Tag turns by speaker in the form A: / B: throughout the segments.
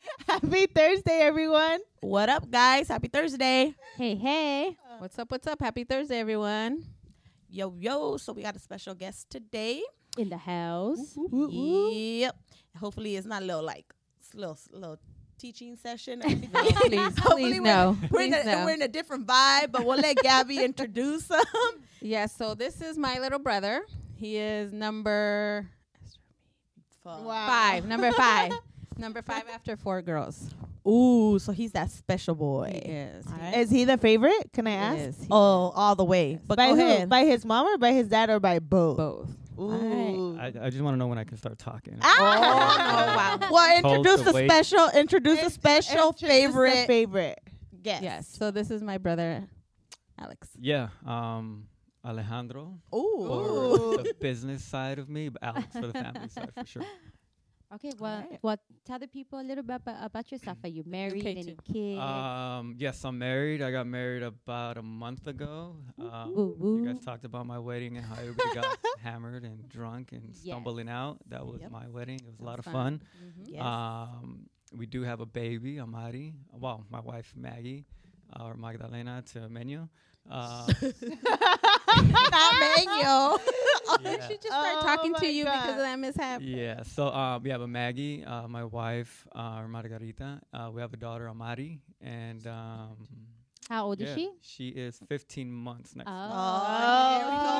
A: Happy Thursday, everyone.
B: What up, guys? Happy Thursday.
C: Hey, hey.
A: What's up? What's up? Happy Thursday, everyone.
B: Yo, yo. So, we got a special guest today.
C: In the house.
B: Yep. Hopefully, it's not a little like, s- little, s- little teaching session. or anything.
A: No, please,
B: Hopefully
A: please
B: we're-
A: no.
B: We're, in
A: Please
B: a,
A: no.
B: we're in a different vibe, but we'll let Gabby introduce them.
A: Yeah, so this is my little brother. He is number
B: Wow.
A: five. Number five. number five after four girls.
B: Ooh, so he's that special
A: He
B: boy.
A: is. He Alright. is. Yes. Yes. Yes.
B: Yes. Yes. Yes.
A: Yes. Yes. Yes.
B: Yes.
A: Yes.
B: Oh, all the way. But
A: By
B: go
A: who?
B: ahead.
A: By
B: his mom or by his dad or by Oh. both?
A: Both.
B: Ooh.
D: I, I just want to know when I can start talking.
B: Ah!
A: Oh, wow.
B: Well,
D: Told
B: introduce
D: to
B: the
D: wait.
B: special. Introduce the
A: Int-
B: special
A: introduce the
B: favorite favorite guest.
A: Yes. So this is my brother, Alex.
D: Yeah, um, Alejandro
B: Ooh.
D: for the business side of me, but Alex for the family side for sure.
C: Okay, well,
B: Alright.
C: well, tell the people a little bit about, about yourself. Are you married?
A: Okay,
C: Any
A: too.
C: kids?
D: Um, yes, I'm married. I got married about a month ago. Um,
C: woo
D: you
C: woo.
D: guys talked about my wedding and how everybody got hammered and drunk and
C: Yes.
D: stumbling out. That was
B: Yep.
D: my wedding. It was a
A: That
D: lot
A: was
D: of
A: fun.
D: fun.
B: Yes.
D: Um, we do have a baby, Amari. Well, my wife Maggie, uh, or Magdalena to Menyo. Um,
B: Not
A: Oh,
B: Mango.
D: yeah.
A: She just started
B: Oh
A: talking
B: my
A: to you because
B: God.
A: of that mishap.
D: Yeah. So um, yeah, but Maggie, uh, my wife, uh, Margarita, uh, we have a daughter, Amari, and um,
C: How old
D: yeah,
C: is she?
D: She is 15 months next. month.
B: Oh,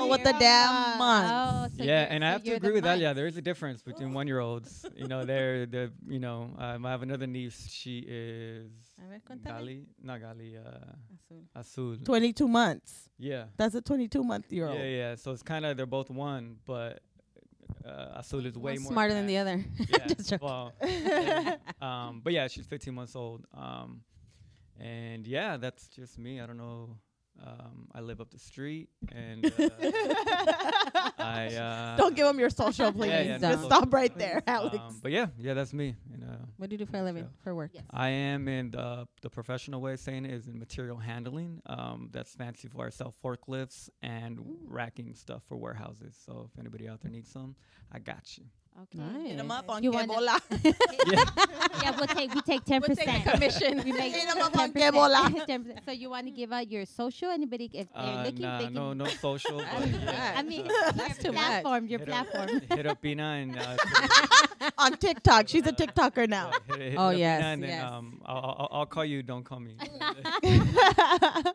A: Oh,
B: what the damn month.
C: Oh, so
D: yeah,
C: you're-
D: and
C: so
D: I have to
C: you're the
D: agree with
C: month.
D: Alia. There is a difference between one-year-olds. You know, they're the you know. Um, I have another niece. She is
C: Uh,
A: A ver, cuéntame.
D: Gali, not Gali, uh,
A: Azul.
D: Azul.
B: 22 months.
D: Yeah.
B: That's a 22 month year old.
D: Yeah, yeah. So it's kind of they're both one, but uh, Azul is way
A: One's
D: more
A: smarter than
D: advanced.
A: the other.
D: yeah.
A: Just joking.
D: well, yeah. um, but yeah, she's 15 months old. Um, and yeah, that's just me. I don't know. Um, I live up the street, and uh, I uh,
B: Don't give him your social, please.
D: yeah, yeah,
A: no
B: Just
A: social,
B: stop right
D: please.
B: there, Alex.
D: Um, but yeah, yeah, that's me. And uh,
A: What do you do for a living?
D: So-
A: For work.
C: Yes.
D: I am in the the professional way of saying it is in material handling. Um, that's fancy for ourselves forklifts and racking stuff for warehouses. So if anybody out there needs some, I got you.
C: Okay.
A: Nice.
B: Hit him up on
C: You wanna-
B: Kebola.
C: yeah, we'll take we take ten
A: We'll take
C: percent.
A: the commission.
C: We make
B: Hit 'em up on
C: 10%.
B: Kebola.
C: 10%. So you want to give out your social? Anybody if they're
D: Uh,
C: looking?
D: nah,
C: they can-
D: no, no social. but yeah,
C: I mean,
D: uh,
C: your
A: too much.
C: platform, your
D: hit
C: platform.
D: Up, hit up Bina and uh,
B: on TikTok. She's a TikToker now.
D: yeah, hit, hit
A: Oh,
D: up
A: yes,
D: Bina and then,
A: yes.
D: um, I'll, I'll, I'll call you. Don't call me.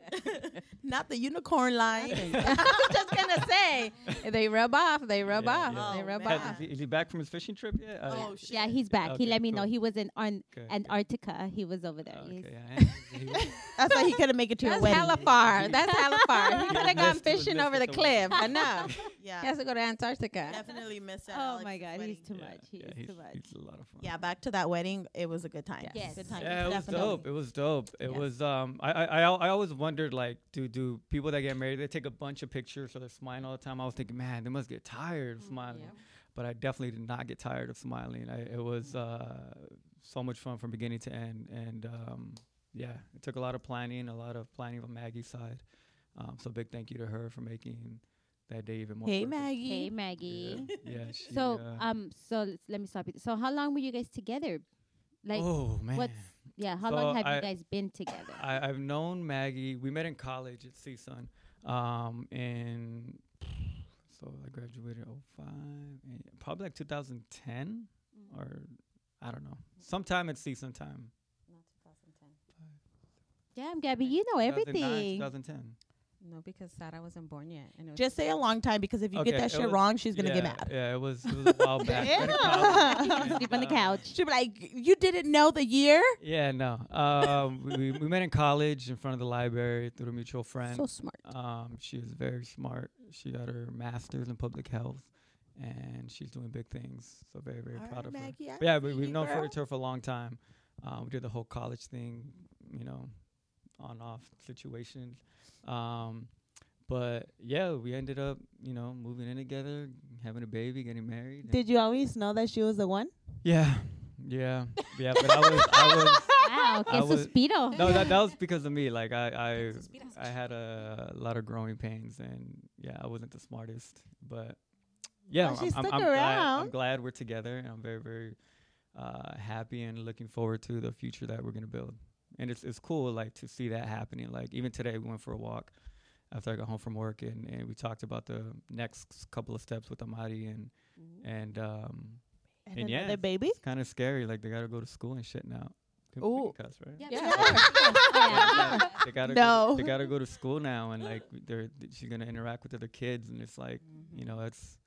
B: Not the unicorn line.
A: I'm just gonna say they rub off. They rub
D: Yeah,
A: off.
D: yeah.
A: They
B: Oh,
A: rub
B: man.
D: Has-
A: off.
D: is, he, is he back from his fishing trip yet? Uh,
B: Oh, shit.
C: Yeah, he's back. he
D: Okay,
C: let me know
D: cool.
C: he was in Arn-
D: okay, okay.
C: Antarctica. He was over there. He's-
D: Okay, yeah, he- he-
B: That's why he couldn't make it to your
A: That's
B: wedding.
A: hella far. That's hella far. He
D: You
A: could have gone
D: missed- you
A: fishing
D: missed
A: over the
D: it somewhere.
A: cliff. I know.
B: Yeah.
A: He has to go to Antarctica.
B: Definitely missed out.
C: Oh
B: Alex's
C: my God,
B: wedding.
C: he's too
D: yeah,
C: much. He
D: yeah,
C: is
D: he's,
C: too much.
D: he's a lot of fun.
B: Yeah, back to that wedding. It was a good time.
A: Yes.
B: Good time.
D: Yeah, it was
B: Definitely.
D: dope. It was dope. It
A: Yes.
D: was. Um, I, I, I, al- I always wondered, like, do do people that get married, they take a bunch of pictures, so they're smiling all the time. I was thinking, man, they must get tired of smiling. But I definitely did not get tired of smiling. I, it was uh, so much fun from beginning to end, and um, yeah, it took a lot of planning, a lot of planning on Maggie's side. Um, so big thank you to her for making that day even more.
B: Hey,
D: perfect.
B: Maggie.
C: Hey,
D: Yeah,
C: Maggie.
D: yeah, she,
C: So,
D: uh,
C: um, so let's, let me stop you. So, how long were you guys together? Like,
D: oh man.
C: what's yeah? How
D: So
C: long have
D: I-
C: you guys been together?
D: I, I've known Maggie. We met in college at CSUN. Um, and so I graduated 05, and probably like 2010 or I don't know, sometime at CSUN time.
C: Damn, Gabby, you know
D: 2009,
C: everything.
D: 2010.
A: No, because Sarah wasn't born yet. And it was
B: Just say a long time because if you get
D: Okay,
B: that
D: it
B: shit
D: was-
B: wrong, she's gonna
D: yeah,
B: get mad.
D: Yeah, it was, it was a while back. Met in college,
B: Yeah.
C: Sleep on the
D: and, uh,
C: couch.
B: She'll be like, "You didn't know the year."
D: Yeah, no. Um, we, we met in college in front of the library through a mutual friend.
A: so smart.
D: Um, she is very smart. She got her master's in public health, and she's doing big things. So very, very
B: All
D: proud
B: right,
D: of her.
B: Maggie, I
D: But yeah,
B: see
D: we,
B: you,
D: we've known
B: girl.
D: Frederick Tour for a long time. Um, we did the whole college thing, you know, on off situation. Um, but yeah, we ended up, you know, moving in together, having a baby, getting married. and-
B: Did you always know that she was the one?
D: yeah, yeah, yeah. But I was, I was.
C: Wow,
D: I
C: que
D: was-
C: suspiro.
D: No, that, that was because of me. Like I, I, I had a lot of growing pains, and yeah, I wasn't the smartest. But yeah,
B: Well, she
D: I'm, I'm,
B: stuck
D: I'm glad, I'm
B: around.
D: glad we're together, and I'm very, very uh, happy and looking forward to the future that we're gonna build. And it's it's cool like to see that happening. Like even today we went for a walk after I got home from work and, and we talked about the next couple of steps with Amari and and um
B: And,
D: And
B: another
D: yes.
B: baby.
D: it's kind of scary. Like they gotta go to school and shit now. Can- we
B: Ooh.
D: can cuss, right?
C: Yeah.
A: Yeah.
C: yeah.
D: Like, they gotta
B: No.
D: go, they gotta go to school now and like they're th- she's gonna interact with other kids and it's like you know that's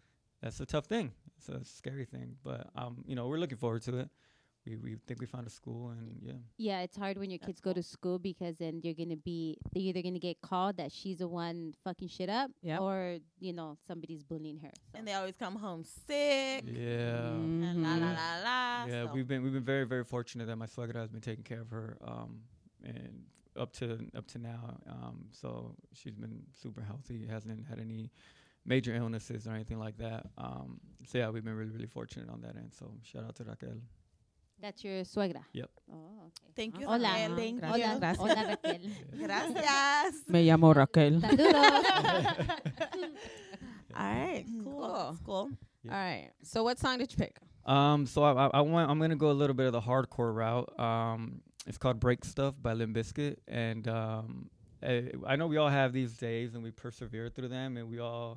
D: that's a tough thing it's a scary thing but um you know we're looking forward to it we we think we found a school and yeah
C: Yeah, it's hard when your kids go to school because then you're gonna be they're either gonna get called that she's the one fucking shit up,
A: Yep.
C: or you know somebody's bullying her. So.
B: And they always come home sick.
D: yeah
B: And la la
A: Mhm.
B: la la.
D: yeah
B: so.
D: we've been we've been very very fortunate that my suegra has been taking care of her um and up to up to now um so she's been super healthy hasn't had any major illnesses or anything like that um so yeah we've been really really fortunate on that end so shout out to raquel
C: That's your suegra.
D: Yep.
C: Oh, okay.
B: Thank you.
C: Hola.
B: Raquel. Thank
A: Gracias.
C: Hola,
B: you.
A: Gracias.
C: hola Raquel.
B: Gracias.
A: Me llamo Raquel.
C: Saludos.
B: All right. Mm, Cool.
A: Cool.
B: That's Cool.
D: Yeah.
A: All right. So what song did you pick?
D: Um, so I, I, I want I'm gonna go a little bit of the hardcore route. Um, it's called Break Stuff by Limp Bizkit, and um, I, I know we all have these days and we persevere through them, and we all,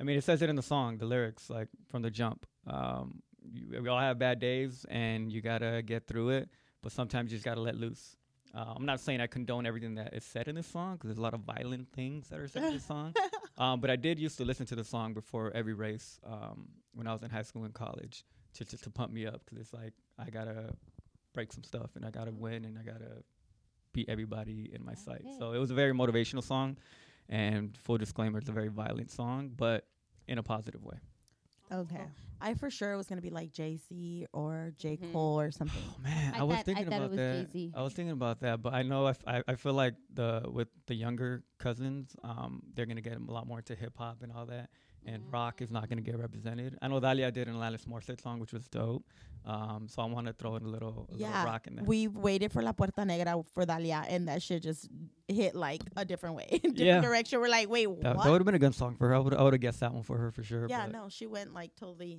D: I mean, it says it in the song, the lyrics, like from the jump. Um, you, we all have bad days, and you gotta get through it, but sometimes you just gotta let loose. Uh, I'm not saying I condone everything that is said in this song because there's a lot of violent things that are said in this song. Um, but I did used to listen to the song before every race um, when I was in high school and college to to, to pump me up because it's like I gotta break some stuff and I gotta win and I gotta beat everybody in my sight. So it was a very motivational song, and full disclaimer, it's a very violent song, but in a positive way.
B: Okay. I for sure was gonna be like JC or J
A: Mhm.
B: Cole or something.
D: Oh man,
C: I
D: I, was
C: thought- I
D: thinking
C: thought it
D: about
C: was
D: that.
C: Jay-Z.
D: I was thinking about that, but I know I, f- I, I feel like the with the younger cousins, um, they're gonna get a lot more into hip hop and all that, and rock is not gonna get represented. I know Dalia did an Alanis Morissette song, which was dope. Um, so I want to throw in a little, a
B: Yeah,
D: little rock in there.
B: We waited for La Puerta Negra for Dalia, and that shit just hit like a different way, different
D: Yeah.
B: direction. We're like, wait,
D: that
B: what?
D: would have been a good song for her. I would I would have guessed that one for her for sure.
B: yeah,
D: but
B: no, she went like totally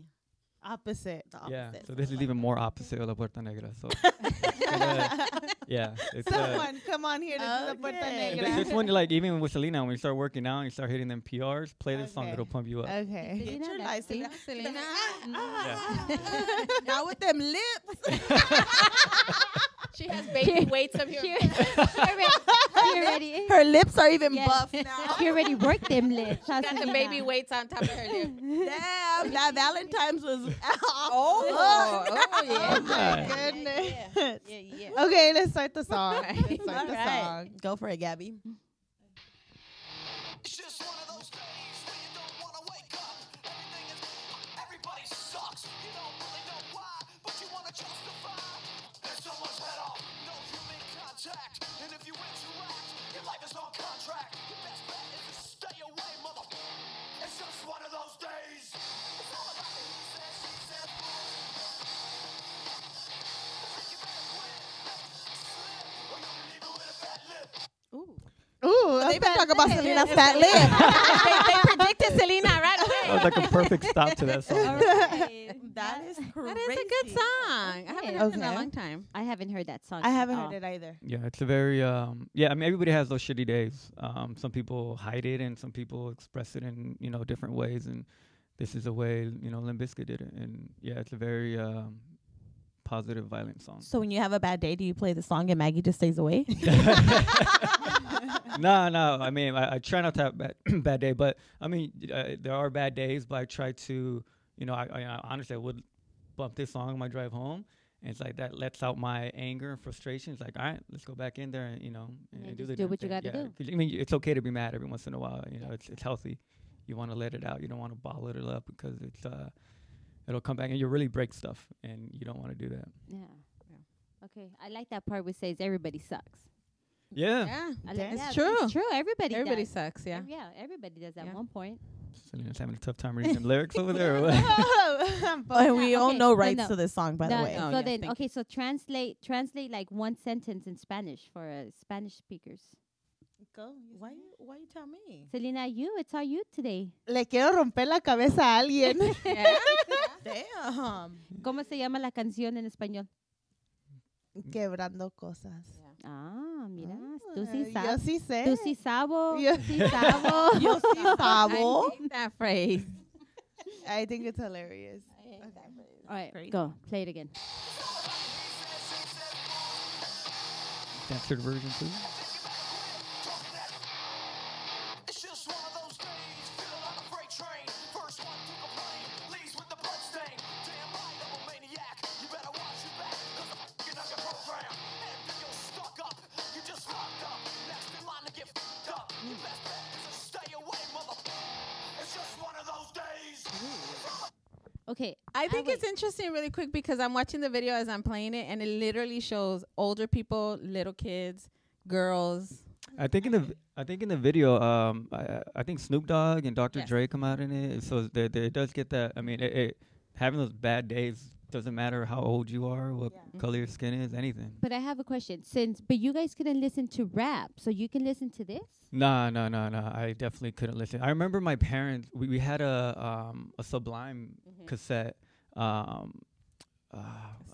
B: opposite. The opposite.
D: Yeah, so
B: I
D: this
B: was
D: is
B: like,
D: even more opposite of La Puerta Negra. So, it's gonna- yeah, it's, uh,
E: Someone come on here to do the Puerta
B: Okay.
D: And
E: Negra.
D: th- this one, like even with Selena, when you start working out and you start hitting them PRs, play this song,
E: Okay.
D: it'll pump you up.
E: Okay.
B: Get
C: Selena,
B: your
C: that's
B: license.
C: Selena.
A: Selena.
B: Not with them lips.
A: She has baby weights up
C: She already, she already,
B: Her lips are even
C: Yes.
B: buff now.
C: she already worked them lips.
A: Got the baby weights on top of her lip.
B: Damn, that Valentine's was
A: Oh,
B: oh,
A: oh yeah.
D: Yeah.
E: Goodness.
A: Yeah, yeah.
E: Okay, let's start the song. Let's start the
B: Alright.
E: song.
B: Go for it, Gabby.
F: It's just one of those days when you don't want to wake up. Everything is. Everybody sucks. You don't really know why, but you want to justify. There's so much head off, no human contact. And if you interact, your life is on contract. Your best bet is to stay away, mother. It's just one of those days. It's all about the he said, she said. I think you better quit, slip, or you'll be leaving with a fat lip.
E: Ooh, a
B: They even
E: fat
B: talk about
E: lip.
B: Selena's fat lip.
A: they, they predicted Selena right away.
D: That was like a perfect stop to that song.
B: That is crazy.
A: That is a good song. I haven't heard it in a
E: Okay.
A: long time.
C: I haven't heard that song.
E: I
C: at
E: haven't
C: all.
E: heard it either.
D: Yeah, it's a very um yeah, I mean everybody has those shitty days. Um some people hide it and some people express it in, you know, different ways and this is the way, you know, Limbisca did it. And yeah, it's a very um positive violent song.
B: So when you have a bad day, do you play the song and Maggie just stays away?
D: no, no. I mean, I, I try not to have bad, bad day, but I mean, uh, there are bad days. But I try to, you know, I, I, I honestly I would bump this song on my drive home, and it's like that lets out my anger and frustration. It's like, all right, let's go back in there and you know, and,
C: And
D: and do
C: just
D: the
C: do
D: damn
C: what you
D: thing.
C: gotta
D: Yeah,
C: do.
D: 'cause, I mean, it's okay to be mad every once in a while. You know, it's it's healthy. You want to let it out. You don't want to bottle it up because it's uh, it'll come back and you'll really break stuff, and you don't want to do that.
C: Yeah. Okay, I like that part where it says everybody sucks.
D: Yeah.
A: Yeah.
C: I like,
A: It's
C: yeah,
A: true.
C: It's true. Everybody.
A: Everybody
C: does.
A: sucks, yeah.
C: Ev- Yeah. Everybody does at
A: Yeah.
C: one point.
D: Selena's having a tough time reading them lyrics over there. Or what?
B: and we
C: Yeah,
B: all
C: okay.
B: know
C: No,
B: rights
C: no.
B: to this song, by the
C: No,
B: way.
A: no. Oh,
C: so
A: yeah,
C: then,
A: thank
C: okay, so translate translate like one sentence in Spanish for uh, Spanish speakers.
B: Go. Why you why you tell me?
C: Selena, you, it's all you today.
E: Le quiero romper la cabeza a alguien.
B: Damn.
C: ¿Cómo se llama la canción en español?
E: Quebrando cosas.
C: Ah, mira, tú sí
E: Eh, Yo
C: sabes.
E: sí sé.
C: Tú sí sabo,
E: Yo-
C: tú sí sabo.
E: Yo sí
A: I
E: sabo.
A: hate that phrase.
E: I think it's hilarious.
C: All right, go. Play it again.
D: Censored version too.
F: It's just one of those days, feeling like a freight train. First one to complain, leaves with the bloodstain. Damn right, I'm a maniac. You better watch your back, cause I'm f***ing up your program. And if you're stuck up, you just locked up. Next in line to get f***ed up. Your best bet is to stay away, mother. It's just one of those days.
C: Okay, ah,
A: I think
C: wait.
A: it's interesting, really quick, because I'm watching the video as I'm playing it, and it literally shows older people, little kids, girls.
D: I think in the v- I think in the video, um, I- I, I think Snoop Dogg and Dr.
A: Yes.
D: Dre come out in it, so there, there, it does get that. I mean, it, it having those bad days doesn't matter how old you are, what color your skin is, anything.
C: but I have a question. Since, but you guys couldn't listen to rap, so you can listen to this.
D: Nah, nah, nah, nah. I definitely couldn't listen. I remember my parents. We, we had a um a Sublime cassette. Um, uh,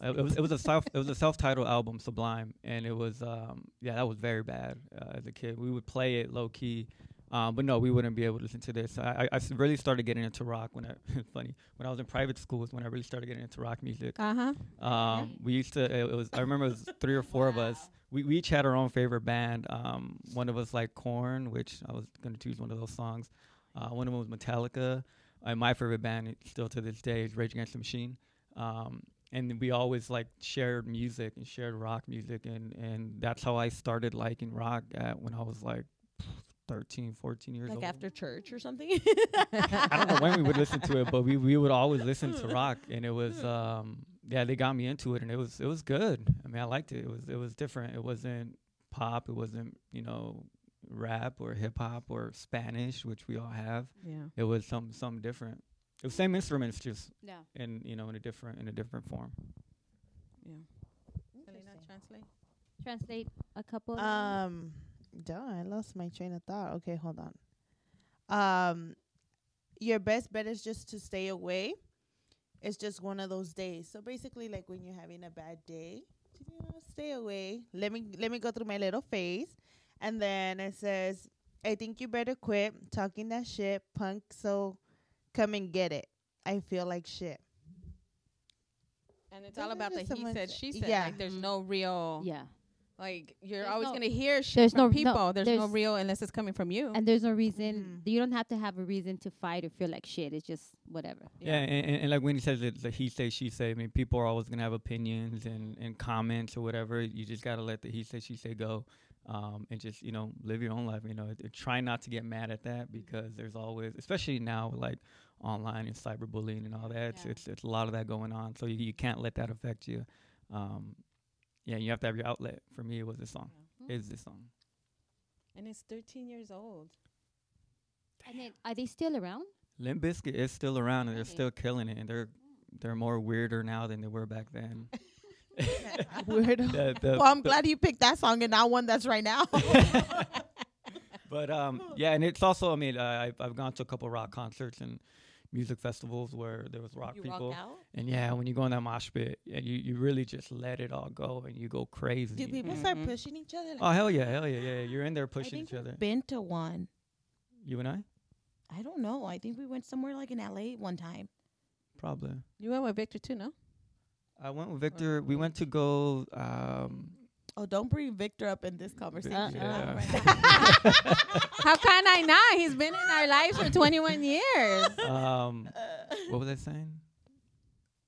D: it, it was it was a self it was a self titled album Sublime, and it was um yeah that was very bad uh, as a kid. We would play it low key. Um, but no, we wouldn't be able to listen to this. I, I- I s- really started getting into rock when I funny when I was in private schools when I really started getting into rock music.
A: Uh huh.
D: Um, we used to. It, it was. I remember it was three or four of us. We, we each had our own favorite band. Um, one of us liked Corn, which I was gonna choose one of those songs. Uh, one of them was Metallica. And my favorite band, i- still to this day, is Rage Against the Machine. Um, and we always like shared music and shared rock music, and and that's how I started liking rock at when I was like 13, 14 years
B: Like
D: old.
B: after church or something?
D: I don't know when we would listen to it, but we, we would always listen to rock, and it was um yeah they got me into it, and it was it was good. I mean I liked it. It was it was different. It wasn't pop. It wasn't you know rap or hip hop or Spanish, which we all have.
A: Yeah.
D: It was some something different. It was same instruments, just
C: No.
D: in you know in a different in a different form.
C: Translate a couple.
E: Um, duh, I lost my train of thought. Okay, hold on. Um, your best bet is just to stay away. It's just one of those days. So basically, like when you're having a bad day, you know, stay away. Let me let me go through my little phase, and then it says, "I think you better quit talking that shit, punk. So come and get it. I feel like shit."
A: And it's
E: This
A: all
E: is
A: about the
E: just
A: he
E: someone's-
A: said, she said.
E: yeah.
A: Like there's no real.
C: Mm-hmm. yeah,
A: Like you're
C: There's
A: always
C: no-
A: gonna hear shit
C: there's
A: from
C: no- no,
A: people. there's, no
C: there's-
A: real unless it's coming from you.
C: and there's no reason. You don't have to have a reason to fight or feel like shit. It's just whatever.
D: Yeah, and, and, and like when he says that the he say she say, I mean people are always gonna have opinions and, and comments or whatever. You just gotta let the he say she say go, um, and just you know live your own life. You know, Uh, try not to get mad at that because there's always, especially now with like online and cyberbullying and all that. It's,
C: Yeah.
D: it's it's a lot of that going on, so you, you can't let that affect you. Um, yeah, you have to have your outlet. For me, it was this song. Is this song?
A: and it's 13 years old.
C: And then, are they still around?
D: Limp Bizkit is still around and they're
C: Okay.
D: still killing it, and they're they're more weirder now than they were back then.
E: Weirdo.
D: The- the-
B: well, I'm
D: the-
B: glad you picked that song and not one that's right now.
D: But um, yeah, and it's also I mean uh, I've I've gone to a couple rock concerts and music festivals where there was rock
A: You
D: people,
A: rock out.
D: and yeah, when you go in that mosh pit, and you you really just let it all go and you go crazy.
B: Do people start pushing each other?
D: oh hell yeah, hell yeah, yeah! yeah. You're in there pushing
B: think
D: each other.
B: been to one.
D: You and I
B: I don't know. I think we went somewhere like in LA one time.
D: probably.
A: You went with Victor too, no?
D: I went with Victor. We went to go. Um,
B: Oh, don't bring Victor up in this conversation.
D: yeah.
A: How can I not? He's been in our lives for 21 years.
D: um, what was I saying?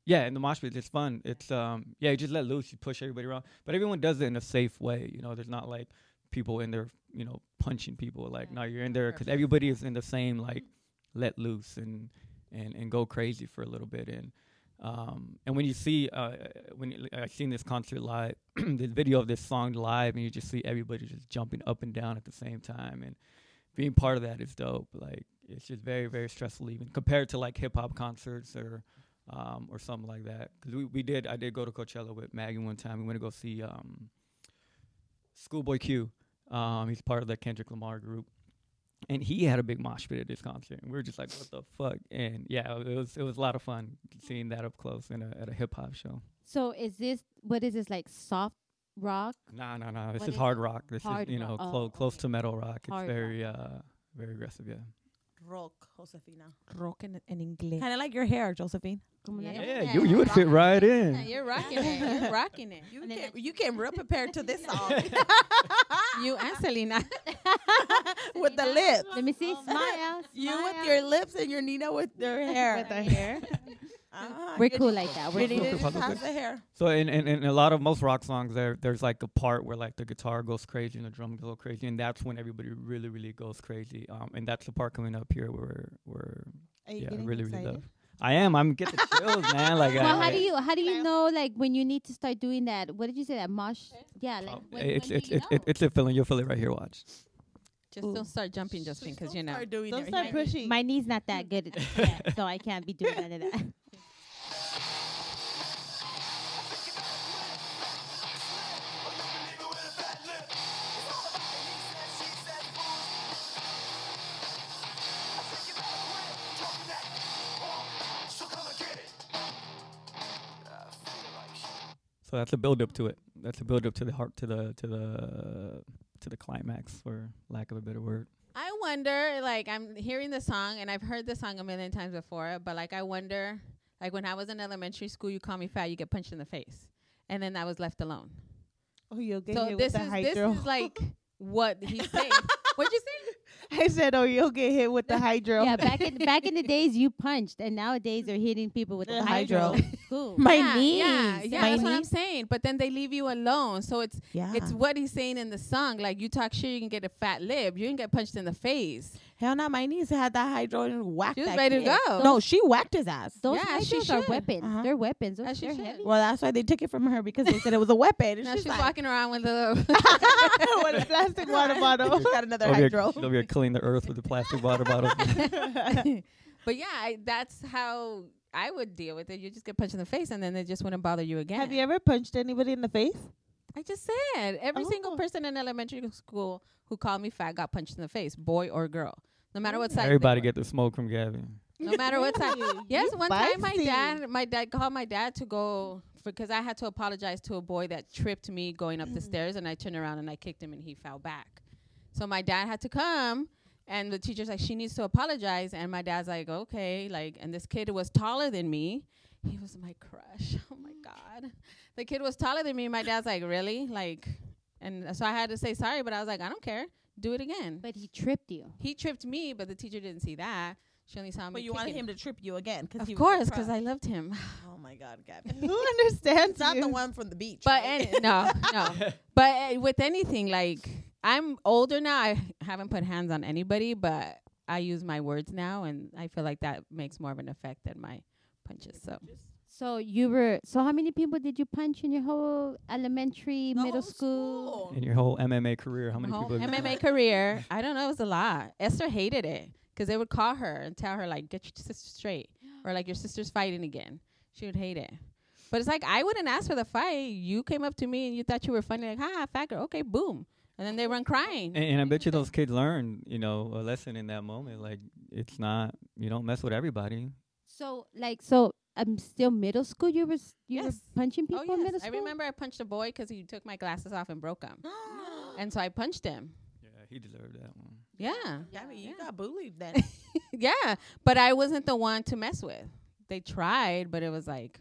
D: Yeah, in the mosh pit, it's fun. It's um, yeah, you just let loose, you push everybody around, but everyone does it in a safe way. You know, there's not like people in there, you know, punching people. Like, no, you're in there because everybody is in the same like, let loose and and and go crazy for a little bit. And um, and when you see uh, when you, I seen this concert live, the video of this song live, and you just see everybody just jumping up and down at the same time, and being part of that is dope. Like it's just very very stressful even compared to like hip hop concerts or um or something like that. Because we, we did I did go to Coachella with Maggie one time. We went to go see um Schoolboy Q. Um, he's part of the Kendrick Lamar group, and he had a big mosh pit at his concert. And we were just like, "What the fuck?" And yeah, it was it was a lot of fun seeing that up close in a, at a hip hop show.
C: So is this what is this like soft rock?
D: No, no, no. This
C: What
D: is
C: is
D: hard rock. This
C: Hard
D: is you know
C: rock.
D: clo-
C: Oh,
D: close
C: okay.
D: to metal rock. It's
C: Hard rock.
D: very uh very aggressive. Yeah.
B: Rock, Josefina.
A: Rock in, in English.
B: Kind of like your hair, Josephine.
C: Como la-
A: Yeah,
D: you you would fit right
A: Yeah,
D: in.
A: you're rocking it. You're rocking it.
B: You
C: And then
B: came,
C: I-
B: you came real prepared to this song
A: You and Selena.
B: with the lips.
C: Let me see. Smile.
B: You with
C: smile.
B: your lips and your Nina with their hair.
E: With the hair.
B: Uh-huh,
C: We're
B: your
C: cool
B: Nina-
C: like that.
B: your
C: We're
D: Really?
B: Nina
D: Super
B: just has
D: public.
B: the hair.
D: So in, in, in a lot of most rock songs, there there's like a part where like the guitar goes crazy and the drum goes crazy, and that's when everybody really really goes crazy. Um, and that's the part coming up here where where
E: Are you
D: yeah
E: getting
D: really
E: excited?
D: really love. I am. I'm getting the chills, man. Like
C: Well, how
D: I-
C: do you how do you
E: Smile.
C: know like when you need to start doing that? What did you say that mosh? Yeah, like
D: um,
C: when,
D: it's
C: when
D: it's
C: do you
D: it's it,
C: know?
D: it's a feeling. You'll feel it right here. Watch.
A: Just don't start jumping, Justin, because you know.
B: Start doing
E: Don't
B: your
E: start
B: hair.
E: pushing.
C: My knee's not that good, at that, so I can't be doing none of that.
D: So that's a build up to it. That's a build up to the heart to the to the to the climax, for lack of a better word.
A: I wonder, like, I'm hearing the song and I've heard the song a million times before, but like, I wonder, like, when I was in elementary school, you call me fat, you get punched in the face. And then I was left alone.
E: Oh, you'll get
A: so
E: hit
A: this
E: with
A: is
E: the
A: this
E: hydro.
A: is like what he's saying. What'd you say?
E: I said, oh, you'll get hit with the hydro.
C: Yeah, back in back in the days you punched, and nowadays they're hitting people with
E: The
C: the hydro.
E: hydro.
C: Cool.
E: My
A: yeah,
E: knees.
A: Yeah, yeah,
E: My
A: that's what I'm
E: knees.
A: saying. But then they leave you alone. So it's
E: Yeah.
A: it's what he's saying in the song. Like you talk shit, you can get a fat lip. You can get punched in the face.
B: Hell no, my niece had that hydro and whacked
A: She was
B: that
A: ready to
B: kid.
A: go.
B: No, she whacked his ass.
C: Those
A: Yeah, as she
C: hydros are
A: should.
C: weapons.
B: Uh-huh.
C: They're weapons. Those,
A: As she
C: they're
A: should.
C: heavy.
B: Well, that's why they took it from her because they said it was a weapon. And
A: Now
B: she's,
A: she's,
B: like,
A: walking around with a
E: with a plastic water bottle.
B: got another
D: Over here-
B: hydro.
D: over here killing the earth with the plastic water bottle.
A: little. but yeah, I, that's how I would deal with it. You just get punched in the face, and then they just wouldn't bother you again.
E: Have you ever punched anybody in the face?
A: I just said every
E: Oh.
A: single person in elementary school who called me fat got punched in the face, boy or girl, no matter what size. they
D: Everybody
A: were.
D: get the smoke from Gavin.
A: No matter what time. Yes, one time my
E: feisty.
A: dad, my dad called my dad to go because I had to apologize to a boy that tripped me going up the stairs, and I turned around and I kicked him, and he fell back. So my dad had to come, and the teacher's like, she needs to apologize, and my dad's like, okay, like, and this kid was taller than me. He was my crush. Oh my god, the kid was taller than me. My dad's like, really, like, and so I had to say sorry, but I was like, I don't care. Do it again.
C: but he tripped you.
A: he tripped me, but the teacher didn't see that. She only saw me.
B: But you wanted
A: kicking
B: him to trip you again. Cause
A: of
B: he was
A: course,
B: surprised.
A: because I loved him.
B: Oh my God, Gabby.
E: Who understands
B: It's not
E: you?
B: the one from the beach.
A: But
B: right?
A: any, no, no. But uh, with anything, like I'm older now, I haven't put hands on anybody, but I use my words now, and I feel like that makes more of an effect than my punches. So
C: So you were. So how many people did you punch in your whole elementary,
B: The whole
C: middle school?
D: In your whole MMA career, how many
A: my whole
D: people?
A: MMA career, I don't know, it was a lot. Esther hated it because they would call her and tell her like, "Get your sister straight," or like, "Your sister's fighting again." She would hate it. But it's like I wouldn't ask for the fight. You came up to me and you thought you were funny, like, "Ha, ha, fat girl." Okay, boom, and then they run crying.
D: And, and I bet you those kids learn, you know, a lesson in that moment. Like it's not you don't mess with everybody.
C: So like so, I'm still middle school. You were s- you
A: Yes.
C: were punching people
A: Oh
C: in
A: yes,
C: middle school.
A: I remember I punched a boy 'cause he took my glasses off and broke 'em, and so I punched him.
D: Yeah, he deserved that one.
A: Yeah,
B: Gabby, you
A: Yeah.
B: got bullied then.
A: yeah. But I wasn't the one to mess with. They tried, but it was like,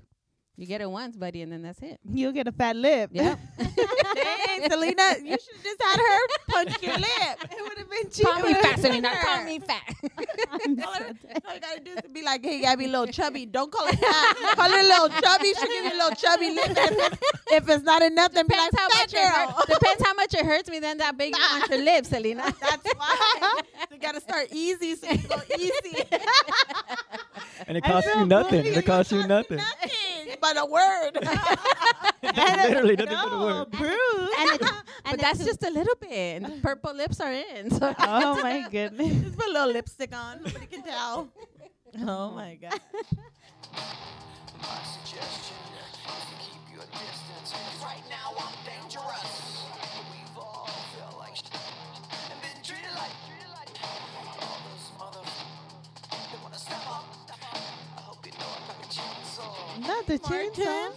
A: you get it once, buddy, and then that's it.
E: You'll get a fat lip.
A: Yeah.
B: Dang, Selena, you should just had her punch your lip.
E: it would have been
A: Call me
E: cheaper.
A: fat, Selena. Call me fat.
B: All I all you gotta do is be like, hey, Gabby, little chubby. Don't call it that. call it little chubby. She give you a little chubby lip. And If it's, if it's not enough, then be like,
A: Depends how
B: fat
A: much it
B: girl.
A: hurt- depends how much it hurts me. Then that big you want your lips, Selena.
B: That's why you gotta start easy. So you go easy.
D: And it
E: I
D: cost you
E: feel
D: nothing.
E: bullied.
D: It cost you nothing.
B: but a word.
D: Literally nothing but a
E: No,
D: word.
E: bruise.
C: And it-
A: But
C: and
A: that's
C: it's-
A: just a little bit. And the purple lips are in. So
E: Oh my goodness.
B: Just put a little lipstick on. Nobody can tell. Oh my god.
F: My suggestion is to keep your distance. 'cause Right now I'm dangerous. We've all felt like shit.
E: the chainsaw.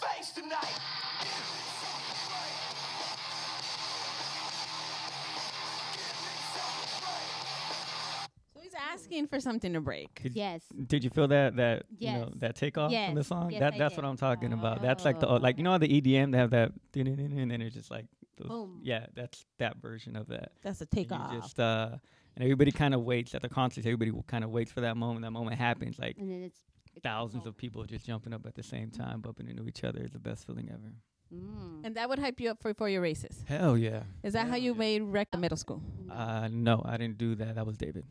F: Face tonight.
A: So he's asking for something to break.
D: Did,
C: Yes.
D: did you feel that that you know
C: Yes.
D: that takeoff from the
C: Yes.
D: song?
C: Yes,
D: that
C: I
D: that's
C: did.
D: what I'm talking about. That's like the
C: Oh.
D: like you know how the EDM they have that and then it's just like those-
C: Boom.
D: yeah that's that version of that.
B: That's a
D: And you
B: takeoff.
D: Just uh, and everybody kind of waits at the concerts. Everybody kind of waits for that moment. That moment happens. Like
C: And then it's it's
D: thousands
C: over.
D: of people just jumping up at the same time, bumping into each other. It's the best feeling ever.
C: Mm.
A: And that would hype you up for, for your races.
D: Hell yeah.
A: Is that how
D: Hell
A: you
D: yeah.
A: made rec middle school?
D: Uh, no, I didn't do that. That was David.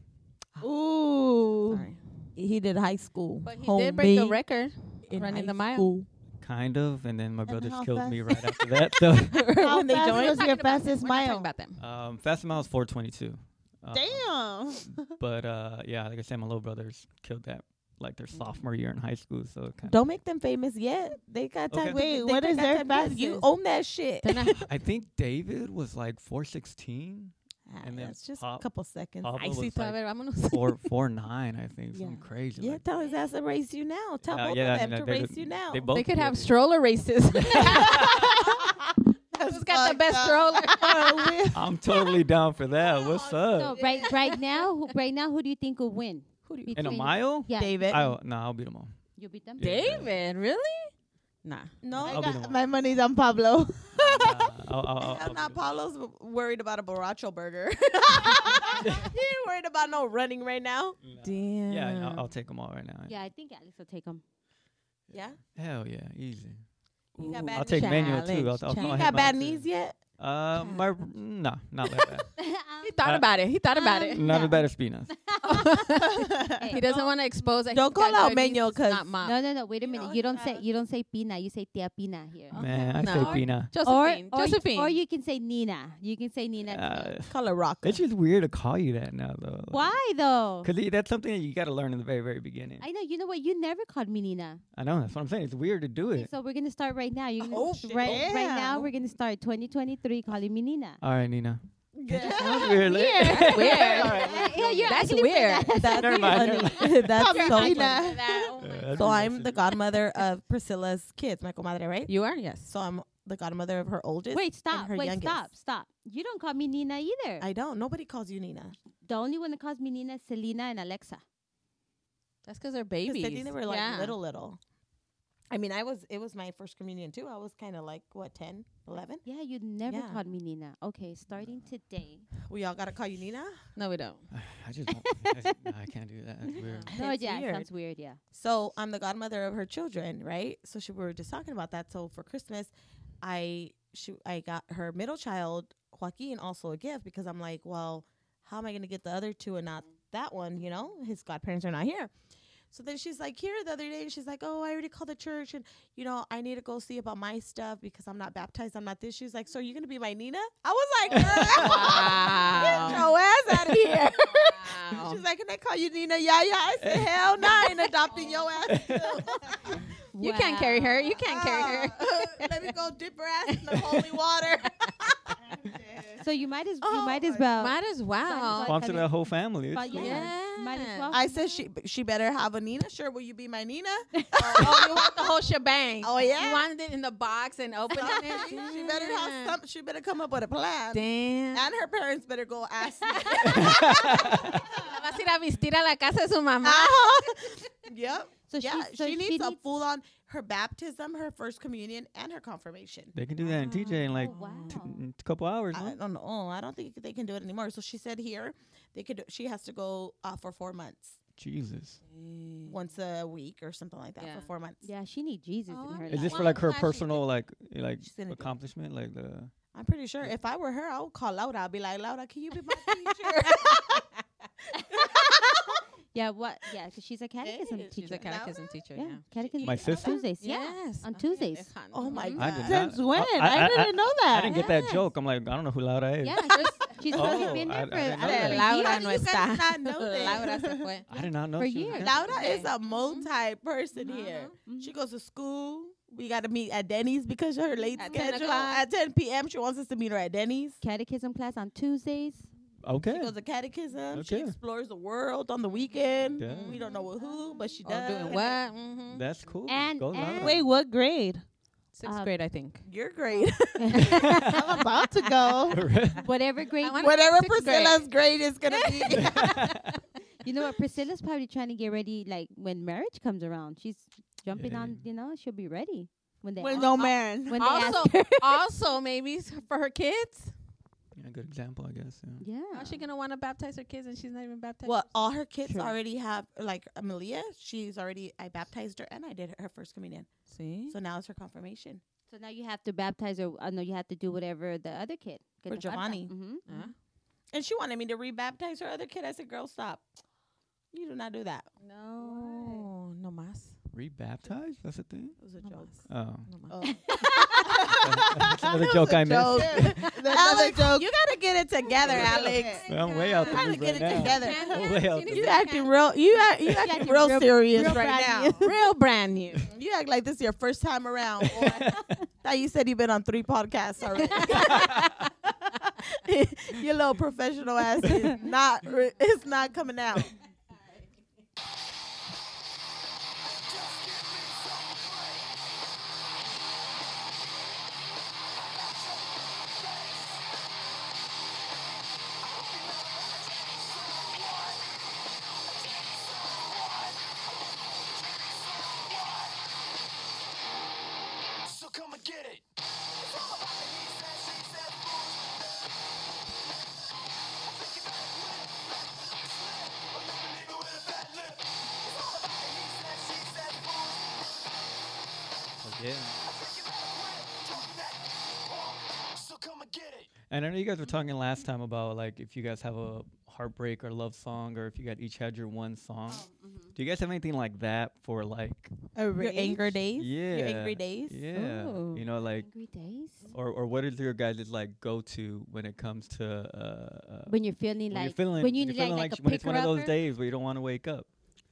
B: Ooh.
A: Sorry.
B: He did high school.
A: But he
B: Home
A: did break a
B: big
A: record.
B: in
A: running
B: high
A: the mile.
B: school.
D: Kind of, and then my brothers
E: how
D: killed me right after that. So,
E: How
B: When they
E: fast
B: joined-
E: was
A: Talking
E: your
A: about them.
E: fastest
A: We're not talking
E: mile?
A: about them.
D: um, fast mile is 422. Um,
E: Damn.
D: But uh, yeah, like I said, my little brothers killed that like
B: Mm-hmm.
D: their sophomore year in high school. So kind of,
B: Don't make them famous yet. They got
D: Okay.
B: time.
E: Wait,
B: they
E: what
B: got
E: is their
B: time to- You
E: fastest?
B: own that shit.
A: They're not-
D: I think David was like 416.
B: Ah,
D: And then
B: that's just
D: Pop-
B: a couple seconds.
D: Pablo
A: Ay, sí,
D: was
A: tú, a
D: like
A: ver, vámonos.
D: four four nine, I think.
B: Yeah.
D: Something crazy.
B: yeah,
D: like
B: tell his ass to race you now. Tell
D: Yeah,
B: both
D: yeah,
B: of them
D: no,
B: to
D: they
B: race
D: did-
B: you now.
D: they both
A: They could
D: did.
A: have stroller races. Who's got the
E: fucked
A: best
E: up.
A: stroller?
D: I'm totally down for that.
B: Oh,
D: What's up?
A: Oh,
C: So right right now who, right now who do you think will win?
B: Who do you-
D: in a
C: Between-
D: mile?
C: Yeah.
B: David.
D: I, no, I'll beat them all.
C: You'll beat them.
D: Yeah.
A: David, really? Nah.
B: no,
D: I'll be the one.
E: My money's on Pablo.
D: Nah, I'll- I'll- I'll- I'll
B: I'm not
D: be the one.
B: Paulo's w- worried about a borracho burger. he ain't worried about no running right now.
D: Nah.
B: Damn.
D: Yeah, yeah, I'll, I'll take them all right now.
C: Yeah, I think Alex will take him.
B: yeah.
D: Hell yeah, easy.
B: You got
A: Ooh,
B: bad
D: I'll take manual too. I'll, I'll
A: challenge.
D: throw
A: You
D: a
B: You
A: I
B: got
D: headlock
B: bad
D: too.
B: knees yet?
D: Uh, my no, not like that.
C: Um,
A: He thought about it. He thought about it.
D: Not as bad as Spinas.
A: He doesn't want to expose that.
B: Don't
A: he's got
B: call out
A: good
B: Manuel
A: knees,
B: 'cause
A: not mom.
C: No, no, no. Wait a
B: You
C: minute.
B: know,
C: You don't say
B: uh, Oh.
C: you don't say Pina. You say Tia Pina here.
D: Man, I
A: No.
D: say Pina.
A: Josephine.
C: Or, or,
A: Josephine.
C: You, or you can say Nina. You can say Nina. too.
D: Uh,
B: Color rocker.
D: it's just weird to call you that now though.
C: Why though?
D: Because that's something that you got to learn in the very, very beginning. I,
C: I know. You know what? You never called me Nina.
D: know that's what I'm saying. It's weird to do
C: Okay,
D: it.
C: so we're gonna start right now. You're gonna
B: Oh,
C: s-
B: shit.
C: right right now.
B: Damn.
C: We're gonna start 2023 calling me Nina.
D: All right, Nina.
A: That's weird.
C: Yeah, yeah, you're
A: That's
C: ugly for
A: weird.
C: that.
B: That's
D: Never mind, never
B: funny. That's so funny.
D: Uh,
B: So I'm the godmother of Priscilla's kids, my comadre, right?
A: You are? Yes.
B: So I'm the godmother of her oldest. and
C: Wait, stop.
B: her
C: Wait,
B: youngest.
C: stop, stop. You don't call me Nina either.
B: I don't. Nobody calls you Nina.
C: the only one that calls me Nina is Selena and Alexa.
A: That's because they're
B: Because
A: babies.
B: I think they were like
A: Yeah.
B: little, little. I mean, I was. It was my first communion too. I was kind of like what, 10, 11?
C: Yeah, you never
B: Yeah.
C: called me Nina. Okay, starting today.
B: We all gotta call you Nina.
A: No, we don't.
D: I just don't. I, just- no, I can't do that. That's weird.
C: No,
B: That's
C: Oh, yeah, it
B: weird.
C: sounds weird. Yeah.
B: So I'm the godmother of her children, right? So she, we were just talking about that. So for Christmas, I she I got her middle child Joaquin also a gift because I'm like, well, how am I gonna get the other two and not that one? You know, his godparents are not here. So then she's like here the other day, and she's like, oh, I already called the church, and you know, I need to go see about my stuff because I'm not baptized, I'm not this. She's like, so you gonna be my Nina? I was like, girl, get
A: Wow.
B: your ass out of here.
A: Wow.
B: She's like, can I call you Nina Yaya? I said, hell no, I ain't adopting your ass.
A: You can't carry her. You can't
C: Ah.
A: carry her.
B: Uh, Let me go dip her ass in the holy water.
C: So you might as
B: Oh
C: you might as
B: my
C: well.
A: Might as well.
C: Well,
D: Sponsor
C: kinda-
D: the whole family.
C: but
D: It's
C: yeah,
D: cool.
C: might as
A: Yeah.
C: well.
B: I said she she better have a Nina. Sure, will you be my Nina?
A: oh, you want the whole shebang.
B: Oh, yeah.
A: You wanted it in the box and opening it.
B: she she better have some. She better come up with a plan.
A: Damn.
B: And her parents better go ask. me.
A: La vas a ir a vestir a la casa de su mamá.
B: Uh-huh. yep.
C: So
B: yeah,
C: she, so
B: she, needs a
C: needs-
B: full on her baptism, her first communion, and her confirmation.
D: They can do that in TJ in like
C: Oh, wow.
D: t- in a couple hours.
B: I
D: huh?
B: don't know. I don't think they can do it anymore. So she said here, they could. She has to go uh, for four months,
D: Jesus.
B: once a week or something like that,
A: Yeah.
B: for four months.
C: Yeah, she needs Jesus
A: Oh,
C: in her
D: Is
C: life.
D: this for
A: Well,
D: like her
A: I'm glad she
D: personal like like
B: She's gonna do it.
D: accomplishment? Like the
B: I'm pretty sure if I were her, I would call Laura. I'd be like, Laura, can you be my teacher?
C: yeah, what? Yeah, 'cause she's a catechism
B: She's a
C: teacher.
A: She's a catechism teacher.
C: yeah,
A: Yeah.
C: catechism.
D: My
C: on
D: sister?
C: Tuesdays. Yeah.
A: Yes.
C: on
A: Okay,
C: Tuesdays.
A: Alejandro.
B: oh my
A: Mhm.
B: god!
D: did not-
E: Since when?
D: uh, I-
E: I,
D: I- I-
E: didn't know that.
D: I didn't get that
C: Yes.
D: joke. I'm like I don't know who Laura is.
C: Yeah.
A: There's-
C: She's
D: Oh,
C: only been
D: I- I
C: there for,
D: didn't know
C: over
D: that.
C: a
A: Laura
C: year.
B: How do
A: no
B: you guys
A: está.
B: not know this?
A: Laura se fue. Mm-hmm.
D: I did not know.
C: For
D: she was
C: years.
D: there.
B: Laura is a multi person
A: Mhm.
B: here.
C: Mhm.
B: She goes to school. We got to meet at Denny's because of her late
A: At 10
B: schedule.
A: o'clock.
B: At 10 p.m., she wants us to meet her at Denny's.
C: Catechism class on Tuesdays.
D: Okay.
B: She goes to catechism. She
D: Okay.
B: explores the world on the weekend.
D: Yeah.
B: We don't know with who, but she
A: Or
B: does.
A: doing what? Mm-hmm.
D: That's cool.
C: And-
D: Go Laura.
C: and-
E: Wait, what grade?
A: Sixth
C: Um,
A: grade, I think.
B: You're great.
E: I'm about to go.
C: Whatever grade.
A: wanna-
B: Whatever
A: Sixth grade.
B: Priscilla's grade is going to be.
C: You know what? Priscilla's probably trying to get ready, like when marriage comes around. She's jumping
D: Yeah.
C: on. You know, she'll be ready when they.
E: With
C: ask-
E: no man.
C: when they ask
A: Also,
C: her.
A: also maybe s- for her kids.
D: Yeah, good example, I guess. Yeah.
C: yeah.
A: How's she gonna want to baptize her kids and she's not even baptized?
B: Well, all her kids
C: True.
B: already have, like Amelia, she's already, I baptized her and I did her first communion.
A: See,
B: So now it's her confirmation.
C: So now you have to baptize her. I know you have to do whatever the other kid.
B: For Giovanni.
C: Mm-hmm.
A: Ah.
B: And she wanted me to rebaptize her other kid. I said, girl, stop. You do not do that.
C: Oh.
D: Oh.
A: no, no más,
D: Rebaptized? That's a thing.
B: It was a
A: no
B: joke.
A: más,
D: Oh,
A: no más.
B: Oh.
D: that's another joke I missed.
E: Another joke.
B: You gotta get it together, Alex.
E: Okay.
D: I'm way out the
B: Trying to
D: loop
B: get
D: right
B: it
D: now.
B: together.
D: Oh, way out
A: She
D: the
A: needs
B: You
A: to
D: loop.
B: acting real. You act, you acting
C: acting
B: real
C: real-
B: serious
C: real
B: right now.
C: brand
A: real brand new.
B: You act like this is your first time around. Or thought you said you've been on three podcasts already. your little professional ass is not. re- It's not coming out.
F: So come and get it. It's all about the he said, she said, booze. I think you better quit. Slip, or you'll be leaving with a fat lip. It's all about the he said, she said, booze.
D: Yeah.
F: I think you better quit. Drop that. Uh, So come and get it.
D: And I know you guys were talking last time about like if you guys have a heartbreak or love song, or if you guys each had your one song.
A: Oh, mm-hmm.
D: Do you guys have anything like that for like?
E: A
B: Your
E: rage?
B: anger days.
D: Yeah.
B: Your angry days.
D: Yeah.
C: Ooh.
D: You know, like
C: Angry days.
D: or or what is your guys' like go to when it comes to uh, uh
C: When you're feeling
D: when
C: like
D: you're feeling
C: when you
D: are
C: need
D: feeling
C: like, like a
D: when it's one of those
C: picker-upper.
D: days where you don't want to wake up.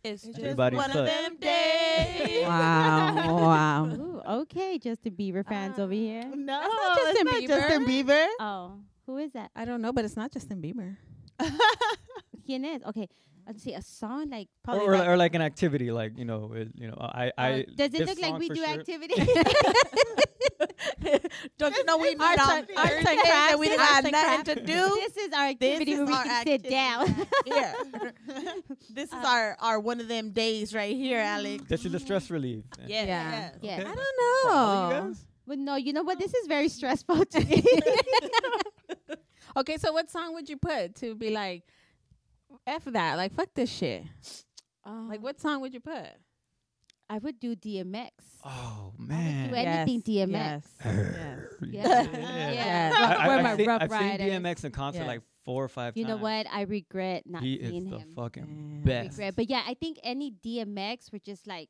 B: It's just
D: Everybody
B: one of
D: sucks.
B: them days.
A: Wow, wow.
C: Ooh, okay, Justin Bieber fans over here.
E: No,
A: not
E: it's
A: Justin
E: not
A: Bieber.
E: Justin Bieber.
C: Um, Oh, who is that?
A: I don't know, but it's not Justin Bieber.
C: Quién es? Okay, let's see a song like
D: Or,
C: probably.
D: or,
C: like,
D: or like an activity, like you know, it, you know, I,
C: uh,
D: I
C: does it
D: this
C: look like
D: song
C: we
D: for
C: do
D: sure-
C: activity?
B: Don't you know we meet
A: Arts
B: on
A: and- arts and
B: Thursdays and we
A: crafts,
B: got
A: arts and
B: nothing to do?
C: this is our activity
B: is
C: where we
B: our
C: can sit down.
B: here. this is our our one of them days right here, Alex.
D: This is the stress relief.
B: Mm-hmm.
A: Yeah.
C: Mm-hmm. yeah.
D: Okay.
A: I
D: For all
A: don't
D: you
A: know.
D: guys?
C: But no, you know what? This is very stressful to me.
A: Okay, so what song would you put to be like, f that, like fuck this shit? Like,
C: Um,
A: what song would you put?
C: I would do DMX.
D: Oh
C: I would do
D: man.
C: anything DMX.
A: Yes.
C: Yeah.
D: Yeah.
C: Yeah.
D: I, I,
C: Where
D: I've
C: my
D: seen,
C: Rough
D: I've seen
C: Riders.
D: DMX in concert
A: Yes.
D: like four or five
C: You
D: times.
C: know what? I regret not
D: He is
C: seeing
D: the
C: him.
D: fucking
A: Yeah.
D: best.
C: Regret. But yeah, I think any DMX were just like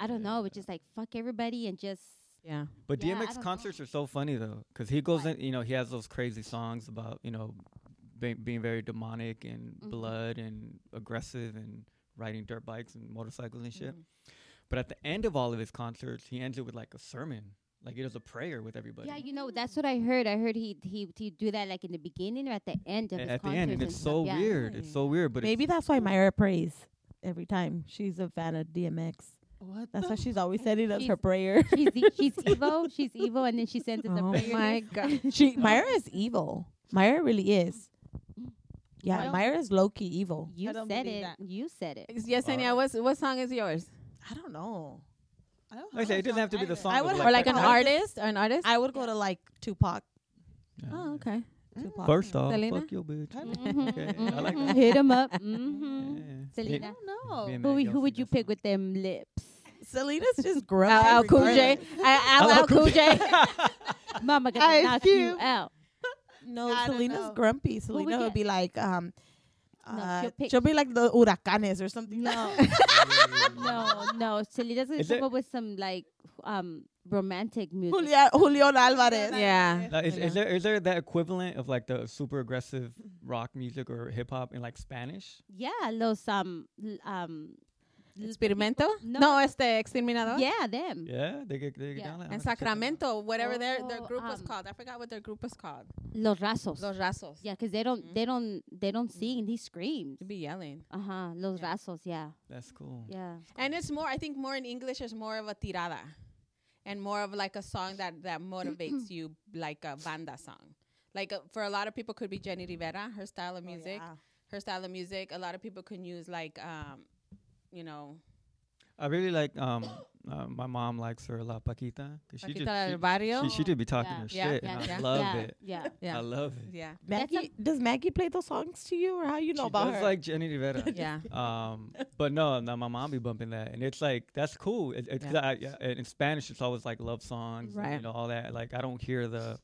C: I don't know,
D: Yeah.
C: which is like fuck everybody and just
A: Yeah.
D: But
C: Yeah, I don't
D: DMX
C: know.
D: concerts are so funny though, because he goes in, you know, he has those crazy songs about, you know, be- being very demonic and
C: Mhm.
D: blood and aggressive and riding dirt bikes and motorcycles and shit.
A: Mhm.
C: Mm-hmm.
D: But at the end of all of his concerts, he ends it with like a sermon, like he does a prayer with everybody.
C: yeah, you know that's what I heard. I heard he he he do that like in the beginning or at the end of
D: A-
C: his
D: at the end,
C: concerts
D: and it's
C: stuff,
D: so
C: yeah.
D: weird. It's so weird, but
B: Maybe that's why Myra prays every time. She's a fan of DMX.
E: What?
B: That's why she's always said it as her
C: She's-
B: prayer.
C: She's e- she's evil. She's evil, and then she sends us a
A: Oh
C: prayer.
A: my god.
B: she Myra is evil. Myra really is.
C: I
B: Yeah,
C: don't-
B: Myra's low key evil.
C: You
E: I don't
C: said
E: believe
C: it.
E: that.
C: You said it.
A: Yes, Anya.
D: Alright.
A: What's what song is yours?
B: I don't know.
E: I don't
D: Like I say, it doesn't have to be the song.
B: I
D: but
B: would
A: Or like
B: the
A: an
B: title.
A: artist? Or an artist?
B: I would go to like Tupac.
D: Yeah.
A: Oh, okay.
B: Tupac.
D: First off,
A: Selena?
D: fuck your bitch.
C: Mhm,
D: Okay, I like
C: mhm.
D: that.
C: Hit him up. hmm
D: Yeah.
C: Selena.
D: Yeah.
C: I
D: Me and
C: Who,
D: Matt
C: we-
D: Gale
C: who
D: sing
C: would you
D: that
C: pick
D: song.
C: with them lips?
B: Selena's just grown.
A: Al, Al Cool J.
B: regardless.
A: Al, Al, Al Cool J.
C: Mama gonna
E: Ice
C: knock you
E: Cube.
C: out.
B: No,
E: I don't
B: Selena's
E: know.
B: grumpy.
C: we
B: Selena would
C: get-
B: be like, um,
C: No,
B: uh,
C: she'll
B: she'll,
C: pick-
B: be like the huracanes or something.
C: No, no, no. Selena's gonna
D: Is
C: come
D: it-
C: up with some like um romantic music.
E: Julia, Julian Alvarez.
A: Yeah.
D: Like, is,
B: you
D: is there is there that equivalent of like the super aggressive rock music or hip hop in like Spanish?
C: Yeah, los um l- um. l-
A: Experimento?
C: No.
A: No. este exterminador.
C: Yeah, them.
D: Yeah, they get they get
C: Yeah.
D: down. like- I'm
A: And
D: gonna check that out.
A: Sacramento, whatever their their
C: Oh,
A: group was
C: um,
A: called. I forgot what their group was called.
C: Los Mm-hmm. rasos.
A: Los Rasos.
C: yeah, 'cause they don't they don't they don't sing. He screams.
A: They'd be yelling.
C: Uh huh. Los
A: Yeah.
C: rasos. Yeah,
D: That's cool.
C: yeah.
A: And it's more, I think more in English, there's more of a tirada and more of like a song that, that motivates you, like a banda song. Like uh, for a lot of people, could be Jenny Rivera, her style of music. Her style of music. A lot of people can use like, um, you know,
D: I really like um uh, my mom likes her La Paquita because she
A: Paquita
D: just
A: del
D: she-
A: Barrio.
D: she, she just be talking
C: Yeah.
D: her
A: Yeah.
D: shit.
A: Yeah.
D: and I
A: Yeah.
D: love
C: yeah,
D: it.
C: Yeah.
A: Yeah.
D: I love it.
A: yeah,
C: That's a-
B: Maggie, does Maggie play those songs to you, or how you know
D: She
B: about
D: does
B: her?
D: like Jenny Rivera.
A: yeah.
D: um but no no my mom be bumping that and it's like that's cool it, it's
A: Yeah.
D: 'cause I, yeah, and in spanish it's always like love songs and,
A: Right.
D: you know all that like i don't hear the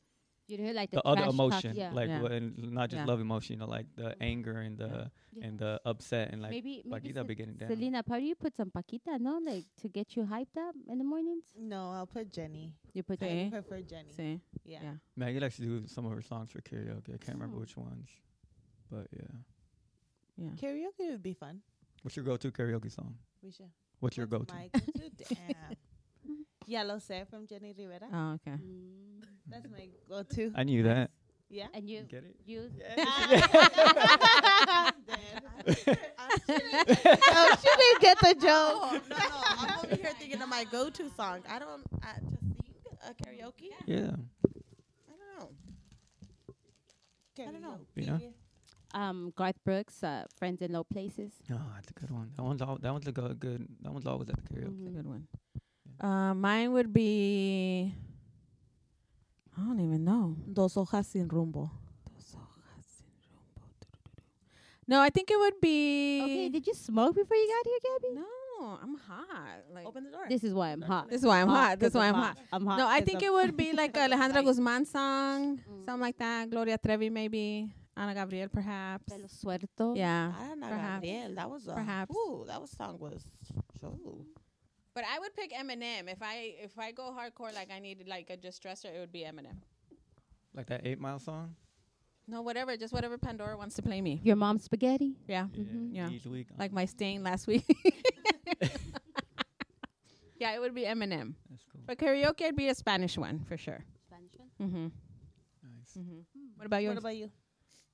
C: You hear like the,
D: the, other
C: trash talk,
D: emotion
C: yeah.
D: like
A: Yeah.
D: wha- and not just
A: Yeah.
D: love emotion you know like the anger and the
C: Yeah.
D: and the upset and like
C: maybe maybe
D: Paquita be getting down
C: Selena, probably you put some paquita, no, like to get you hyped up in the mornings.
E: No, I'll put Jenny.
C: You put
A: See?
E: I
A: Eh?
E: prefer Jenny.
A: See?
E: Yeah.
A: Yeah.
D: maggie likes to do some of her songs for karaoke i can't remember which ones but yeah
E: Karaoke would be fun.
D: what's your go-to karaoke song
E: We should.
D: what's your
E: What's
D: go-to
E: my go-to? Damn. Ya lo sé from Jenny Rivera.
A: Oh, okay.
C: Mm.
E: That's my go-to.
D: i knew that
E: Yeah.
C: And you
D: get it
C: you
B: oh, she didn't get the joke.
E: no, no. I'm over here thinking of my go-to song. I don't. I just sing a karaoke.
D: yeah
E: I don't know.
B: I don't know.
D: you know
C: um Garth Brooks, uh, friends in low places.
D: no that's a good one that one's all that one's a go- good that one's always at the karaoke
A: That's a good one. Uh, mine would be. I don't even know.
B: Dos hojas sin rumbo.
A: No, I think it would
C: Okay,
A: be.
C: did you smoke before you got here, Gabby?
A: no, I'm hot. Like
E: Open the door.
C: This is why I'm hot.
A: this is why I'm hot. This
C: 'cause
A: is why I'm hot.
C: I'm hot.
A: No, I
C: 'cause
A: think
C: I'm-
A: it would be like a Alejandra Guzman song, something like that. Gloria Trevi, maybe Ana Gabriel, perhaps.
C: Pelo suelto.
A: Yeah,
B: I don't know.
A: Perhaps.
B: Ah, Gabriel. That was a,
A: Perhaps.
B: Ooh, that was song was. Ooh.
A: but I would pick Eminem if I if I go hardcore. Like I need like a distressor, it would be Eminem.
D: like that eight mile song
A: No, whatever, just whatever Pandora wants to play me.
C: Your mom's spaghetti.
A: Yeah,
D: yeah.
A: Yeah.
D: Each week.
A: like my stain last week. yeah, it would be Eminem.
D: That's cool.
A: But karaoke, it'd be a Spanish one for sure. Mm-hmm.
D: Nice.
A: Mm-hmm. What about yours?
E: What about you?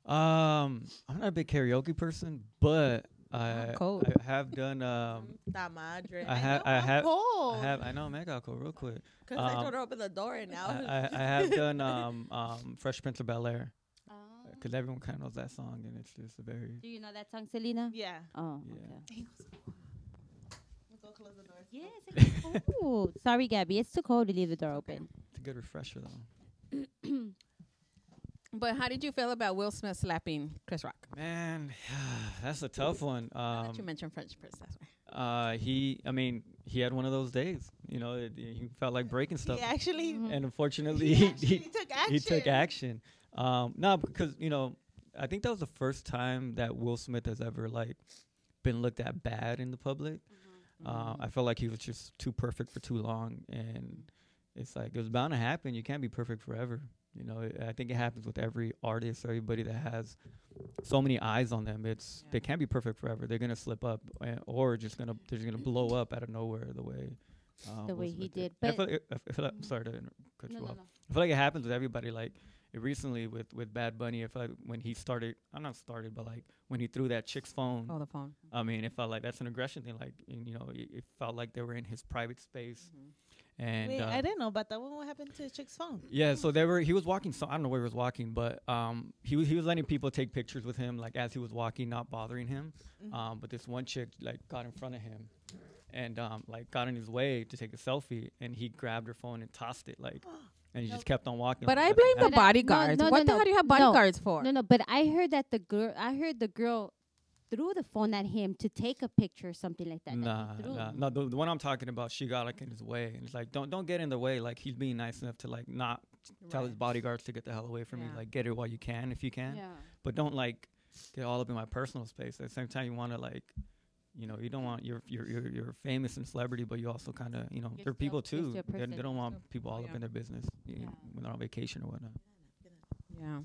D: Um, I'm not a big karaoke person, but I,
A: cold.
D: I have done um
E: Tamadre.
D: I have I have
E: cold.
D: I have I know Meg alcohol real quick.
E: Cause I
D: um,
E: told her open the door and
D: I,
E: now.
D: I, I have done um um Fresh Prince of Bel Air because everyone kind of knows that song and it's just a very
C: Oh. Do you know that song, Selena?
E: yeah.
C: Oh,
D: Yeah.
C: okay.
E: Go close the door.
C: Yes, it's cold. Sorry, Gabby. It's too cold to leave the door open.
D: it's a good refresher though.
A: But how did you feel about Will Smith slapping Chris Rock?
D: Man, that's a tough one.
A: I thought you
D: Um,
A: mentioned French Prince. That's why.
D: uh, he I mean he had one of those days. You know, it, he felt like breaking stuff.
E: He actually.
D: and unfortunately,
E: He
D: he,
E: actually
D: he,
E: took action.
D: he took action. Um, no, because you know, I think that was the first time that Will Smith has ever like been looked at bad in the public.
C: Mm-hmm.
D: Um, I felt like he was just too perfect for too long, and it's like it was bound to happen. You can't be perfect forever. You know, I think it happens with every artist, everybody that has so many eyes on them. It's they can't be perfect forever. They're gonna slip up, eh, or just gonna they're just gonna blow up out of nowhere the way. Um,
C: The
D: Will
C: way he
D: Smith
C: did,
D: I feel
C: but- Mm-hmm.
D: like, I feel like, sorry to inter- cut
C: No,
D: you
C: no,
D: off.
C: no.
D: I feel like it happens with everybody. Like it recently with with Bad Bunny, I feel like when he started, I'm not started, but like when he threw that chick's phone.
A: Oh, the phone.
D: I mean, it felt like that's an aggression thing. Like and, you know, it, it felt like they were in his private space,
A: Mm-hmm.
D: and
E: Wait,
D: uh,
E: I didn't know about that. What happened to chick's phone?
D: yeah, so they were. He was walking. So I don't know where he was walking, but um, he was he was letting people take pictures with him, like as he was walking, not bothering him.
A: Mm-hmm.
D: Um, but this one chick like got in front of him, and um, like got in his way to take a selfie, and he grabbed her phone and tossed it, like, and he just kept on walking.
A: But
D: like,
A: I
D: nothing
A: blame the
D: happened.
C: no,
A: bodyguards.
C: no,
A: what
C: no,
A: the
C: no.
A: hell do you have
C: No.
A: bodyguards for?
C: No, no, but I heard that the girl, I heard the girl threw the phone at him to take a picture or something like that.
D: Nah,
C: that he threw.
D: nah, no. The, the one I'm talking about, she got like in his way, and it's like, don't don't get in the way. Like he's being nice enough to like not tell his bodyguards to get the hell away from me.
A: Yeah.
D: Like get it while you can, if you can.
C: Yeah.
D: But don't like get all up in my personal space. At the same time, you want to like You know, you don't want you're you're you're, you're famous and celebrity, but you also kind of you know
C: You're
D: they're people
C: still-
D: too.
C: you're still a
D: They, they
C: person.
D: don't want people all
A: yeah.
D: up in their business you know,
C: Yeah.
D: when they're on vacation or whatnot.
A: Yeah.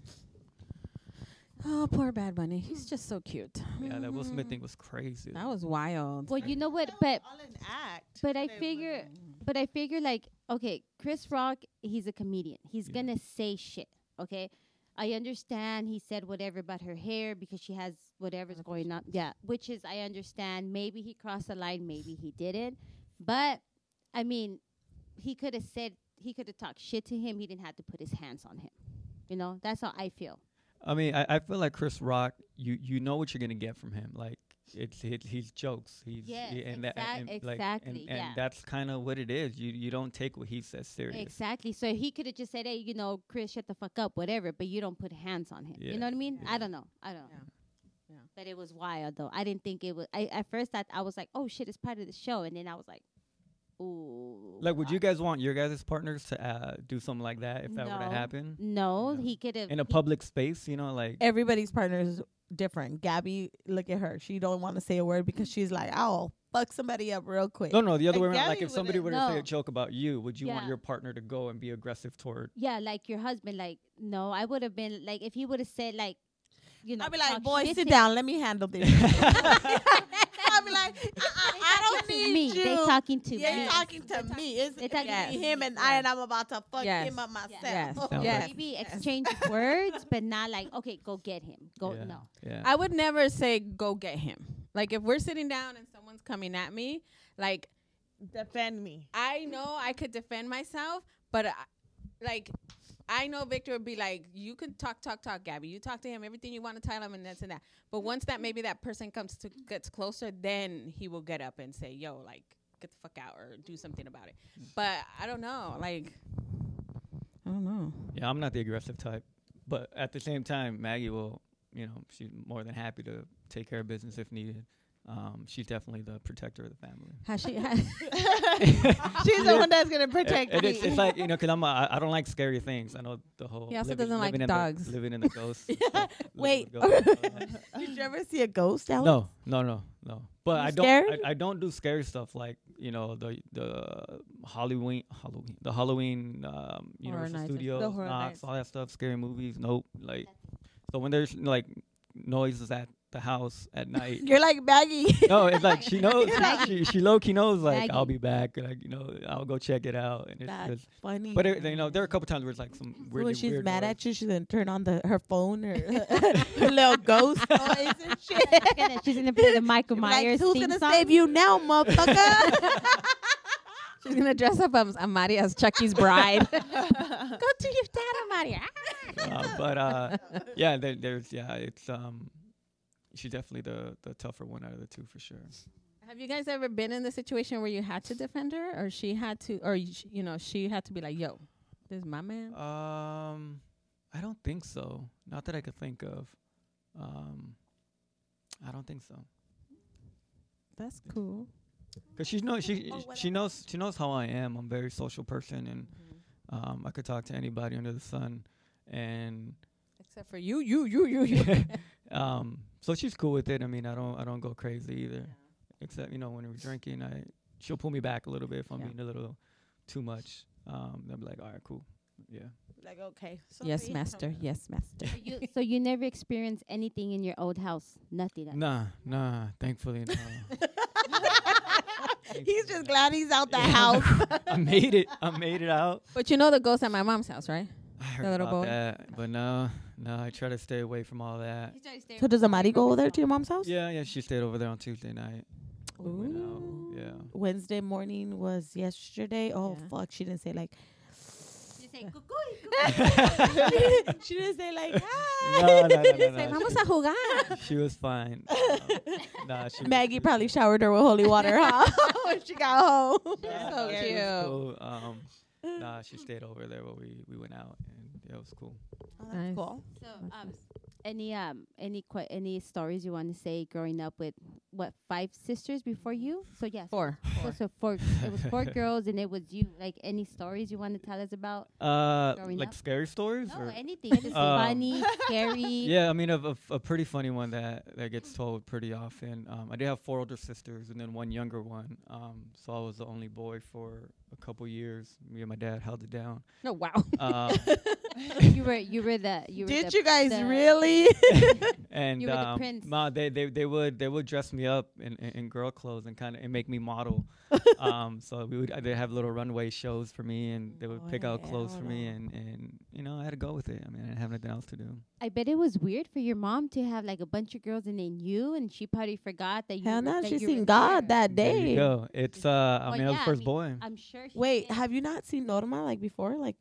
A: Oh, poor Bad Bunny. He's just so cute. Mm-hmm.
D: Yeah, that Will
C: Mm-hmm.
D: Smith thing was crazy.
A: That was wild.
C: Well, you know what? But
E: all an act.
C: but I
E: They
C: figure
E: wouldn't.
C: but I figure like okay, Chris Rock, he's a comedian. He's
D: Yeah.
C: gonna say shit. Okay, I understand. He said whatever about her hair because she has whatever's going on. Yeah, which is I understand. Maybe he crossed the line. Maybe he didn't. But I mean, he could have said he could have talked shit to him. He didn't have to put his hands on him. You know, that's how I feel.
D: I mean, I, I feel like Chris Rock. You you know what you're gonna get from him. Like it's it, he's jokes. He's
C: Yes,
D: yeah, and that
C: exact-
D: and, like and,
C: exactly,
D: and
C: yeah.
D: that's kind of what it is. You you don't take what he says serious.
C: Exactly. So he could have just said, "Hey, you know, Chris, shut the fuck up, whatever." But you don't put hands on him.
D: Yeah.
C: You know what I mean?
A: Yeah.
C: I don't know. I don't. know.
A: Yeah. Yeah.
C: But it was wild though. I didn't think it was. I at first I, I was like, "Oh shit, it's part of the show," and then I was like, "Ooh."
D: Like, would
C: wow."
D: you guys want your guys' partners to uh, do something like that if that were
C: No.
D: to happen
C: No,
D: No.
C: he could have.
D: in a public space? You know, like
B: Everybody's partner is different. Gabby, look at her. She don't want to say a word because she's like, "I'll fuck somebody up real quick."
D: no, no, the other
E: Like
D: way around. Like,
E: Gabby
D: if somebody were
C: wouldn't-
D: to say
C: No.
D: a joke about you, would you want
C: Yeah.
D: your partner to go and be aggressive toward?
C: Yeah, like your husband. Like, no, I would have been like if he would have said like, you know,
B: I'll be like,
C: talk
B: "Boy,
C: shit
B: sit
C: to-
B: down. Let me handle this." I'll be like, "Uh-uh,
C: They
B: "I don't
C: talking to
B: need
C: me.
B: you."
C: They talking to
B: yeah,
C: me.
B: you're talking to me. It's
C: They're
B: it's
C: talking
A: to
B: me,
A: me.
B: him and I, and I'm about to fuck
A: Yes.
B: him up myself.
A: Yes.
D: Sounds
A: Yes.
D: like-
C: Maybe exchange words, but not like, okay, go get him. Go
D: yeah,
C: no.
D: Yeah.
A: I would never say go get him. Like if we're sitting down and someone's coming at me, like
E: defend me.
A: I know I could defend myself, but I, like I know Victor would be like, you can talk, talk, talk, Gabby. You talk to him everything you want to tell him, and that's and that. But once that maybe that person comes to gets closer, then he will get up and say, yo, like get the fuck out or do something about it. But I don't know, like I don't know.
D: yeah, I'm not the aggressive type, but at the same time, Maggie will. You know, she's more than happy to take care of business if needed. Um, she's definitely the protector of the family.
A: Has she?
B: She's the one that's gonna
D: And-
B: protect
D: and
B: me.
D: it's, it's like you know, 'cause I'm a, I, I don't like scary things. I know the whole.
A: He also
D: living-
A: doesn't like
D: living in the-
A: dogs.
D: living in the ghost. stuff, living with
B: Wait.
D: ghosts and all that.
B: Did you ever see a ghost? Alex?
D: No, no, no, no. But
B: You
D: I don't.
B: scared?
D: I, I don't do scary stuff like you know the the Halloween, Halloween, the Halloween, um, Universal
A: Nights and- The
D: Studios,
B: Horror
D: Knox,
B: Nights.
D: all that stuff. Scary movies. Nope. Like, so when there's like noises at the house at night.
B: You're like Maggie.
D: no, it's like she knows.
C: Maggie.
D: she she low key knows. Like I'll
C: Maggie.
D: be back. Like you know I'll go check it out. And it's
B: That's
D: just,
B: funny.
D: but it, you know there are a couple times where it's like some
B: So
D: weird.
B: when she's
D: weird
B: mad
D: noise.
B: at you, she's gonna turn on the her phone or her little ghost noise and shit.
C: She's gonna- she's gonna be the Michael
B: Like,
C: Myers
B: who's
C: theme
B: gonna
C: song.
B: save you now, motherfucker?
A: She's gonna dress up as Amari as Chucky's bride. Go to your dad, Amari.
D: uh, but uh, yeah, there, there's yeah, it's um, she's definitely the the tougher one out of the two for sure.
A: Have you guys ever been in the situation where you had to defend her, or she had to, or you, sh- you know, she had to be like, "Yo, this is my man."
D: Um, I don't think so. Not that I could think of. Um, I don't think so.
A: That's cool.
D: Cause she knows she
B: Oh,
D: she knows she knows how I am. I'm a very social person, and
B: Mm-hmm.
D: um, I could talk to anybody under the sun, and
A: Except for you, you, you, you, you.
D: um, so she's cool with it. I mean, I don't I don't go crazy either. Except you know when we're drinking, I she'll pull me back a little bit if I'm
A: Yeah.
D: being a little too much. Um, they'll be like, all right, cool, yeah.
B: like okay.
A: yes, master. Yes, master.
C: So you, so you never experienced anything in your old house? Nothing.
D: Nah, nah. Thankfully, no.
B: He's just glad he's out the house.
D: I made it. I made it out.
A: But you know the ghost at my mom's house, right?
D: I heard
A: little
D: about
A: boy?
D: that, but no, no. I try to stay away from all that.
B: So does Amari go over there to your mom's house?
D: Yeah, yeah. She stayed over there on Tuesday night. We went out. Yeah.
B: Wednesday morning was yesterday. Oh
A: Yeah.
B: fuck, she didn't say like.
C: You say, "Cucuy."
B: she didn't say like hi.
D: No, no, no, no, no.
A: Vamos a jugar.
D: She, she was fine. Um, nah, she was-
B: Maggie probably showered her with holy water, huh? when she got home.
D: Nah,
A: so
D: she was
A: cute.
D: cool. Um, nah, she stayed over there, but we we went out and yeah, it was cool.
A: Nice.
B: cool.
C: So um, any um any qu- any stories you want to say growing up with what five sisters before you? So yes,
A: Four.
C: So, so four. it was four girls, and it was you. Like any stories you want to tell us about?
D: Uh,
C: Growing
D: like
C: up?
D: scary stories.
C: No,
D: or-
C: anything. Just funny, scary.
D: Yeah, I mean, a, a, a pretty funny one that, that gets told pretty often. Um, I did have four older sisters and then one younger one. Um, so I was the only boy for a couple years. Me and my dad held it down.
A: No, wow.
D: Um,
C: You were you were the you were
E: Did
C: the,
E: you guys
C: the-
E: really?
D: and
C: You were the
D: um,
C: prince.
D: Ma, they, they they would they would dress me up in, in, in girl clothes and kind of and make me model. um, so we would they have little runway shows for me and they would pick out clothes for me and and you know I had to go with it. I mean I didn't have nothing else to do.
C: I bet it was weird for your mom to have like a bunch of girls and then you, and she probably forgot that you.
B: Hell
C: were-
B: no,
C: that
B: she
C: you
B: seen
C: were
B: God
C: there.
B: that
D: There you
B: day.
D: go. It's uh I
C: Well,
D: mean I was
C: yeah, I
D: first
C: mean,
D: boy.
C: I'm sure. She
B: Wait,
C: did.
B: have you not seen Norma like before? Like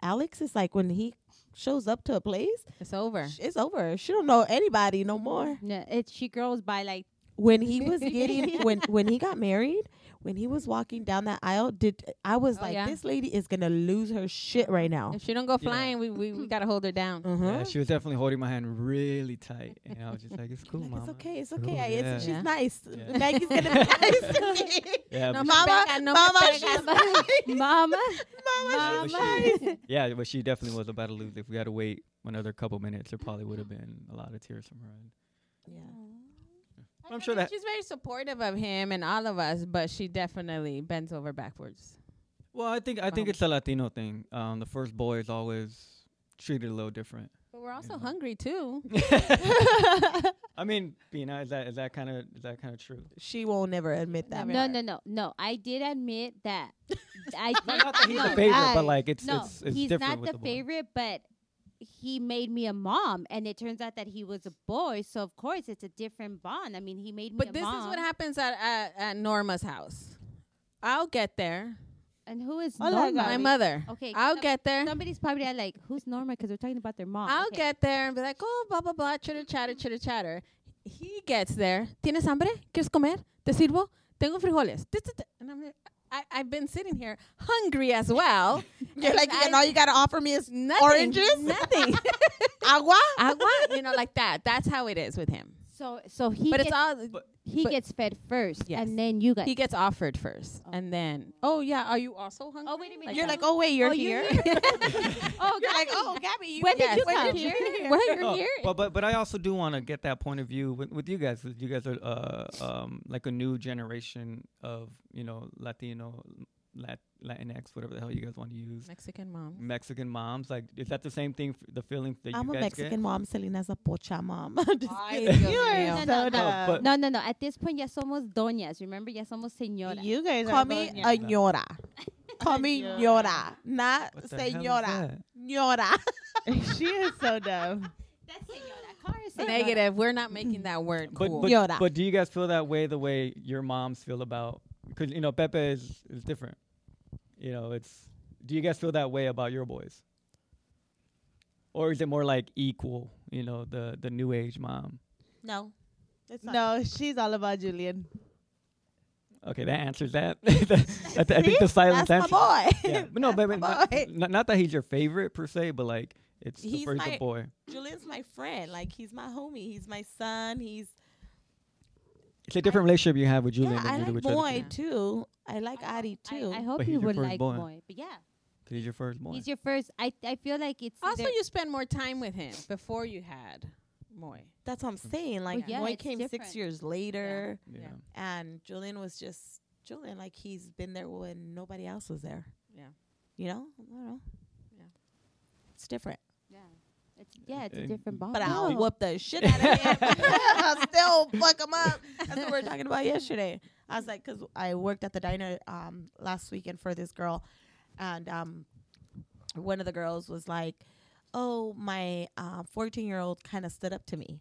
B: Alex is like when he shows up to a place,
A: It's over.
B: sh- it's over. She don't know anybody no more.
C: No, it's she grows by like
B: When he was getting when when he got married, when he was walking down that aisle, did I was
A: Oh,
B: like,
A: yeah.
B: this lady is gonna lose her shit right now.
A: If she don't go
D: Yeah.
A: flying, we, we, we gotta hold her down.
B: Uh
D: Yeah, she was definitely holding my hand really tight, and I was just like, "It's cool,
B: Like,
D: mama."
B: it's okay, it's
D: Cool,
B: okay. I, it's,
D: Oh, yeah.
B: She's
A: Yeah.
B: nice.
D: Yeah.
B: Maggie's gonna be nice to me.
D: Yeah,
A: No,
D: but-
B: Mama,
A: Pega, no me
B: mama,
A: pega.
B: she's
C: mama, mama.
B: mama, she's
D: Mama.
C: Um,
B: nice.
D: yeah, but she definitely was about to lose. If we had to wait another couple minutes, there probably would have been a lot of tears from her. end. But I'm sure that.
A: she's very supportive of him and all of us, but she definitely bends over backwards.
D: Well, I think I think
A: Wow.
D: it's a Latino thing. Um, the first boy is always treated a little different.
A: But we're also
D: Yeah.
A: hungry too.
D: I mean, you know, is that is that kind of is that kind of true?
B: She won't never admit that.
C: No, no, no, no. I did admit that. I did,
D: Not that he's
C: no,
D: the favorite,
B: I-
D: but like it's
C: no,
D: it's, it's
C: he's
D: different
C: not
D: with
C: the,
D: boy.
C: favorite, but he made me a mom, and it turns out that he was a boy, so of course it's a different bond. I mean, he made me. a
A: But this
C: mom.
A: is what happens at, at, at Norma's house. I'll get there.
C: And who is
E: Hola,
C: Norma?
A: My
E: Gabi.
A: mother.
C: Okay,
A: I'll
C: some-
A: get there.
C: Somebody's probably at, like, who's Norma? Because we're talking about their mom.
A: I'll
C: Okay.
A: get there and be like, oh, blah, blah, blah, chitter, chatter, chitter, chatter. He gets there. ¿Tienes hambre? ¿Quieres comer? ¿Te sirvo? Tengo frijoles. Tut, tut, tut. And I'm like, I, I've been sitting here hungry as well.
B: You're like,
A: I-
B: and all you gotta offer me is
A: Nothing.
B: Oranges?
A: Nothing.
B: agua.
A: I want, you know, like that. That's how it is with him.
C: So, so he
A: but
C: gets,
A: it's all,
C: he
A: but-
C: gets fed first,
A: Yes.
C: and then you guys.
A: he gets offered first. And then, oh, yeah, are you also hungry?
C: oh wait a minute.
B: You're like, oh wait, you're
C: Oh,
B: here.
C: oh,
B: You're like,
C: Gabi.
B: oh, Gabby, you
C: When did
A: Yes.
C: you
A: When
C: come?
A: did you- Well, you're
D: Oh,
A: here.
D: But but but I also do want to get that point of view with, with you guys. 'cause You guys are uh, um, like a new generation of you know Latino, Lat- Latinx, whatever the hell you guys want to use.
A: Mexican mom.
D: Mexican moms, like is that the same thing? f- The feeling that
B: I'm
D: you
B: a
D: guys
B: Mexican
D: get?
B: mom. Selena's a pocha mom. Just
A: Ay,
B: kidding.
A: Dios
B: you
A: mío.
B: are
C: No, no,
B: so
C: no.
B: dumb.
D: Oh,
E: oh.
D: but-
C: No, no, no. At this point, ya somos doñas. Remember, ya somos señoras.
E: You guys
B: Call
E: are
B: me
E: going-
B: a ñora. Call me ñora, not
D: What the hell is
B: señora.
D: that?
B: ñora.
E: she is so dumb.
C: That's señora. Call her señora.
A: Negative. We're not making that word
D: But
A: cool.
D: but,
B: Yoda.
D: but do you guys feel that way? The way your moms feel about because you know Pepe is is different. You know, it's. Do you guys feel that way about your boys? Or is it more like equal? You know, the the new age mom.
B: No. It's not.
E: No, she's all about Julian.
D: Okay, that answers that. I, th- I think the silence
B: That's my
D: answers.
B: boy.
D: Yeah, but no, but, but
B: my
D: not,
B: boy.
D: not, not that he's your favorite per se, but like it's the
B: He's
D: first
B: my-
D: the boy.
B: Julian's my friend. Like he's my homie. He's my son. He's
D: It's a different relationship you have with Julian
B: yeah.
D: than
B: I
D: you do
B: like
D: with your
B: boy too. I like Adi
C: I,
B: too.
C: I hope
D: But he's
C: you
D: your
C: would
D: first
C: like
D: boy.
C: boy. But yeah,
D: He's your first boy.
C: he's your first. I I feel like it's
A: Also,
C: either-
A: you spend more time with him before you had Moy.
B: That's what I'm saying. Like
C: yeah,
B: boy
C: it's
B: came
C: different.
B: six years later,
D: yeah.
A: yeah.
B: and Julian was just Julian. Like he's been there when nobody else was there.
A: Yeah.
B: You know. I don't know.
A: Yeah.
B: It's different.
C: yeah, it's yeah, it's
D: Uh,
C: a different Oh. bond.
B: But I'll
D: No.
B: whoop the shit out of him. I'll still fuck him up. That's what we were talking about yesterday. I was like, because I worked at the diner um, last weekend for this girl, and um, one of the girls was like, "Oh, my fourteen-year-old kind of stood up to me,"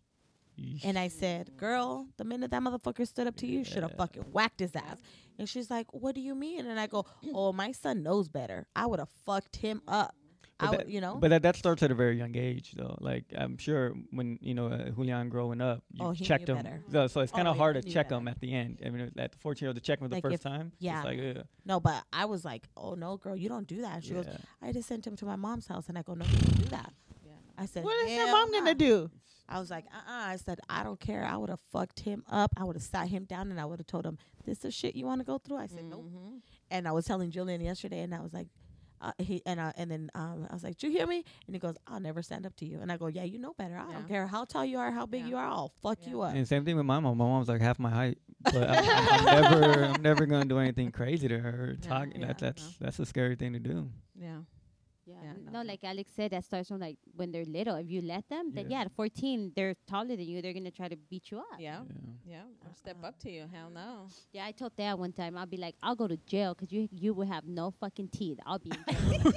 D: Yeesh.
B: and I said, "Girl, the minute that motherfucker stood up to you, you should have fucking whacked his ass." And she's like, "What do you mean?" And I go, "Oh, my son knows better. I would have fucked him up. I
D: that-
B: would, you know."
D: But that, that starts at a very young age, though. Like I'm sure when you know uh, Julian growing up, you
B: Oh, he
D: checked
B: knew
D: him.
B: better.
D: So, so it's kind
B: Oh,
D: of
B: yeah,
D: hard
B: he
D: to
B: knew
D: check
B: better.
D: him at the end. I mean, at the 14 year old to check him the
B: Like
D: first
B: if-
D: time.
B: yeah.
D: It's like, ugh,
B: No, but I was like, oh no, girl, you don't do that. She goes,
D: yeah.
B: I just sent him to my mom's house, and I go, no, you don't do that.
A: Yeah, no.
B: I said,
E: What is your
B: "Hell
E: mom gonna
B: nah."
E: do?
B: I was like, uh uh I said, I don't care. I would have fucked him up. I would have sat him down and I would have told him, this is shit you want to go through. I said, nope.
E: Mm.
A: Mhm.
B: And I was telling Julian yesterday and I was like, uh, he and I, and then um, I was like, "Do you hear me?" And he goes, "I'll never stand up to you." And I go, "Yeah, you know better. I
A: Yeah.
B: don't care how tall you are, how big
A: Yeah.
B: you are. I'll fuck
A: Yeah.
B: you up."
D: And same thing with my mom. My mom's like half my height, but I'm, I'm never, I'm never gonna do anything crazy to her.
A: Yeah,
D: Talk,
A: yeah,
D: that, that's
A: no.
D: that's a scary thing to do.
A: Yeah.
C: Yeah.
A: Yeah,
C: n-
A: no,
C: no,
A: no.
C: like Alex said, that starts from like when they're little. If you let them, then
D: Yeah.
C: yeah, at 14, they're taller than you. They're going to try to beat you up. Yeah.
A: Yeah.
D: Yeah.
A: Yeah. Or step up to you. Hell no.
C: I told Dad one time, I'll be like, I'll go to jail because you, you will have no fucking teeth. I'll be in jail.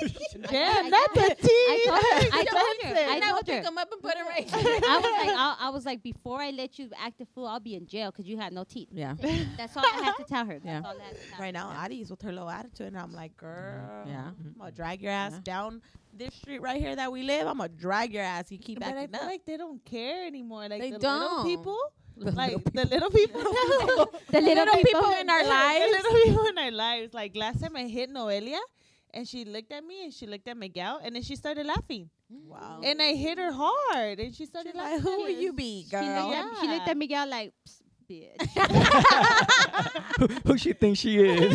E: Damn,
C: I-
E: not the teeth.
C: I told her. I told her.
E: Johnson.
C: I
A: And I will
C: told
A: pick
C: her.
A: them up and put them right
C: I was like, I, I was like, before I let you act a fool, I'll be in jail because you have no teeth.
A: Yeah.
C: That's all I have to tell her. That's
A: Yeah.
C: all I have to tell her.
B: Right now, Adi's with her low attitude, and I'm
E: mm-hmm.
B: like, girl,
A: Yeah.
B: I'm gonna drag your ass
A: Yeah.
B: down this street right here that we live. I'm gonna drag your ass. You keep
E: But I
B: acting
E: feel
B: up.
E: like they don't care anymore. Like
A: They
E: the
A: don't.
E: little people,
A: The
E: like
A: little
E: the little people,
C: The little, people,
E: in our lives, the little people in our lives. Like last time I hit Noelia, and she looked at me and she looked at Miguel, and then she started laughing,
B: wow.
E: and I hit her hard, and she started
B: She's
E: laughing.
B: like, who will you be,
C: She looked,
B: girl?
C: at, she looked
E: Yeah.
C: at Miguel like, "Psst, bitch.
D: who, who she thinks she is?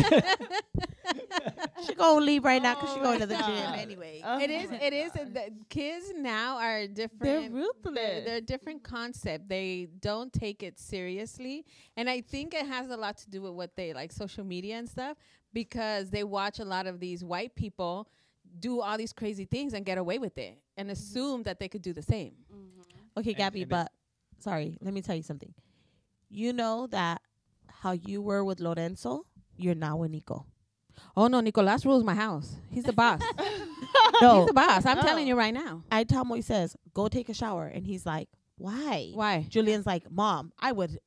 B: She gonna leave right now because she
E: Oh
B: going
E: my
B: to the gym
E: God.
B: anyway.
E: Oh
A: It is.
E: my
A: It is.
E: God.
A: The kids now are different.
E: They're
A: They're,
E: ruthless.
A: they're a different concept. They don't take it seriously, and I think it has a lot to do with what they like social media and stuff because they watch a lot of these white people do all these crazy things and get away with it
B: Mm-hmm.
A: and assume that they could do the same.
B: Okay,
D: And-
B: Gabby,
D: and it-
B: but sorry, let me tell you something. You know that how you were with Lorenzo, you're now with Nico.
A: Oh no, Nicolas rules my house. He's the boss. He's
B: No,
A: the boss. I'm
B: Oh.
E: No.
A: telling you right now.
B: I tell him what he says, go take a shower, and he's like, why?
A: Why?
B: Julian's like, mom, I would,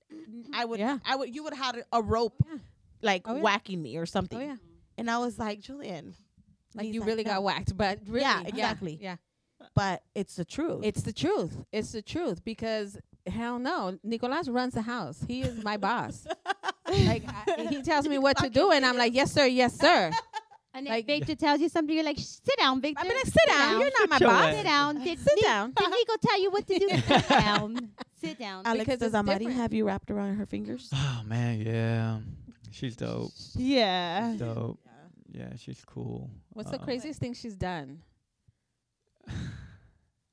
B: I would,
A: Yeah.
B: I would, you would have had a rope
A: Yeah.
B: like
A: Oh, yeah.
B: whacking me or something.
A: Oh yeah,
B: And I was like, Julian,
A: like
B: He's
A: you really
B: "No."
A: got whacked, but really,
B: Yeah, exactly.
A: yeah.
B: but it's the truth.
A: It's the truth. It's the truth because hell no, Nicolas runs the house. He is my boss. like I, he tells me what to do, and I'm like, yes sir, yes sir.
C: And
A: Like-
C: if Victor tells you something, you're like, sit down, Victor.
A: I'm like, sit down. You're not my
D: Sit your
A: boss.
D: ass.
C: Sit down. Did,
A: Sit
C: Ni-
A: down.
C: Did Nico tell you what to do? sit down. Sit down.
B: Alex,
A: because
B: does
A: it's
B: Amari
A: different.
B: have you wrapped around her fingers?
D: oh man, yeah, she's dope.
E: Yeah.
D: She's dope. Yeah, she's cool.
A: uh, What's the
D: Um,
A: craziest thing she's done?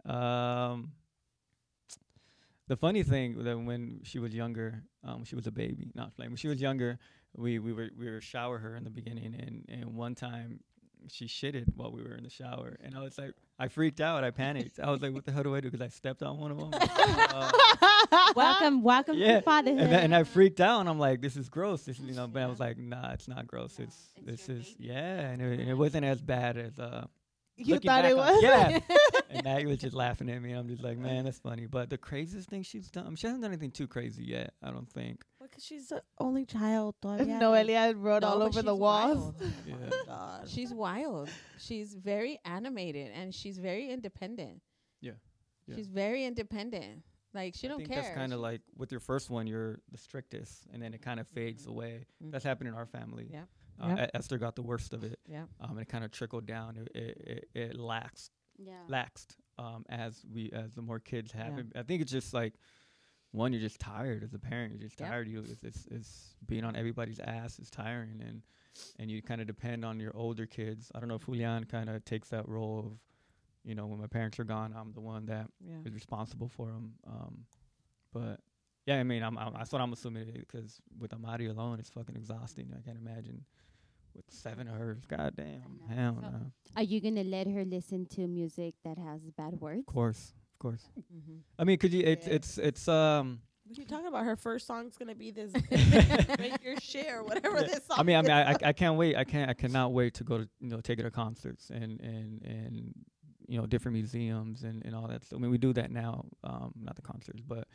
D: Um, the funny thing that when she was younger, um, she was a baby. Not playing. When she was younger, we we were we were shower her in the beginning, and and one time she shitted while we were in the shower, and I was like, I freaked out, I panicked. I was like, what the hell do I do? Because I stepped on one of them. Uh,
C: welcome, welcome
D: yeah,
C: to fatherhood.
D: and, then, and I freaked out, and I'm like, "This is gross." This, is- you know, but I was like, "Nah, it's not gross. it's, this is yeah." And it, and it wasn't as bad as uh,
E: You
D: looking
E: thought
D: back
E: it
D: on-
E: was?
D: Yeah. and Maggie was just laughing at me. I'm just like, man, that's funny. But the craziest thing she's done, she hasn't done anything too crazy yet. I don't think.
B: Because she's the only child. todavía.
E: Noelia wrote
A: No,
E: all
A: but
E: over the
A: she's
E: walls.
A: wild. Uh,
D: Yeah.
B: God.
A: She's wild. She's very animated and she's very independent.
D: Yeah, yeah.
A: She's very independent. Like she
D: I
A: don't
D: think
A: care.
D: that's kind
A: She-
D: of like with your first one, you're the strictest, and then it kind of fades away.
A: Mhm.
D: That's happened in our family.
A: Yep.
D: Uh,
A: Yep.
D: E- Esther got the worst of it.
A: Yep.
D: Um, and it kind of trickled down. It it, it, it laxed
C: yeah.
D: laxed um, as we as the more kids have.
A: Yeah.
D: it. I think it's just like one, you're just tired as a parent. You're just
A: Yep.
D: tired. You it's, it's it's being on everybody's ass is tiring, and and you kind of depend on your older kids. I don't know if Julian kind of takes that role of, you know, when my parents are gone, I'm the one that
A: yeah.
D: is responsible for them. Um, but yeah, I mean, I'm, I'm that's what I'm assuming because with Amari alone, it's fucking exhausting. I can't imagine. With seven of hers, goddamn,
C: know.
D: hell
C: So-
D: no. Of
C: Are you gonna let her listen to music that has bad words?
D: course, of course.
A: Mhm.
D: I mean, could you? It's
E: Yeah.
D: it's it's um.
B: What are you talking about? Her first song's gonna be this "Break Your Shit" or whatever
D: Yeah.
B: this song.
D: I mean, I mean,
B: is.
D: I, I I can't wait. I can't. I cannot wait to go to you know take her to concerts and and and you know different museums and and all that. stuff. I mean, we do that now. Um, not the concerts, but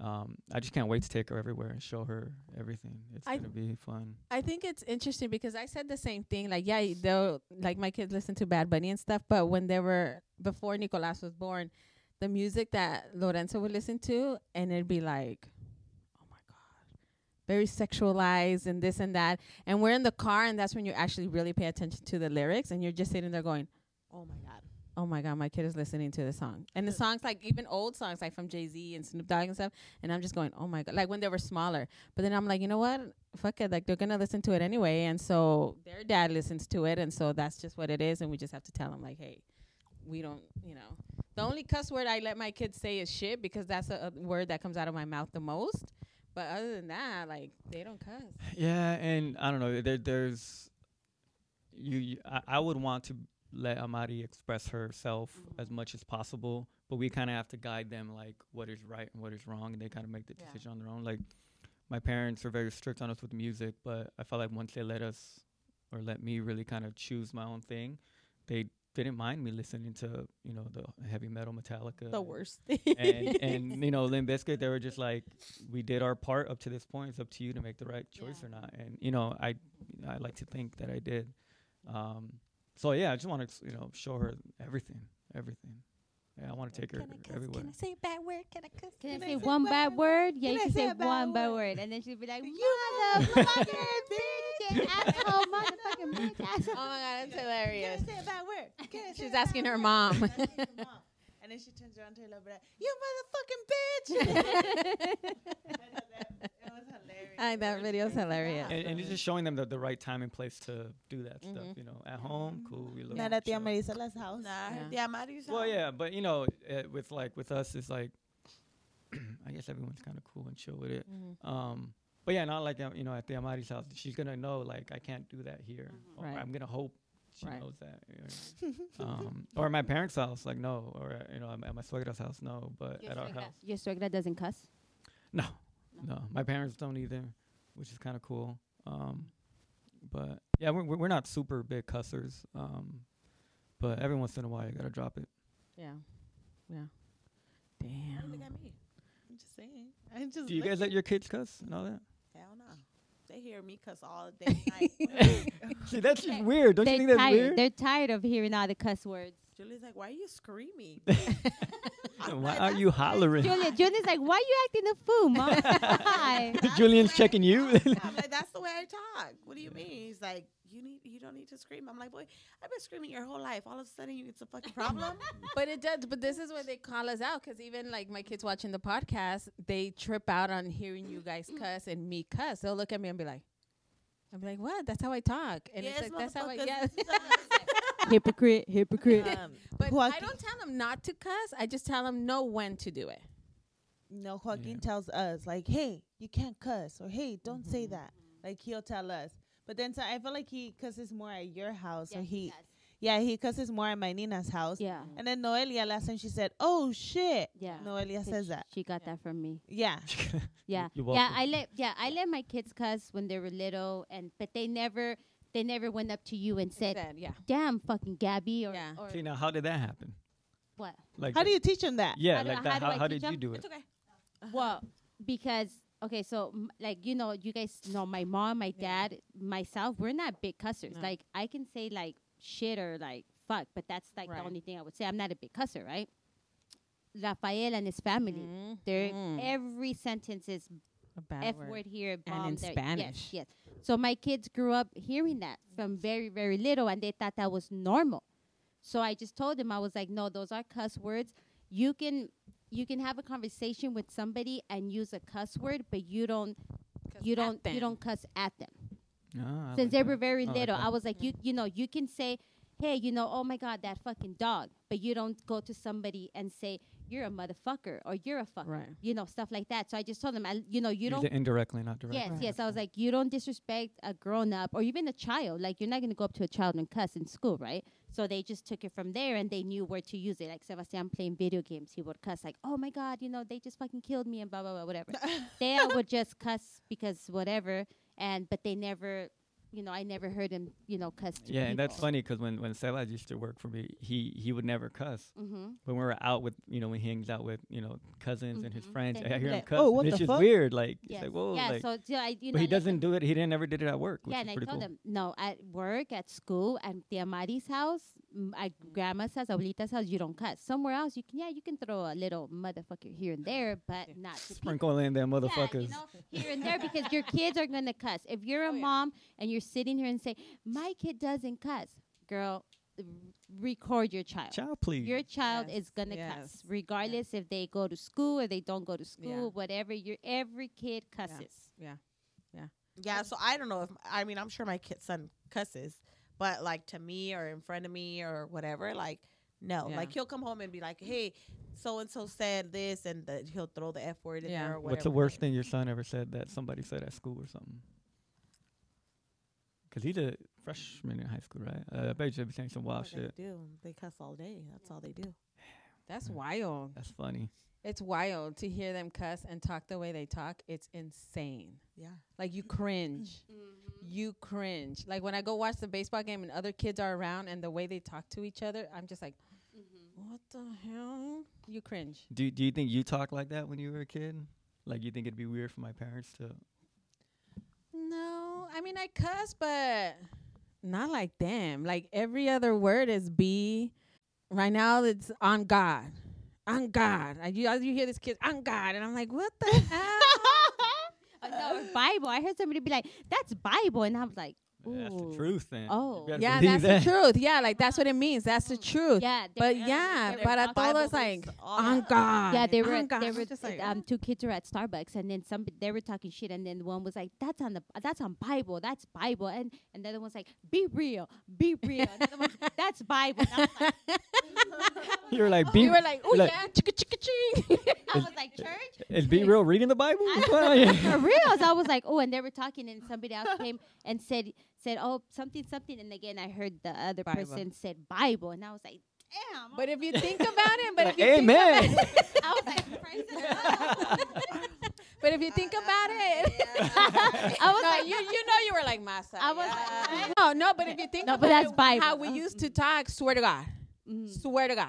D: um, I just can't wait to take her everywhere and show her everything. It's
A: I-
D: gonna be fun.
A: I think it's interesting because I said the same thing. Like, yeah, they'll like my kids listen to Bad Bunny and stuff, but when they were before Nicolas was born, the music that Lorenzo would listen to, and it'd be like, oh my god, very sexualized and this and that. And we're in the car, and that's when you actually really pay attention to the lyrics, and you're just sitting there going,
B: oh my god.
A: oh my god, my kid is listening to this song, and the songs like even old songs like from Jay Z and Snoop Dogg and stuff, and I'm just going, oh my god, like when they were smaller. But then I'm like, you know what? Fuck it, like they're gonna listen to it anyway, and so their dad listens to it, and so that's just what it is, and we just have to tell them like, hey, we don't, you know. The only cuss word I let my kids say is shit because that's a, a word that comes out of my mouth the most. But other than that, like they don't cuss.
D: Yeah, and I don't know. There, there's you. you I, I would want to let Amari express herself as much as possible, but we kind of have to guide them like what is right and what is wrong, and they kind of make the
A: Yeah.
D: decision on their own. Like my parents are very strict on us with music, but I felt like once they let us or let me really kind of choose my own thing, they didn't mind me listening to you know the heavy metal Metallica,
B: the
D: and-
B: worst.
D: and, and you know, Limp Bizkit, they were just like, we did our part up to this point. It's up to you to make the right choice or not. And you know, I I like to think that I did. Um, so yeah, I just want to you know show her everything, everything. Yeah, I want to take her everywhere.
C: Can I say one bad word? Yeah,
E: Can
C: you
E: I
C: can
E: say
C: say
E: a bad
C: one bad
E: word?
C: word, and then she'll be like,
E: You
C: "Motherfucker, bitch, asshole, motherfucking bitch,
A: oh my
C: asshole."
A: god, that's hilarious.
E: Can I say a bad word? Can I say
A: She's
E: a bad
A: asking her
E: word?
A: mom.
E: She's asking her mom. And then she turns around to her lover, you motherfucking bitch. I know that- it was hilarious.
A: I, that video's hilarious.
D: And, and it's just showing them the, the right time and place to do that stuff.
A: Mhm.
D: You know, at home, cool. We look
E: Not at the
D: chill.
E: Amarisola's house.
B: Nah,
A: Yeah.
B: yeah, Mari's
D: Well,
B: out.
D: yeah, but you know, uh, with like with us, it's like I guess everyone's kind of cool and chill with it.
A: Mm-hmm.
D: Um, but yeah, not like um, you know at the Amari's house, she's gonna know like I can't do that here. Or
A: Right.
D: I'm gonna hope she
A: Right.
D: knows that. you know. um, or at my parents' house, like no. Or at, you know at my- at my suegra's house, no. But
C: Oh, Your
D: at our
C: suegra-
D: house,
C: Your suegra doesn't cuss.
D: no, no. My parents don't either, which is kind of cool. Um, but yeah, we're we're we're not super big cussers. Um, but every once in a while, you gotta drop it.
A: Yeah. Yeah.
B: Don't look
A: Damn.
B: at me. I'm just saying. I'm just.
D: Do you guys
B: looking.
D: let your kids cuss and all that?
B: Hell no. They hear me cuss all day and night.
D: See, that's just
C: They-
D: weird. Don't you
C: They're
D: think that's
C: tired.
D: weird?
C: They're tired of hearing all the cuss words.
B: Julie's like, why are you screaming? I'm
D: Why
B: like,
D: are
B: "That's
D: you
B: what I do."
D: hollering?
C: Julia, Julia's like, "Why you acting a fool, mom?" Why?
B: That's the way
D: Julian's
B: I
D: checking you.
B: talk. I'm like, that's the way I talk. What do you mean? He's like, you need, you don't need to scream. I'm like, boy, I've been screaming your whole life. All of a sudden, you, it's a fucking problem.
A: But it does. But this is where they call us out because even like my kids watching the podcast, they trip out on hearing you guys cuss and me cuss. They'll look at me and be like, "I'm like, what? That's how I talk." And it's like, "That's how I
B: motherfuckers,
A: yeah."
B: this sucks.
C: hypocrite, hypocrite.
E: Um,
A: but I
E: Joaquin-
A: don't tell them not to cuss. I just tell them know when to do it.
E: No, Joaquin
D: Yeah.
E: tells us like, "Hey, you can't cuss," or "Hey, don't say
A: Mm-hmm.
E: that." Like he'll tell us. But then so I feel like he cusses more at your house, or he, yeah, he cusses more at my Nina's house.
C: Yeah,
E: And then Noelia last time she said, "Oh shit."
C: yeah.
E: Noelia
C: 'Cause
E: says that.
C: She got that from me.
E: Yeah.
C: Yeah,
D: you're
C: yeah.
D: welcome.
C: I let yeah I let my kids cuss when they were little, and but they never they never went up to you and said,
A: Then, yeah.
C: "Damn, fucking Gabby," or,
A: Yeah.
C: or
D: See, now how did that happen?
C: what?
D: Like,
E: How do you teach him that?
D: Yeah,
C: How do-
D: like
C: how
D: that.
C: do
D: How,
C: I
D: how
C: teach
D: did you
C: them?
D: do it?
B: it's okay.
C: Well, because okay, so m- like you know, you guys know my mom, my
A: Yeah.
C: dad, myself. We're not big cussers.
A: No.
C: Like I can say like shit or like fuck, but that's like
A: Right.
C: the only thing I would say. I'm not a big cusser, right? Rafael and his family.
A: Mhm.
C: They're
A: Mm.
C: every sentence is
A: A bad
C: F
A: word.
C: word, here,
A: in
C: bomb there.
A: Spanish.
C: Yes, yes. So my kids grew up hearing that from very, very little, and they thought that was normal. So I just told them I was like, no, those are cuss words. You can you can have a conversation with somebody and use a cuss word, but you don't you
A: at
C: don't you
A: them.
C: don't cuss at them.
D: Ah, I
C: Since
D: like
C: they
D: that.
C: were very
D: I like
C: little,
D: that.
C: I was like, you you know, you can say, hey, you know, oh my god, that fucking dog, but you don't go to somebody and say you're a motherfucker or you're a fucker,
A: Right.
C: you know, stuff like that. So I just told them, I, you know, you
D: Use
C: don't
D: it indirectly, not directly.
C: Yes, yes. I was like, you don't disrespect a grown up or even a child. Like, you're not going to go up to a child and cuss in school, right? So they just took it from there and they knew where to use it. Like, Sebastian playing video games, he would cuss, like, oh my God, you know, they just fucking killed me and blah, blah, blah, whatever. they all would just cuss because whatever. And, but they never, you know, I never heard him, you know, cuss. To
D: Yeah, and that's
C: people.
D: funny because when when Sebas used to work for me, he he would never cuss.
C: Mhm.
D: When we were out with you know when he hangs out with you know cousins and his
C: Mhm.
D: friends,
C: Then
D: I
C: he'd
D: hear
E: be
D: him
E: like,
D: cuss.
E: "Oh,
D: and
E: what
D: it's
E: the
D: just
E: fuck?"
D: weird. Like it's
C: Yes.
D: like whoa,
C: yeah,
D: like.
C: so, so I,
D: but he
C: you know, I let them-
D: doesn't do it. He didn't ever did it at work. Which
C: yeah,
D: is
C: and I
D: pretty
C: told
D: cool.
C: them no at work, at school, at Tia Mari's house, m- at
D: Mm-hmm.
C: grandma's house, abuelita's house. You don't cut. Somewhere else, you can yeah, you can throw a little motherfucker here and there, but not to people.
D: Sprinkle in them
C: Yeah,
D: motherfuckers.
C: you know, here and there because your kids are gonna cuss. If you're a
A: Oh, yeah.
C: mom and you're sitting here and say, "My kid doesn't cuss," girl, r- record your child.
D: Child, please.
C: Your child
A: Yes,
C: is gonna
A: yes,
C: cuss, regardless if they go to school or they don't go to school, whatever. Your every kid cusses.
B: Yeah, so I don't know if I mean I'm sure my kid son cusses, but like to me or in front of me or whatever, like no,
A: Yeah.
B: like he'll come home and be like, "Hey, so and so said this," and the, he'll throw the f word in
A: Yeah.
B: there. Or whatever.
D: What's the worst thing your son ever said that somebody said at school or something? 'Cause he's a freshman in high school, right? Uh, I bet you be saying some wild
B: What they
D: shit.
B: do? They cuss all day. That's all they do.
A: That's wild.
D: That's funny.
A: It's wild to hear them cuss and talk the way they talk. It's insane.
B: Yeah.
A: Like you cringe. You cringe. Like when I go watch the baseball game and other kids are around and the way they talk to each other, I'm just like, what the hell? You cringe.
D: Do Do you think you talk like that when you were a kid? Like you think it'd be weird for my parents to?
A: No, I mean I cuss, but not like them. Like every other word is B. Right now it's on God. On God. I, you, you hear this kid on God, and I'm like, what the hell?
C: Uh, no, it's Bible. I heard somebody be like, "That's Bible," and I was like,
D: Yeah, that's the
C: Ooh.
D: truth, then. You
C: Oh.
D: better
A: Yeah,
D: believe
A: that's the truth. Yeah, like that's what it means. That's the truth.
C: "Yeah." they
A: But
C: were-
A: yeah,
C: they were
A: para
C: talking-
A: todos like oh on God.
C: Yeah, they were.
A: on God.
C: They
A: I'm
C: were
A: just like, uh.
C: um, two kids were at Starbucks, and then some they were talking shit, and then one was like, "That's on the that's on Bible, that's Bible," and and the other one's like, "Be real, be real." And the other one's, that's Bible. And I was like,
D: You're like, be,
A: we were like, oh
D: like-
A: yeah, chicka chicka ching.
C: I was like, "Church."
D: is be real reading the Bible? Well, yeah.
C: for reals. I was like, oh, and they were talking, and somebody else came and said, said, oh, something, something, and again, I heard the other
A: Bible.
C: person said Bible, and I was like, damn.
A: But if you think about it, but if you think about
D: Amen.
A: it,
C: I was like, praise the Lord.
A: but if you think about it,
C: I was
A: No,
C: like,
A: you you know you were like massa.
C: I was
A: yeah.
C: like,
A: no no, but if you think
C: No,
A: about
C: but that's
A: it,
C: Bible.
A: how we used to talk, swear to God,
C: Mm.
A: swear to God,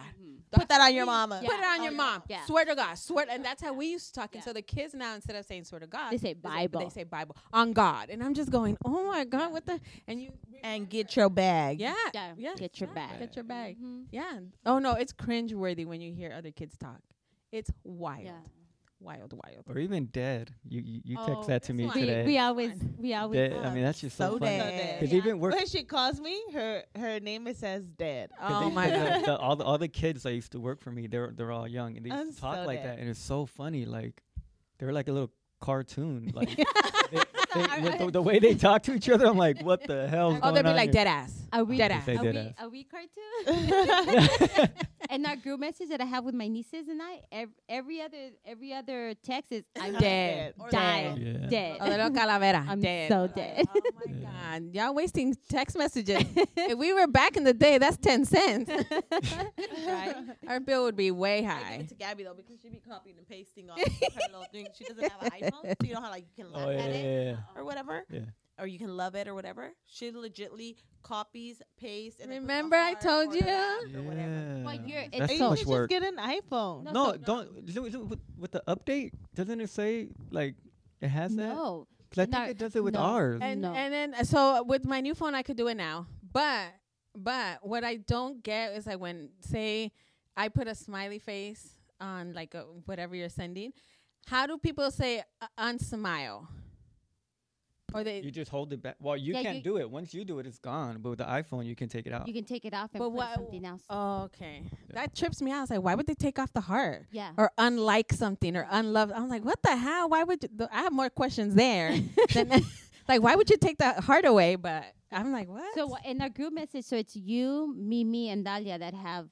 B: Put that on your mama.
C: Yeah.
A: put it on
C: Oh,
A: your
C: yeah.
A: mom,
C: Yeah.
A: swear to God, swear, and that's how we used to talk. And
C: Yeah.
A: so the kids now instead of saying swear to God,
C: They say Bible.
A: They say Bible on God, and I'm just going, oh my God, what the? And you
B: And get your bag.
A: yeah
C: Yeah, get your bag.
A: get your bag.
C: Mhm.
A: Yeah. Oh no, it's cringeworthy when you hear other kids talk. It's wild,
C: Yeah.
A: wild, wild.
D: or even dead. You You, you text
A: Oh,
D: that to
A: this
D: me
A: one.
C: We,
D: today.
C: we always, we always.
D: Dead. I mean, that's just so,
B: so
D: funny.
B: dead.
D: 'Cause
C: Yeah.
D: even work.
E: When she calls me, her her name it says dead.
D: Cause
A: Oh
D: they-
A: my
D: the-
A: God.
D: the- all the all the kids that used to work for me, they're they're all young, and they used
E: I'm
D: to talk
E: so
D: like
E: dead.
D: that, and it's so funny. Like they're like a little cartoon. Like they- they- with the, the way they talk to each other, I'm like, what the hell?
A: Oh, they'd be like dead ass.
C: Are we,
A: Dead
C: are,
A: ass.
D: They did
C: we,
D: ask.
C: are we cartoon? and our group message that I have with my nieces and I, ev- every other, every other text is, I'm
A: Dead.
E: Or
C: Died.
D: Yeah.
C: dead.
A: Oh, little calavera.
C: I'm
A: dead.
C: so dead.
A: Oh my god, y'all wasting text messages. if we were back in the day, that's ten cents. right? Our bill would be way
B: I give
A: high.
B: it to Gabby though because she be copying and pasting off her little thing. She doesn't have an iPhone, so you know how like you can laugh
D: Oh yeah,
B: at
D: yeah,
B: it
D: yeah.
B: or whatever,
D: Yeah.
B: or you can love it or whatever. She legitly copies, pastes, and then puts a
A: Remember I
B: heart
A: told
B: or a
A: you?
B: laugh or whatever.
D: yeah.
C: Well, you're-
D: That's
C: it's
D: so
C: so-
D: much
E: just
D: work.
E: get an iPhone.
C: No,
D: No,
C: so-
D: don't. look- look, With, with the update, doesn't it say like it has that?
C: no.
D: 'Cause I
C: No,
D: think it does it with
C: no.
D: ours.
A: And
C: No.
A: and then so with my new phone, I could do it now. But but what I don't get is like when say I put a smiley face on like a, whatever you're sending, how do people say uh, unsmile? Or they
D: you just hold it back. Well, you
C: Yeah,
D: can't
C: you-
D: do it. Once you do it, it's gone. But with the iPhone, you can take it out.
C: You can take it off and
A: But
C: put
A: what-
C: something else.
A: Oh, okay. That trips me out. I was like, why would they take off the heart?
C: Yeah.
A: Or unlike something or unloved. I'm like, what the hell? Why would you? th- I have more questions there. than, like, why would you take the heart away? But I'm like, what?
C: So wha- in our group message, so it's you, Mimi, and Dalia that have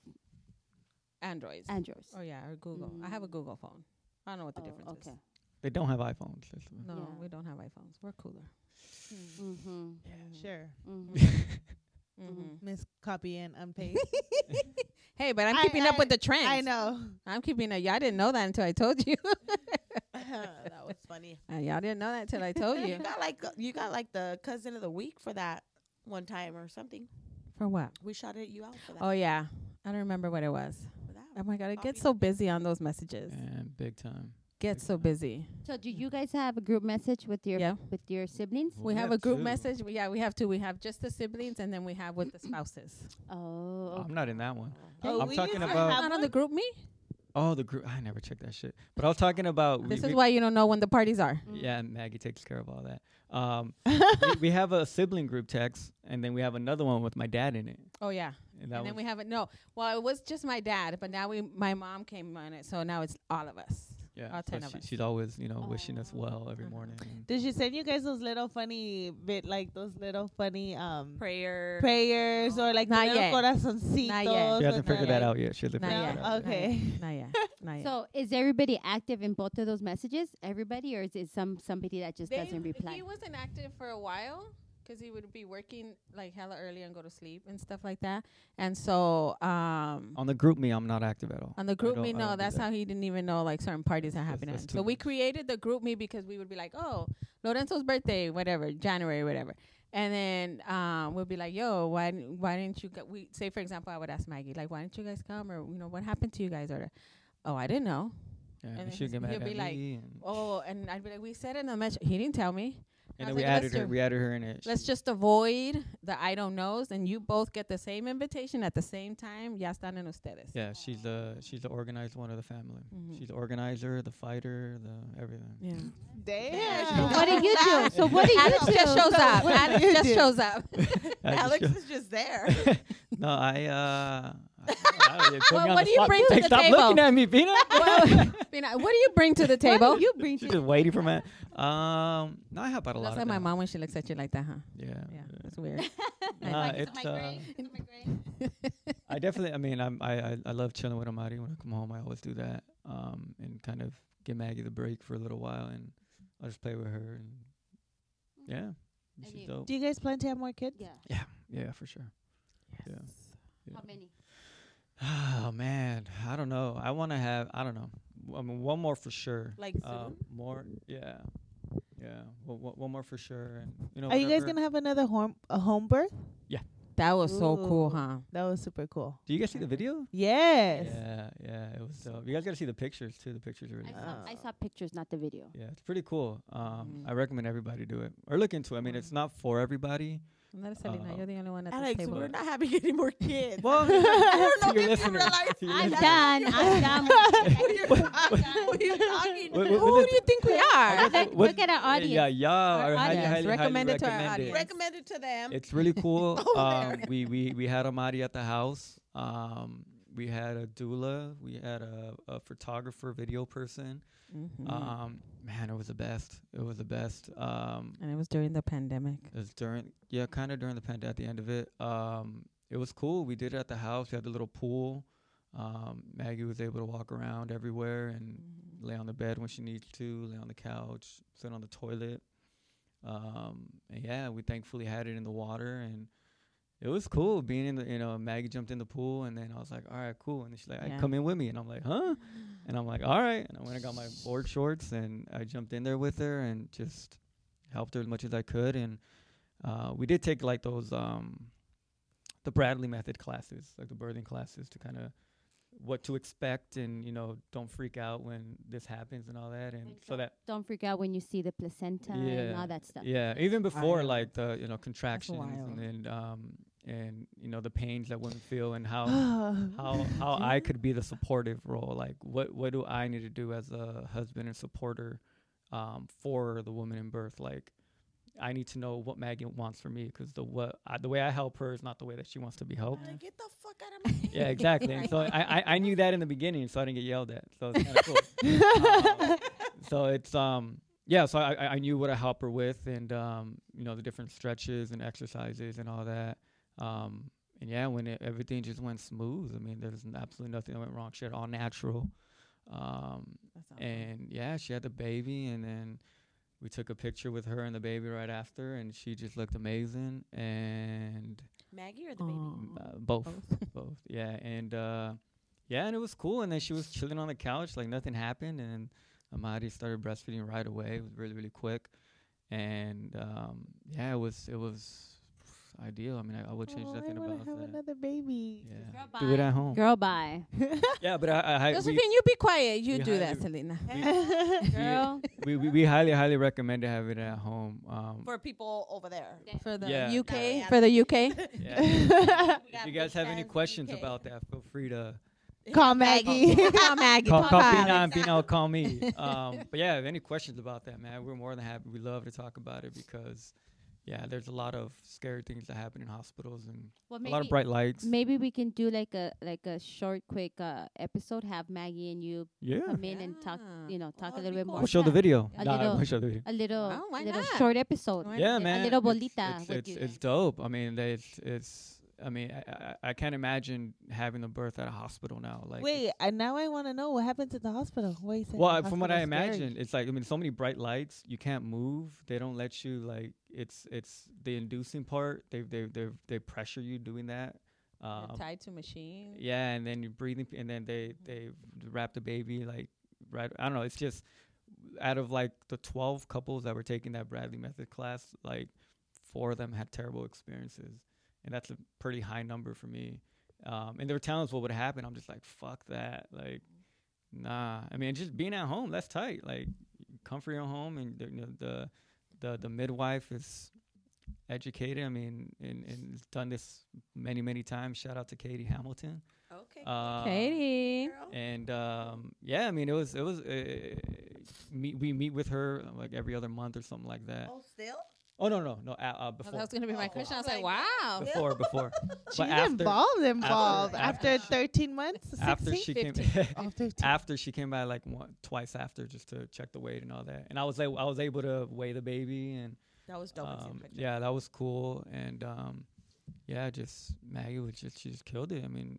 A: Androids.
C: Androids.
A: oh, yeah, or Google. I have a Google phone. I don't know what the difference
C: Oh, okay.
A: is.
D: they don't have iPhones. That's-
A: No,
C: Yeah.
A: we don't have iPhones. We're cooler.
C: Mm-hmm.
E: Sure.
C: Mm-hmm.
A: Mhm.
E: Miss copy and unpaste.
A: Hey, but I'm
E: I-
A: keeping up with the trends.
E: I know.
A: I'm keeping up. Y'all didn't know that until I told you.
B: that was funny.
A: And y'all didn't know that until I told
B: You
A: you.
B: got like uh, you got like the cousin of the week for that one time or something.
A: For what?
B: We shouted you out for that.
A: Oh, yeah. I don't remember what it was.
B: for that.
A: Oh, my God. It
B: Copy
A: gets so busy on those messages.
D: And big time.
A: Gets so busy.
C: So do you guys have a group message with your
A: Yeah.
C: with your siblings?
A: We
D: We
A: have
D: have
A: a group
D: two.
A: message. We, yeah, we have two. We have just the siblings, and then we have with the spouses.
C: Oh,
D: I'm not in that one.
E: Oh,
D: I'm
E: we
D: talking
E: used to
D: about-
E: have
A: Not on the group me.
D: Oh, the group. I never checked that shit. But I was talking about. we-
A: This is Mm.
D: we-
A: why you don't know when the parties are.
D: Yeah, Maggie takes care of all that. Um, we, we have a sibling group text, and then we have another one with my dad in it.
A: Oh yeah,
D: and that
A: and
D: was
A: then we haven't. No, well, it was just my dad, but now we my mom came on it, so now it's all of us.
D: yeah.
A: all
D: so
A: 10 of
D: she-
A: us. Oh.
D: She's always you know wishing us
C: Aw.
D: well every morning. and-
E: Did she send you guys those little funny bit like those little funny um
A: Prayer.
E: prayers or like the
A: Not
E: little
A: yet.
E: corazoncitos?
A: Not yet.
D: She
A: She
D: hasn't
E: and the,
D: figured that
E: like-
D: out yet. She hasn't
A: Not
D: figured
A: yet.
D: that out.
E: No,
A: Not yet.
E: okay.
A: Not yet. Not yet.
C: So is everybody active in both of those messages? Everybody, or is it some somebody that just
A: They-
C: doesn't reply?
A: He wasn't active for a while because he would be working like hella early and go to sleep and stuff like that. And so um,
D: On the group me, I'm not active at all.
A: on the group
D: don't-
A: me,
D: I
A: no,
D: don't do
A: that's
D: that.
A: how he didn't even know like certain parties are
D: That's-
A: happening.
D: that's
A: So
D: too
A: we
D: much.
A: created the group me because we would be like, oh, Lorenzo's birthday, whatever, January, whatever. And then um, we'll be like, "Yo, why didn't- why didn't you? Go? We say, for example, I would ask Maggie, like, why didn't you guys come, or you know, what happened to you guys, or, oh, I didn't know.
D: Yeah,
A: and
D: and
A: then
D: she'd get
A: he'll
D: mad at
A: be like,
D: me, and,
A: Oh, and I'd be like, we said in the message, he didn't tell me. I
D: and then
A: was
D: we
A: like,
D: added
A: "Let's
D: her.
A: do-
D: We added her in it.
A: Let's
D: She-
A: just avoid the I don't knows, and you both get the same invitation at the same time. Ya están en ustedes.
D: Yeah, she's the she's the organized one of the family.
A: Mhm.
D: She's the organizer, the fighter, the everything.
A: Yeah.
E: Damn.
C: what do you do? So what do you
A: Alex
C: do?
A: just shows up.
E: What
A: Alex
E: do you
A: just
E: do?
A: shows up.
D: I just
B: Alex
D: go-
B: is just there.
D: no, I uh. I- I- you put
A: Well,
D: me on
A: what
D: the
A: do you
D: spot.
A: bring to
D: Hey,
A: the
D: Stop
A: table?
D: looking at me, Pina.
A: well, Pina, what do you bring to the table?
C: You bring
D: she's
C: to
D: just waiting for me. Um, no, I help out a lot.
A: That's
D: of
A: like my
D: them.
A: mom when she looks at you like that, huh?
D: Yeah.
A: Yeah,
D: yeah.
A: that's weird.
D: Nah,
A: Like,
D: it's, uh, I definitely. I mean, I'm, I I I love chilling with Amari when I come home. I always do that. Um, and kind of give Maggie the break for a little while, and I'll just play with her. And yeah,
C: And
D: she's
C: you-
D: dope.
E: Do you guys plan to have more kids?
C: Yeah.
D: Yeah, for sure. Yeah.
C: How
D: How
C: many?
D: Oh man, I don't know. I want to have. I don't know. W- I mean, one more for sure.
B: Like
D: Um, more. Yeah. Yeah. Well, one more for sure. And you know.
E: Are you guys
D: whatever-
E: gonna have another home a home birth?
A: that was so cool,
E: Ooh.
A: huh?
E: That was super cool.
D: Do you guys see the video?
E: Yes.
D: Yeah. Yeah. It was dope. You guys got to see the pictures too. The pictures are
C: I
D: really.
C: saw,
D: cool.
C: I saw pictures, not the video.
D: Yeah, it's pretty cool. Um,
A: Mhm.
D: I recommend everybody do it or look into. it. I mean, it's not for everybody.
A: Not Selena,
D: Uh,
A: you're the only one at
B: Alex,
A: the table.
B: we're not having any more kids.
D: Well, to your listener, to your
C: I'm
D: listener.
C: done. I'm done. with this.
B: what are you talking
D: Wait,
B: about?
D: wait,
A: Who do you think we are?
C: Look- look at our audience.
D: Yeah, yeah.
A: Our
D: I highly,
A: audience.
D: highly, highly
A: Recommend it to our
D: recommend
A: audience.
B: Recommend it to them.
D: It's really cool.
B: Over
D: um,
B: there.
D: we, we we had Amadi at the house. Um, we had a doula. We had a, a photographer, video person.
A: Mhm.
D: Um, man, it was the best. It was the best. Um,
A: and it was during the pandemic.
D: it was during yeah, kind of during the pandemic. At the end of it, um, it was cool. We did it at the house. We had the little pool. Um, Maggie was able to walk around everywhere and lay on the bed when she needs to, lay on the couch, sit on the toilet. Um, and yeah, we thankfully had it in the water and it was cool being in the, you know, Maggie jumped in the pool and then I was like, all right, cool. And then she's like,
A: Yeah.
D: I come in with me. And I'm like, huh? And I'm like, all right. And I went and got my board shorts and I jumped in there with her and just helped her as much as I could. And, uh, we did take like those, um, the Bradley method classes, like the birthing classes to kind of what to expect and, you know, don't freak out when this happens and all that. And
C: When
D: so that
C: Don't freak out when you see the placenta and
D: Yeah.
C: all that stuff.
D: yeah, even before
A: Wild.
D: like the you know contractions
A: wild.
D: and then um and you know the pains that women feel and how how how I could be the supportive role. Like what what do I need to do as a husband and supporter um for the woman in birth? Like I need to know what Maggie wants from me because the what I, the way I help her is not the way that she wants to be helped.
B: Like, get the fuck out of my
D: Yeah, exactly. And so I, I I knew that in the beginning, so I didn't get yelled at. So it's kind of cool. Um, so it's um yeah so I, I- I knew what I help her with and um you know the different stretches and exercises and all that um and yeah when it, everything just went smooth I mean there's n- absolutely nothing that went wrong she had all natural um
A: That's awesome.
D: and yeah she had the baby and then we took a picture with her and the baby right after and she just looked amazing and
B: Maggie or the baby?
A: Aw.
D: uh, both,
A: Oh.
D: both, yeah, and uh, yeah, and it was cool. And then she was chilling on the couch, like nothing happened. And then Amadi started breastfeeding right away. It was really, really quick. And um, yeah, it was, it was ideal. I mean, I, I would change
E: Oh, I
D: nothing
E: wanna
D: about
E: have
D: that.
E: another baby.
D: Yeah,
C: Girl,
D: do it
C: bye.
D: at home.
C: Girl, bye.
D: Yeah, but I, I, I
A: Josephine,
D: we,
A: you be quiet. You
D: we
A: do
D: highly
A: that,
D: re-
A: Selena.
C: Girl,
D: we, we, we highly, highly recommend to have it at home. Um,
B: For people over there.
A: For the
D: Yeah.
A: UK,
B: Yeah.
A: for the UK.
D: yeah.
B: We got
D: if you
B: big
D: guys have any
B: fans in the
D: questions
B: UK.
D: about that, feel free to.
E: Call Maggie.
A: call Maggie.
D: call,
A: Call,
D: call
A: Alex.
D: Pina and Pina will call me. Um, but yeah, if any questions about that, man, we're more than happy. We love to talk about it because yeah, there's a lot of scary things that happen in hospitals and
C: Well,
D: a lot of bright lights.
C: Maybe we can do like a like a short, quick uh, episode. Have Maggie and you
D: yeah,
C: come in and talk.
A: Yeah.
C: You know, talk
A: Oh,
C: a little bit
A: that'd be
C: more.
A: cool.
D: we'll show the video.
C: A
D: Nah,
C: little-
D: we'll show the video.
C: A little,
A: Oh, why
C: little
A: not?
C: short episode.
A: Why
D: Yeah,
A: not?
D: man.
C: little
D: it's-
C: bolita
D: It's,
C: with
D: it's,
C: you
D: it's
C: guys.
D: dope. I mean, they- it's it's. I mean, I, I I can't imagine having a birth at a hospital now. Like,
E: Wait,
D: it's-
E: and now I want to know what happened to the hospital. What you said
D: well,
E: the
D: I- from what I
E: hospital's scary.
D: imagine, it's like I mean, so many bright lights. You can't move. They don't let you like. It's it's the inducing part. They they they they pressure you doing that.
A: You're
D: Um,
A: tied to machines.
D: yeah, and then you're breathing, and then they they wrap the baby like right. I don't know. It's just out of like the twelve couples that were taking that Bradley method class, like four of them had terrible experiences, and that's a pretty high number for me. Um, and there were times what would happen. I'm just like, fuck that, like. Nah, I mean, just being at home, that's tight. Like, comfort your home, and the, you know, the the the midwife is educated. I mean, and and has done this many many times. Shout out to Katie Hamilton.
B: Okay.
D: Uh,
A: Katie.
D: And um, yeah, I mean, it was it was uh, meet, we meet with her uh, like every other month or something like that.
B: Oh, still?
D: Oh no no no uh, uh,
A: Oh,
D: before
A: that was gonna be my
B: Oh,
A: question. I was
B: my
A: like,
B: God.
A: wow.
D: before before.
E: She's
D: but after
E: involved, involved.
D: after-
E: After, 13 months, 16?
D: after she came.
E: oh, 15.
D: after she came by like one, twice after just to check the weight and all that and i was able i was able to weigh the baby and
B: That was dope.
D: um, yeah that was cool and um yeah just maggie was just she just killed it i mean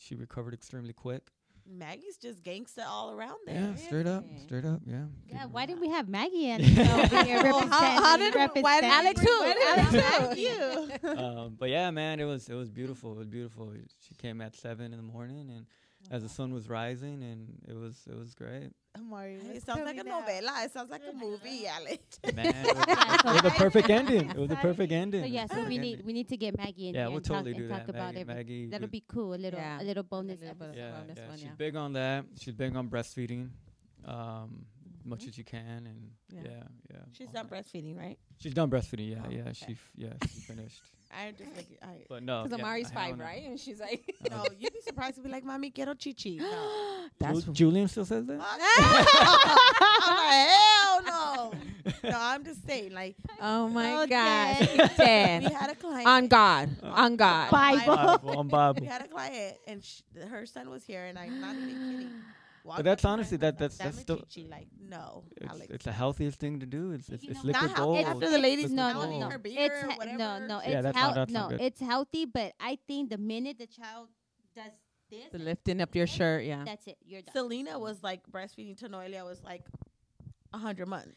D: she recovered extremely quick
B: Maggie's just gangsta all around there.
D: yeah straight up
A: Really?
D: straight up yeah
C: Yeah,
D: Give
C: why
D: her-
C: didn't we have Maggie in?
D: Yeah.
C: over here
E: Well, how, how did
C: representing-
E: why did
A: Alex
C: representing?
A: who?
E: why did
A: Alex
E: we
A: who?
E: ask you?
D: um, but yeah, man, it was it was beautiful. It was beautiful. She came at seven in the morning, and as the sun was rising, and it was it was great.
E: Amari,
B: It
E: let's
B: sounds
E: tell
B: like
E: me
B: a
E: now.
B: novella. It sounds like a movie, Alex.
D: Man, it was, it was a perfect ending. It was a perfect ending.
C: So
D: It
C: yeah,
D: was a
C: so we
D: perfect
C: need
D: ending.
C: we need to get Maggie in
D: Yeah,
C: here
D: we'll
C: and
D: totally
C: talk,
D: do
C: and
D: that.
C: talk about
D: Maggie,
C: everything.
D: Maggie
C: That'll
D: would-
C: be cool. A little
A: Yeah.
C: a little bonus.
A: little
C: episode.
A: bonus.
D: yeah,
A: wellness
D: yeah.
A: one,
D: she's
A: yeah.
D: big on that. She's big on breastfeeding, um, much
C: Mm-hmm.
D: as you can, and
B: Yeah.
D: yeah, yeah.
B: She's
D: all
B: done
D: that.
B: breastfeeding, right?
D: She's done breastfeeding. Yeah,
B: Oh,
D: yeah.
B: okay.
D: She f- yeah she finished,
B: I just like I.
D: but no.
A: Because
D: yeah,
A: Amari's
D: hell
A: five,
D: no.
A: right? And she's like,
B: No, you'd be surprised to be like, "Mommy, quiero chichi." No.
D: Ju- Julian still says that.
B: I'm like, hell no. No, I'm just saying, like,
A: oh my
C: Okay.
A: God,
B: we
A: dead
B: had a client.
A: on God, on God.
C: Bible.
D: Bible, I'm Bible.
B: We had a client, and sh- her son was here, and I'm not even kidding. Walked
D: But
B: up
D: that's
B: to my
D: honestly
B: husband,
D: that that's
B: "Dame
D: that's the
B: chichi," like, no,
D: it's,
B: Alex.
D: it's the healthiest thing to do. It's it's,
C: You
D: it's
C: know, not
D: liquid
B: how-
D: gold.
B: it's
C: After the ladies, no,
D: Liquid
B: now, I
D: gold.
B: mean,
C: no,
B: her
C: no.
B: beer
C: It's
B: or
C: he- no,
B: whatever.
C: no.
D: Yeah,
C: It's
D: that's not-
C: health.
D: that's
C: no,
D: not good.
C: it's healthy. But I think the minute the child does this,
A: The lifting up your shirt, yeah.
C: that's it. You're done.
B: Selena was like breastfeeding Tanoelia was like a hundred months.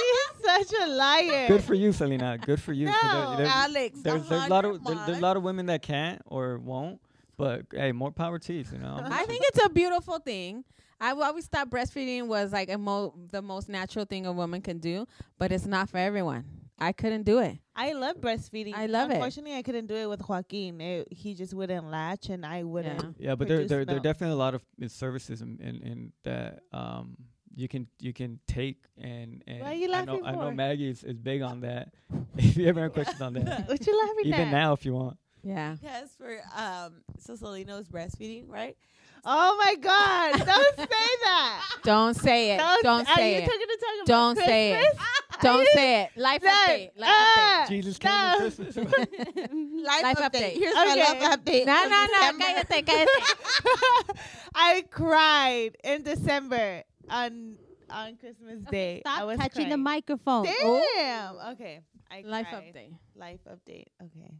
E: She's such a liar.
D: Good for you, Selena. Good for you. 'cause there-
B: No,
D: there-
B: Alex,
D: there's, there's a lot
B: 100
D: of there, there's a lot of women that can't or won't. But hey, more power to you. You know. I'm
A: I
D: with you.
A: think it's a beautiful thing. I w- always thought breastfeeding was like a mo- the most natural thing a woman can do, but it's not for everyone. I couldn't do it.
E: I love breastfeeding.
A: I love it.
E: Unfortunately, I couldn't do it with Joaquin. It, he just wouldn't latch, and I wouldn't.
A: Yeah.
D: Yeah, but there
E: produce
D: there there are
E: milk.
D: definitely a lot of uh, services and and, and that um you can you can take and and
E: Why are you
D: I know
E: laughing
D: I know
E: for?
D: Maggie is, is big on that. if you ever have questions on that,
E: What you laughing
D: even
E: at?
D: now if you want.
A: Yeah.
B: Yes, for um, so Selena was breastfeeding, right?
E: Oh my God! Don't say that.
A: Don't say it. Don't,
E: are
A: say
E: you
A: it.
E: talking to talk about
A: Don't say it.
E: Christmas?
A: Don't
E: you-
A: say it. Life update. Life update.
E: Ah,
D: Jesus came at
E: no.
D: Christmas.
B: Life,
A: Life update.
B: Here's my
E: Okay.
B: life update.
A: No,
B: for
A: no, no.
B: December.
A: Cállate, cállate.
E: I cried in December on on Christmas Day. I
C: Stop
E: was
C: touching the
E: crying.
C: microphone. Oh.
E: Damn. Okay. I
A: Life
E: cried.
A: update.
E: Life update. Okay.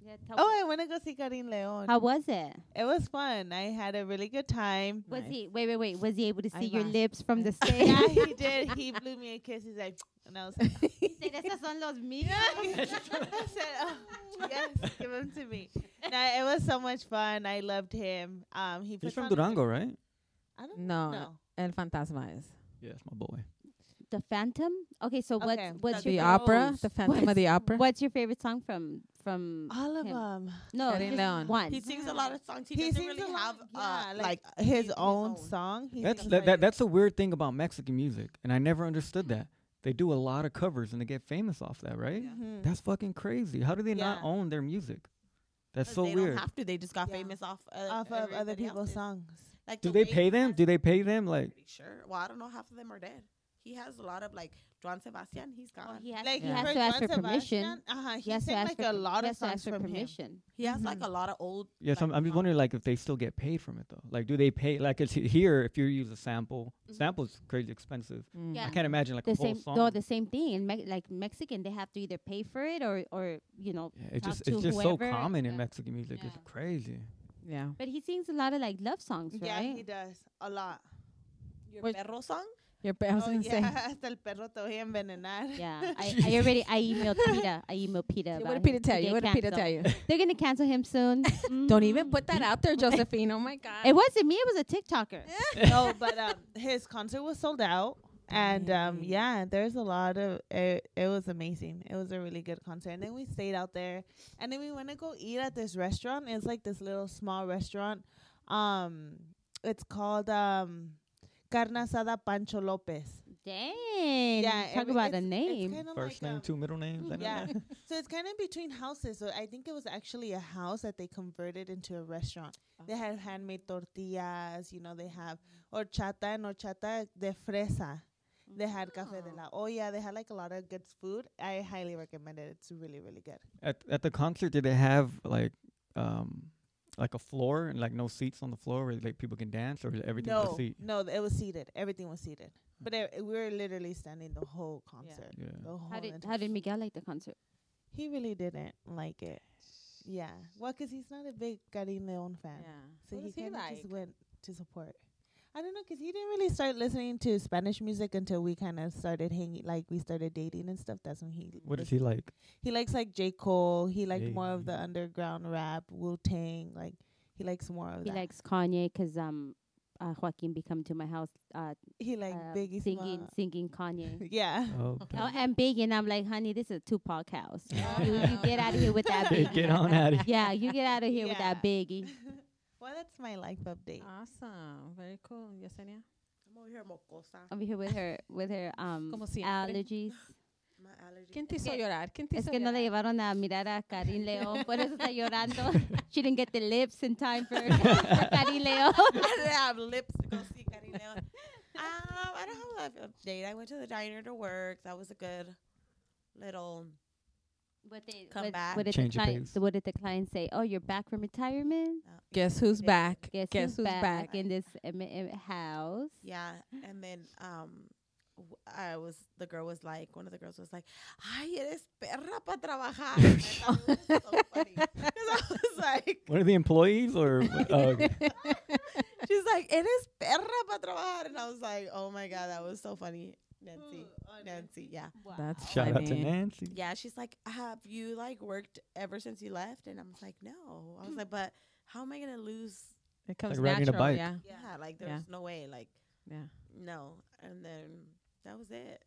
C: Yeah, tell
E: Oh, I want to go see Karin Leon.
C: How was it?
E: It was fun. I had a really good time.
C: Was
A: Nice.
C: he? Wait, wait, wait. Was he able to see
A: I
C: your
A: laughed.
C: lips from the stage?
E: yeah, he did. He blew me a kiss. He's like, and I was like,
C: He said, "Esas son los míos."
E: I said, oh, yes, give him to me. No, it was so much fun. I loved him. Um, he
D: He's
E: puts
D: from
E: on a-
D: Durango, right?
E: I don't
A: No.
E: know.
A: El Fantasma is.
D: Yeah, that's my boy.
C: The Phantom. Okay, so
E: Okay.
C: what's what's
A: The
C: your
A: opera.
B: Rose.
A: The Phantom of the Opera.
C: what's your favorite song from from
E: All of
C: him?
E: them.
C: No,
A: Karin
C: just
A: Leon.
C: one.
B: Oh, He sings a lot of songs. He, doesn't really have uh, like,
E: like, his,
B: his
E: own,
B: own.
E: song. He
D: That's
E: sings
D: that,
E: like-
D: that that's a weird thing about Mexican music, and I never understood that. They do a lot of covers and they get famous off that, right?
C: Mm-hmm.
E: Mhm.
D: That's fucking crazy. How do they not
E: Yeah.
D: own their music? That's
B: 'cause
D: so
B: they
D: weird.
B: don't have to. They just got
E: Yeah.
B: famous off uh,
E: off of other
B: everybody
E: people's
B: else's.
E: songs.
B: Like
D: do
B: the
D: they
B: way
D: pay
B: he
D: them?
B: has-
D: Do they pay them? Like,
B: Pretty sure. Well, I don't know. Half of them are dead. he has a lot of like Juan Sebastian. He's gone.
C: Oh, he has,
E: Like
C: he he has
E: for
C: to ask
E: Joan
C: for permission.
E: Sebastian, Uh-huh, he
C: He has to
E: sang
C: ask
E: like
C: for
E: a lot
C: he
E: of
C: has to ask
E: songs
C: for
E: from him.
C: permission.
B: he has like a lot of old.
D: Yeah, so I'm, I'm just wondering like if they still get paid from it though. Like, do they pay? Like, it's here if you use a sample. Sample's crazy expensive. I
A: Mm,
C: Yeah.
D: can't imagine like
C: The
D: a whole
C: same,
D: song.
C: no, the same thing. In Me- like Mexican, they have to either pay for it or, or you know.
D: yeah, it's
C: talk
D: just
C: to
D: it's just
C: whoever.
D: so common
C: Yeah.
D: in Mexican music. It's
C: Yeah.
D: crazy.
A: Yeah.
C: But he sings a lot of like love songs, right?
E: Yeah, he does a lot.
B: Your
A: Which-
B: perro song.
A: Your pa- I was
E: oh,
A: gonna say.
E: yeah, hasta el perro te voy a envenenar.
C: Yeah, I, I already I emailed Peta. I emailed Peta.
A: What
C: about
A: did Peter
C: him.
A: tell
C: He
A: you?
C: get
A: What did Peter
C: canceled.
A: tell you?
C: They're gonna cancel him soon.
A: Don't even
C: Mm.
A: put that out there, Josephine. Oh my God.
C: It wasn't me. It was a TikToker.
E: no, but um, his concert was sold out, and um, yeah, there's a lot of it. It was amazing. It was a really good concert, and then we stayed out there, and then we went to go eat at this restaurant. It's like this little small restaurant. Um, it's called um, Carne Asada Pancho Lopez.
C: Dang. Talk
E: it-
C: about
E: it's-
C: a
E: it's
C: name.
E: kinda
D: First
E: like,
D: name,
E: um,
D: two middle names. and
E: Yeah, so it's kind of between houses. So I think it was actually a house that they converted into a restaurant. They
C: Ah.
E: had handmade tortillas, you know, they have horchata and horchata de fresa. They had cafe de
C: Ah.
E: la olla. They had like a lot of good food. I highly recommend it. It's really, really good.
D: At at the concert, did they have like um like a floor and like no seats on the floor where like people can dance or everything was a
E: no,
D: seat?
E: no, it was seated. Everything was seated. But it, we were literally standing the whole concert.
D: Yeah.
E: The whole
C: How did
E: entire-
C: How did Miguel like the concert?
E: he really didn't like it. Yeah. Well, 'cause he's not a big Karim Leon fan. So
A: What
E: he
A: is he
E: kind of
A: like?
E: just went to support. I don't know, 'cause he didn't really start listening to Spanish music until we kind of started hanging, like we started dating and stuff. That's when he.
D: What is
E: lis-
D: he like?
E: He likes like J Cole. He liked
D: Yeah,
E: more of
D: yeah.
E: the underground rap, Wu Tang. Like he likes more of
C: He
E: that.
C: likes Kanye 'cause um, uh, Joaquin become to my house uh,
E: he like
C: uh,
E: Biggie
C: singing
E: Smalls.
C: singing Kanye.
E: Yeah.
D: Oh,
C: Oh, and big, and I'm like, honey, this is a Tupac house.
A: Oh,
C: you, you
A: no.
C: get out of here with that
D: okay,
C: biggie.
D: get on out of here.
C: Yeah, you get out of here with that biggie.
E: Well, that's my life update.
C: Uh.
A: Awesome. Very cool. Yesenia.
B: I'm over here mocosa.
C: Over here with her, with her um
A: Como siempre.
C: allergies.
B: My allergy.
A: ¿Quién te
C: Es
A: hizo
C: que-
A: llorar? ¿Quién te
C: Es
A: hizo
C: que no la
A: llorar?
C: llevaron a mirar a Karin León, por eso está llorando. She didn't get the lips in time for, for Karin León.
B: I have lips to go see Karina. um, I don't have a life update. I went to the diner to work. That was a good little.
C: What they-
B: Come
C: what-
B: back.
C: What did,
D: Change
C: the
D: of
C: client,
D: pace.
C: what did the client say? Oh, you're back from retirement?
B: uh,
A: Guess who's
B: They-
A: back?
C: Guess,
A: Guess
C: who's,
A: who's
C: back,
A: back?
C: in this M- M- house?
B: Yeah, and then um, w- I was the girl was like one of the girls was like, "Ay, eres perra para trabajar." And I thought it was so funny 'Cause I was like,
D: What are the employees or? what- oh, okay.
B: she's like, "Eres perra para trabajar," and I was like, "Oh my god, that was so funny, Nancy, Nancy, yeah,
A: That's
D: Shout out to
A: funny.
D: Nancy.
B: yeah." She's like, "Have you like worked ever since you left?" And I'm like, "No," I was like, "But how am I gonna lose?"
A: It comes
D: like riding a
A: natural.
D: bike.
A: Yeah.
B: Yeah, like
A: Yeah.
B: there's no way, like
A: Yeah.
B: no. And then that was it.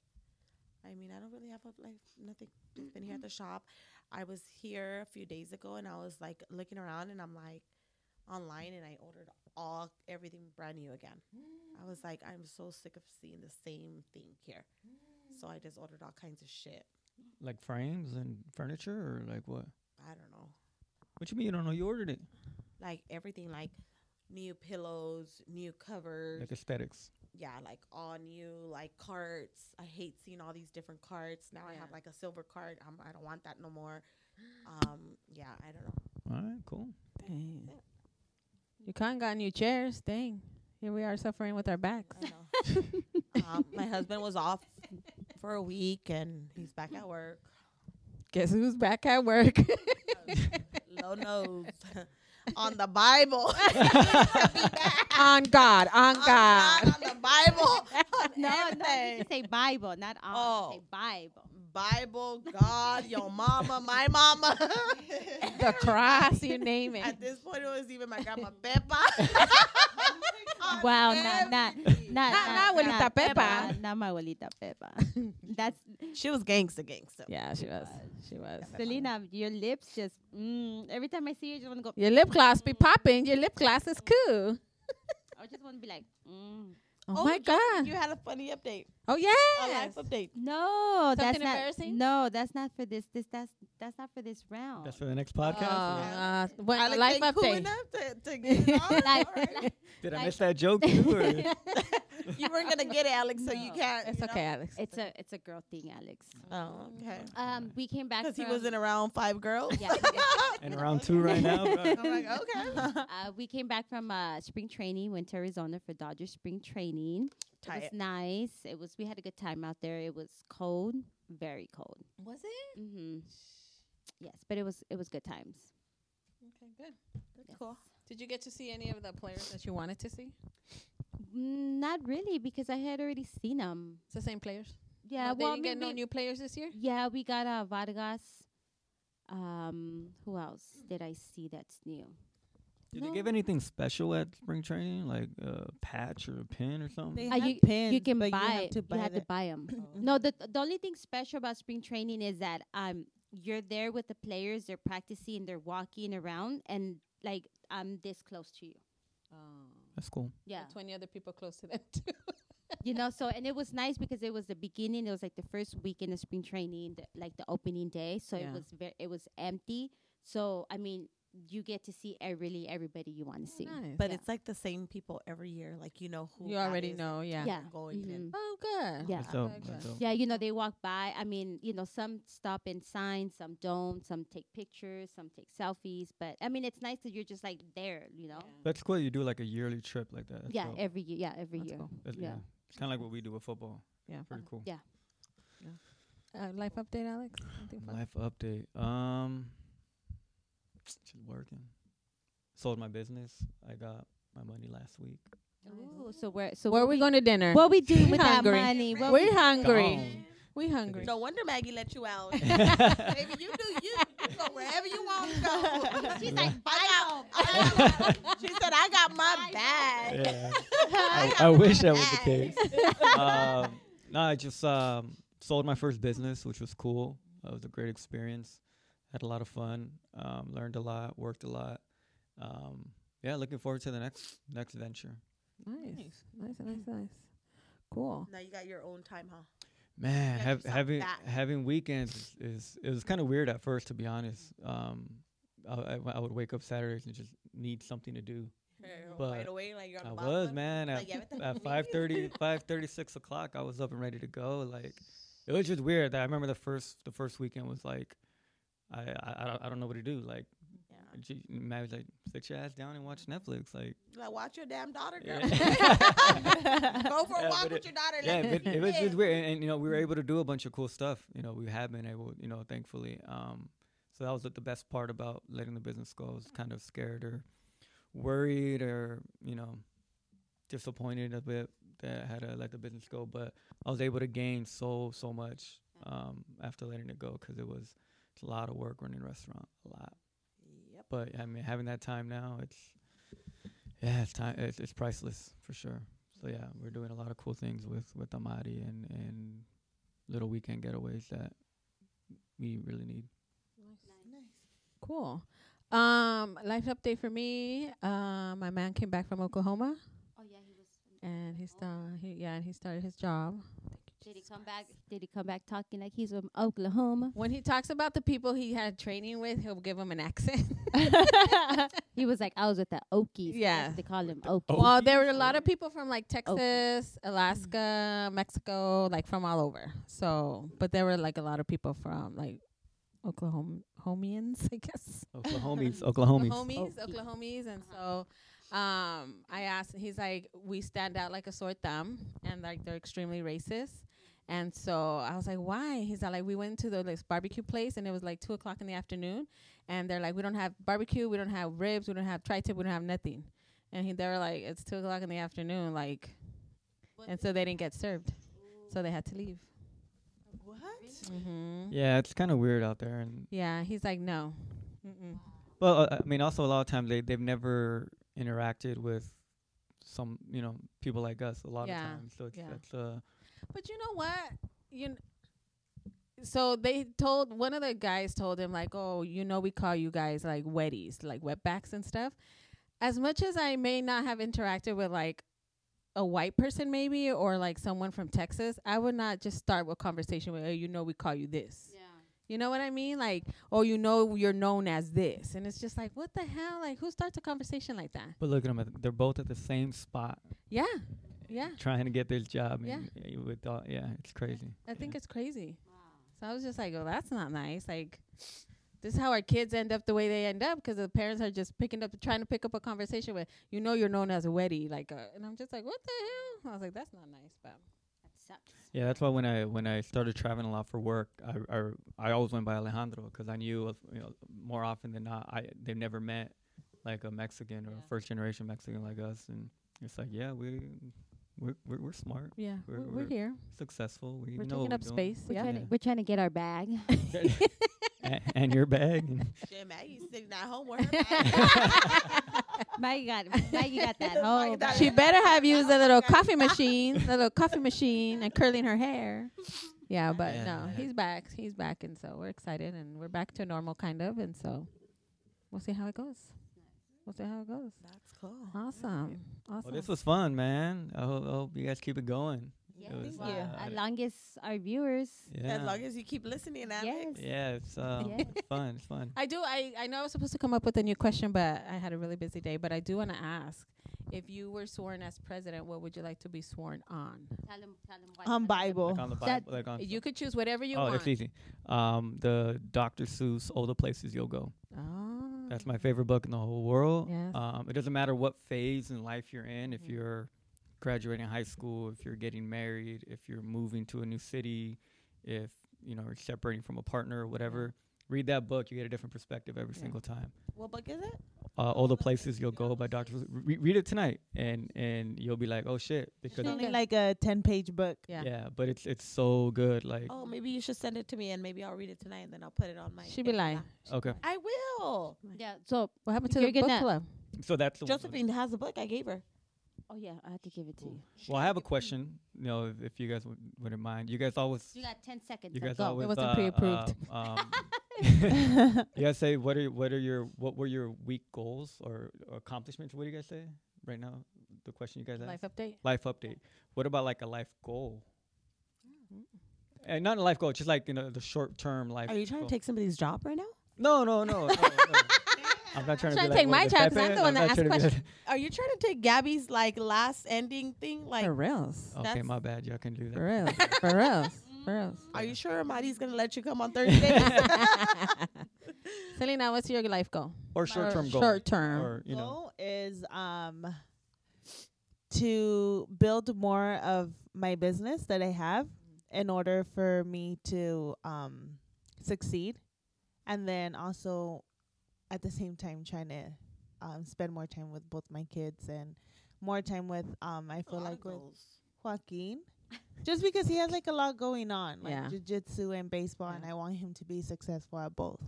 B: I mean, I don't really have a like nothing. Just been here at the shop. I was here a few days ago, and I was like looking around, and I'm like online, and I ordered all everything brand new again. I was like, I'm so sick of seeing the same thing here, so I just ordered all kinds of shit.
D: Like frames and furniture or like what?
B: I don't know,
D: What you mean you don't know? You ordered it.
B: like everything, like new pillows, new covers,
D: Like aesthetics.
B: yeah, like all new like carts. I hate seeing all these different carts. Now I have
A: Yeah.
B: like a silver cart. I'm, I don't want that no more. Um, yeah, I don't know.
D: All right, cool.
A: Dang. You can't got new chairs. Dang. Here we are suffering with our backs.
B: I know. um, my husband was off for a week and he's back at work.
A: Guess who's back at work?
B: Low nose on the Bible.
A: on God.
B: On
A: On God.
B: God, on the Bible. on
C: No, no, you
B: everything.
C: should say Bible, not on.
B: Oh.
C: Say Bible.
B: Bible, God, your mama, my mama.
A: The cross. You name it.
B: At this point, it was even my grandma Peppa. On
C: Wow, not not not
B: everything.
A: Not- not abuelita Pepa.
C: Not, not my abuelita Peppa. That's
B: She was gangsta gangsta.
A: Yeah, she was. She was.
C: Selena. Your lips just mm, every time I see you, I just want to go. mm.
A: Your lip gloss be popping. Your lip gloss is cool.
C: I just want to be like, mm.
A: Oh, my God.
B: You had a funny update.
A: Oh
E: A life
A: yes.
E: update.
C: No, that's
A: Something
C: not.
A: embarrassing?
C: No, that's not for this. This that's that's not for this round.
D: That's for the next
A: Oh,
D: podcast.
E: Yeah.
A: uh, what-
E: Alex
A: life
E: ain't cool
A: update.
E: enough to, to get it on.
C: Like-
E: All right.
C: like-
D: Did I
C: like-
D: miss that joke too? or-
E: You weren't gonna get it, Alex, so you
C: No.
E: can't.
A: It's
E: you know?
A: okay, Alex.
C: it's a it's a girl thing, Alex.
B: Uh-huh.
E: Oh, okay.
C: Um, we came back
E: Because he
C: from-
E: wasn't around five girls.
C: Yeah.
D: and round two right now. bro.
E: I'm like, okay.
C: uh, we came back from uh, spring training, went to Arizona for Dodger spring training.
E: Tie
C: it
E: it.
C: was nice. It was we had a good time out there. It was cold, very cold.
A: Was it?
C: Mm-hmm. Yes, but it was it was good times.
A: Okay, good.
C: Yes.
A: Cool. Did you get to see any of the players that you wanted to see?
C: Mm, not really because I had already seen them.
A: It's the same players.
C: Yeah,
A: No, Oh, they
C: well,
A: didn't get no
C: maybe-
A: new players this year.
C: yeah, we got uh, Vargas. Um, who else did I see that's new?
D: Did they give anything special at spring training, like a patch or a pin or something?
C: Uh,
E: had
C: you, you
E: pins,
C: can
E: but
C: buy.
E: have to buy
C: you have to
E: the-
C: buy them.
A: Oh.
C: No, the the only thing special about spring training is that um you're there with the players, they're practicing, they're walking around, and like I'm this close to you.
D: That's cool.
C: Yeah,
A: Oh. Twenty other people close to them too.
C: you know. So and it was nice because it was the beginning. It was like the first weekend of spring training, the, like the opening day. So
A: Yeah.
C: it was very it was empty. So I mean, you get to see e- really everybody you want to see.
A: nice.
B: But
C: Yeah.
B: it's like the same people every year. Like you know who
A: you
B: that
A: already
B: is
A: know, yeah.
C: Yeah.
B: going in.
C: Mhm.
A: Oh, good.
C: Yeah.
D: That's dope.
A: Okay,
D: That's
A: good.
D: dope.
C: Yeah, you know, they walk by. I mean, you know, some stop and sign, some don't, some take pictures, some take selfies. But I mean, it's nice that you're just like there, you know?
D: That's cool. You do like a yearly trip like that. That's
C: Yeah,
D: dope.
C: every year. Yeah, every
A: That's
C: year.
A: cool.
D: That's-
C: yeah.
D: It's kind of like what we do with football.
A: Yeah.
D: Pretty cool.
C: Yeah.
A: Uh, life update, Alex. Anything fun?
D: Life update. Um, just working. Sold my business. I got my money last week.
C: Ooh, so where so
A: Where
C: what
A: we going to dinner?
C: what we doing
A: We
C: with that
A: hungry.
C: money? What
A: We're hungry.
D: Gone.
A: We hungry.
B: No wonder Maggie let you out. Baby, you do you you go wherever you want to go.
C: She's like,
B: I got, I got- she said, I got my bag.
D: Yeah.
B: I
D: I,
B: got
D: I
B: my
D: wish that was the
B: bag.
D: case. um, no, I just um, sold my first business, which was cool. It was a great experience. Had a lot of fun. Um, learned a lot. Worked a lot. Um, yeah, looking forward to the next next venture.
A: Nice. Nice, nice, nice. Cool.
B: Now you got your own time, huh?
D: Man,
B: Get
D: have,
B: yourself
D: having
B: back.
D: having weekends is, is it was kind of weird at first, to be honest. Um, I, I, I would wake up Saturdays and just need something to do.
B: right
D: But
B: away, like you're on
D: I
B: the
D: was man at,
B: Like, yeah, but
D: at 5:30, 5:30, 6 o'clock. I was up and ready to go. Like it was just weird. That I remember the first the first weekend was like, I I, I don't- I don't know what to do. Like, gee, Matt was like, sit your ass down and watch Netflix. Like,
B: Like, watch your damn daughter, girl.
D: Yeah.
B: go for
D: Yeah,
B: a walk
D: but
B: with
D: it-
B: your daughter.
D: yeah,
B: like,
D: but it was
B: yeah.
D: just weird. And, and, you know, we were able to do a bunch of cool stuff. You know, we have been able, you know, thankfully. Um, so that was the the best part about letting the business go. I was kind of scared or worried or, you know, disappointed a bit that I had to let the business go. But I was able to gain so, so much um, after letting it go because it was it's a lot of work running a restaurant, a lot.
B: Yep.
D: But I mean, having that time now, it's, yeah, it's time. It's, it's priceless for sure. So yeah, we're doing a lot of cool things with with Amadi and and little weekend getaways that we really need.
A: Cool. Um, life update for me. Uh, my man came back from Oklahoma
C: Oh yeah, he was
A: and he started he, yeah, and he started his job.
C: Did he come back did he come back talking like he's from Oklahoma?
A: When he talks about the people he had training with, he'll give them an accent.
C: He was like, I was with the Okies.
A: Yeah.
C: They call him Okies.
A: well, there were a lot of people from like Texas, Alaska,
C: Mm-hmm.
A: Mexico, like from all over. So, but there were like a lot of people from like Oklahomians, I guess.
D: Oklahomies, Oklahomies.
A: Oklahomies,
C: Oh.
A: Oklahomies, and so um, I asked. He's like, we stand out like a sore thumb, and like they're extremely racist. And so I was like, why? He's like, we went to the this barbecue place, and it was like two o'clock in the afternoon, and they're like, we don't have barbecue, we don't have ribs, we don't have tri-tip, we don't have nothing. And he, they were like, it's two o'clock in the afternoon, like, and so they didn't get served, so they had to leave.
E: Um,
B: What?
A: hmm
D: Yeah, it's kind of weird out there. And
A: Yeah, he's like, no. Mm-mm.
D: well, uh, I mean, also a lot of times they they've never interacted with some you know people like us a lot
A: Yeah,
D: of times. So it's
A: yeah.
D: that's uh
A: But you know what? You kn- so they told one of the guys told him like, "Oh, you know we call you guys like wetties, like wetbacks and stuff." As much as I may not have interacted with like a white person maybe or like someone from Texas, I would not just start with conversation with, oh, you know, we call you this. You know what I mean? Like, oh, you know, you're known as this, and it's just like, what the hell? Like, who starts a conversation like that?
D: But look at them; they're both at the same spot,
A: Yeah, yeah.
D: trying to get this job.
A: Yeah.
D: And yeah. With all, yeah, it's crazy.
A: I think it's crazy. So I was just like, oh, that's not nice. Like, this is how our kids end up the way they end up because the parents are just picking up, trying to pick up a conversation with, you know, you're known as a Weddy. Like, uh, and I'm just like, what the hell? I was like, that's not nice, but
C: That sucks.
D: Yeah, that's why when I when I started traveling a lot for work, I I, I always went by Alejandro because I knew uh, you know, more often than not I they've never met like a Mexican or
A: Yeah.
D: a first generation Mexican like us, and it's like yeah we we're we're, we're smart,
A: yeah, we're,
D: We're-
A: we're,
D: we're-
A: here.
D: successful, we
A: We're
D: know
A: taking
D: what we're
A: up
D: doing.
A: space.
C: We're,
A: Yeah.
C: trying
D: Yeah.
C: to, we're trying to get our bag.
D: and, and your bag. And
E: Shit, Maggie's sitting at home with her bag.
C: Maggie got Maggie got that
E: Maggie
C: whole
E: got
C: bag.
A: She better have used the little coffee machine, the little coffee machine, and curling her hair. Yeah, but
D: Yeah,
A: no,
D: yeah.
A: he's back. He's back, and so we're excited, and we're back to normal kind of, and so we'll see how it goes. We'll see how it goes.
B: That's cool.
A: Awesome,
D: well,
A: awesome.
D: this was fun, man. I hope, I hope you guys keep it going.
C: Yeah,
D: It was,
E: Thank you.
D: uh,
C: As long as our viewers.
D: Yeah,
E: As long as you keep listening, Alex.
C: Yes.
D: yeah, it's uh,
C: Yeah.
D: it's fun. It's fun.
A: I do. I, I know I was supposed to come up with a new question, but I had a really busy day. But I do want to ask if you were sworn as president, what would you like to be sworn on?
C: Tell them, tell them what.
E: On Um, Bible.
D: Like on the
C: That-
D: Bible, like on
A: You could choose whatever you
D: oh,
A: want.
D: it's easy. Um, the Dr. Seuss, All the Places You'll Go.
A: Oh.
D: That's my favorite book in the whole world.
A: Yes.
D: Um, it doesn't matter what phase in life you're in, if you're graduating high school, if you're getting married, if you're moving to a new city, if you know, you're separating from a partner or whatever. Read that book, you get a different perspective every
A: Yeah.
D: single time.
E: What book is it?
D: Uh, all the places you'll go by Dr. Seuss. Re- read it tonight, and and you'll be like, oh shit, because
E: It's only
A: Okay.
E: like a ten-page book.
A: yeah.
D: yeah. but it's it's so good. Like
E: Oh, maybe you should send it to me, and maybe I'll read it tonight, and then I'll put it on my.
A: She be lying.
D: okay,
E: I will.
C: Yeah. So,
A: What happened to
C: You're
A: the book
C: gonna-
A: club?
D: so that's the one-
E: Josephine has a book I gave her.
C: oh yeah, I have to give it to you.
D: Well, I have a question. You know, if, if you guys would, wouldn't mind, you guys always,
C: You got ten seconds.
D: you
C: so
D: guys
C: go.
D: always,
A: wasn't
D: uh,
A: pre-approved.
D: Um, um, you guys say what are what are your what were your week goals or accomplishments? What do you guys say right now? The question you guys asked.
A: Life update.
D: Life update. What about like a life goal?
A: Mm.
D: And not a life goal, just like you know the short term life.
B: Are you trying
D: goal.
B: to take somebody's job right now?
D: No, no, no. no, no. I'm not trying,
A: trying to
D: be
A: take
D: like,
A: my
D: what is
A: job 'cause I'm
D: Pepe?
A: the one that
D: not
A: asked
D: trying to be
A: questions.
E: Are you trying to take Gabby's like last ending thing? Like,
A: For reals.
D: Like, Oh, okay,
E: That's-
D: my bad. Y'all can do that.
A: For reals. For reals. For reals.
E: are you sure Marty's gonna let you come on Thursday?
A: Selena, what's your life goal?
D: Or short term goal.
A: Short term.
D: Or you know.
E: Goal?
B: Is um
E: to build more of my business that I have in order for me to um, succeed, and then also at the same time trying to um, spend more time with both my kids and more time with um, I feel like with Joaquin. Just because he has like a lot going on, like
A: Yeah.
E: jujitsu and baseball, and
A: Yeah.
E: I want him to be successful at both.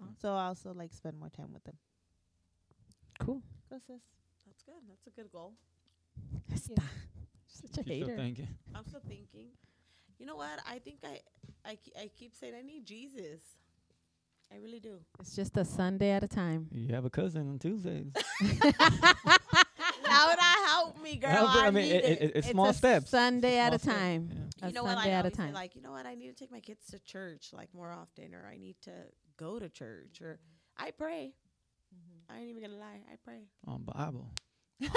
A: Okay.
E: So I also like spend more time with him.
A: Cool.
E: Go, sis.
B: that's good. That's a good goal.
A: Stop. Such a
D: she's still
A: hater.
D: thinking.
B: I'm still thinking. You know what? I think I I ke- I keep saying I need Jesus. I really do.
A: It's just a Sunday at a time.
D: You have a cousin on Tuesdays.
B: How would I help me, girl?
D: However,
B: I, need
D: it,
B: it.
D: it, it, it's small
A: a
D: steps.
A: Sunday at
D: It's
A: a
D: small steps,
A: time.
B: you
A: A
B: know what?
A: Sunday
B: I
A: at a
B: always say,
A: time.
B: like, you know what? I need to take my kids to church like more often, or I need to go to church, or I pray. I ain't even gonna lie. I pray.
D: yeah. On Bible.
B: Bible,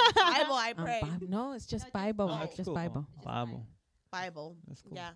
B: I
A: Um,
B: pray.
A: Bib- no, it's just
C: just
A: Bible.
B: Oh,
A: it's
B: that's
A: just Bible.
D: Bible. Bible.
B: Bible.
D: That's cool.
B: Yeah.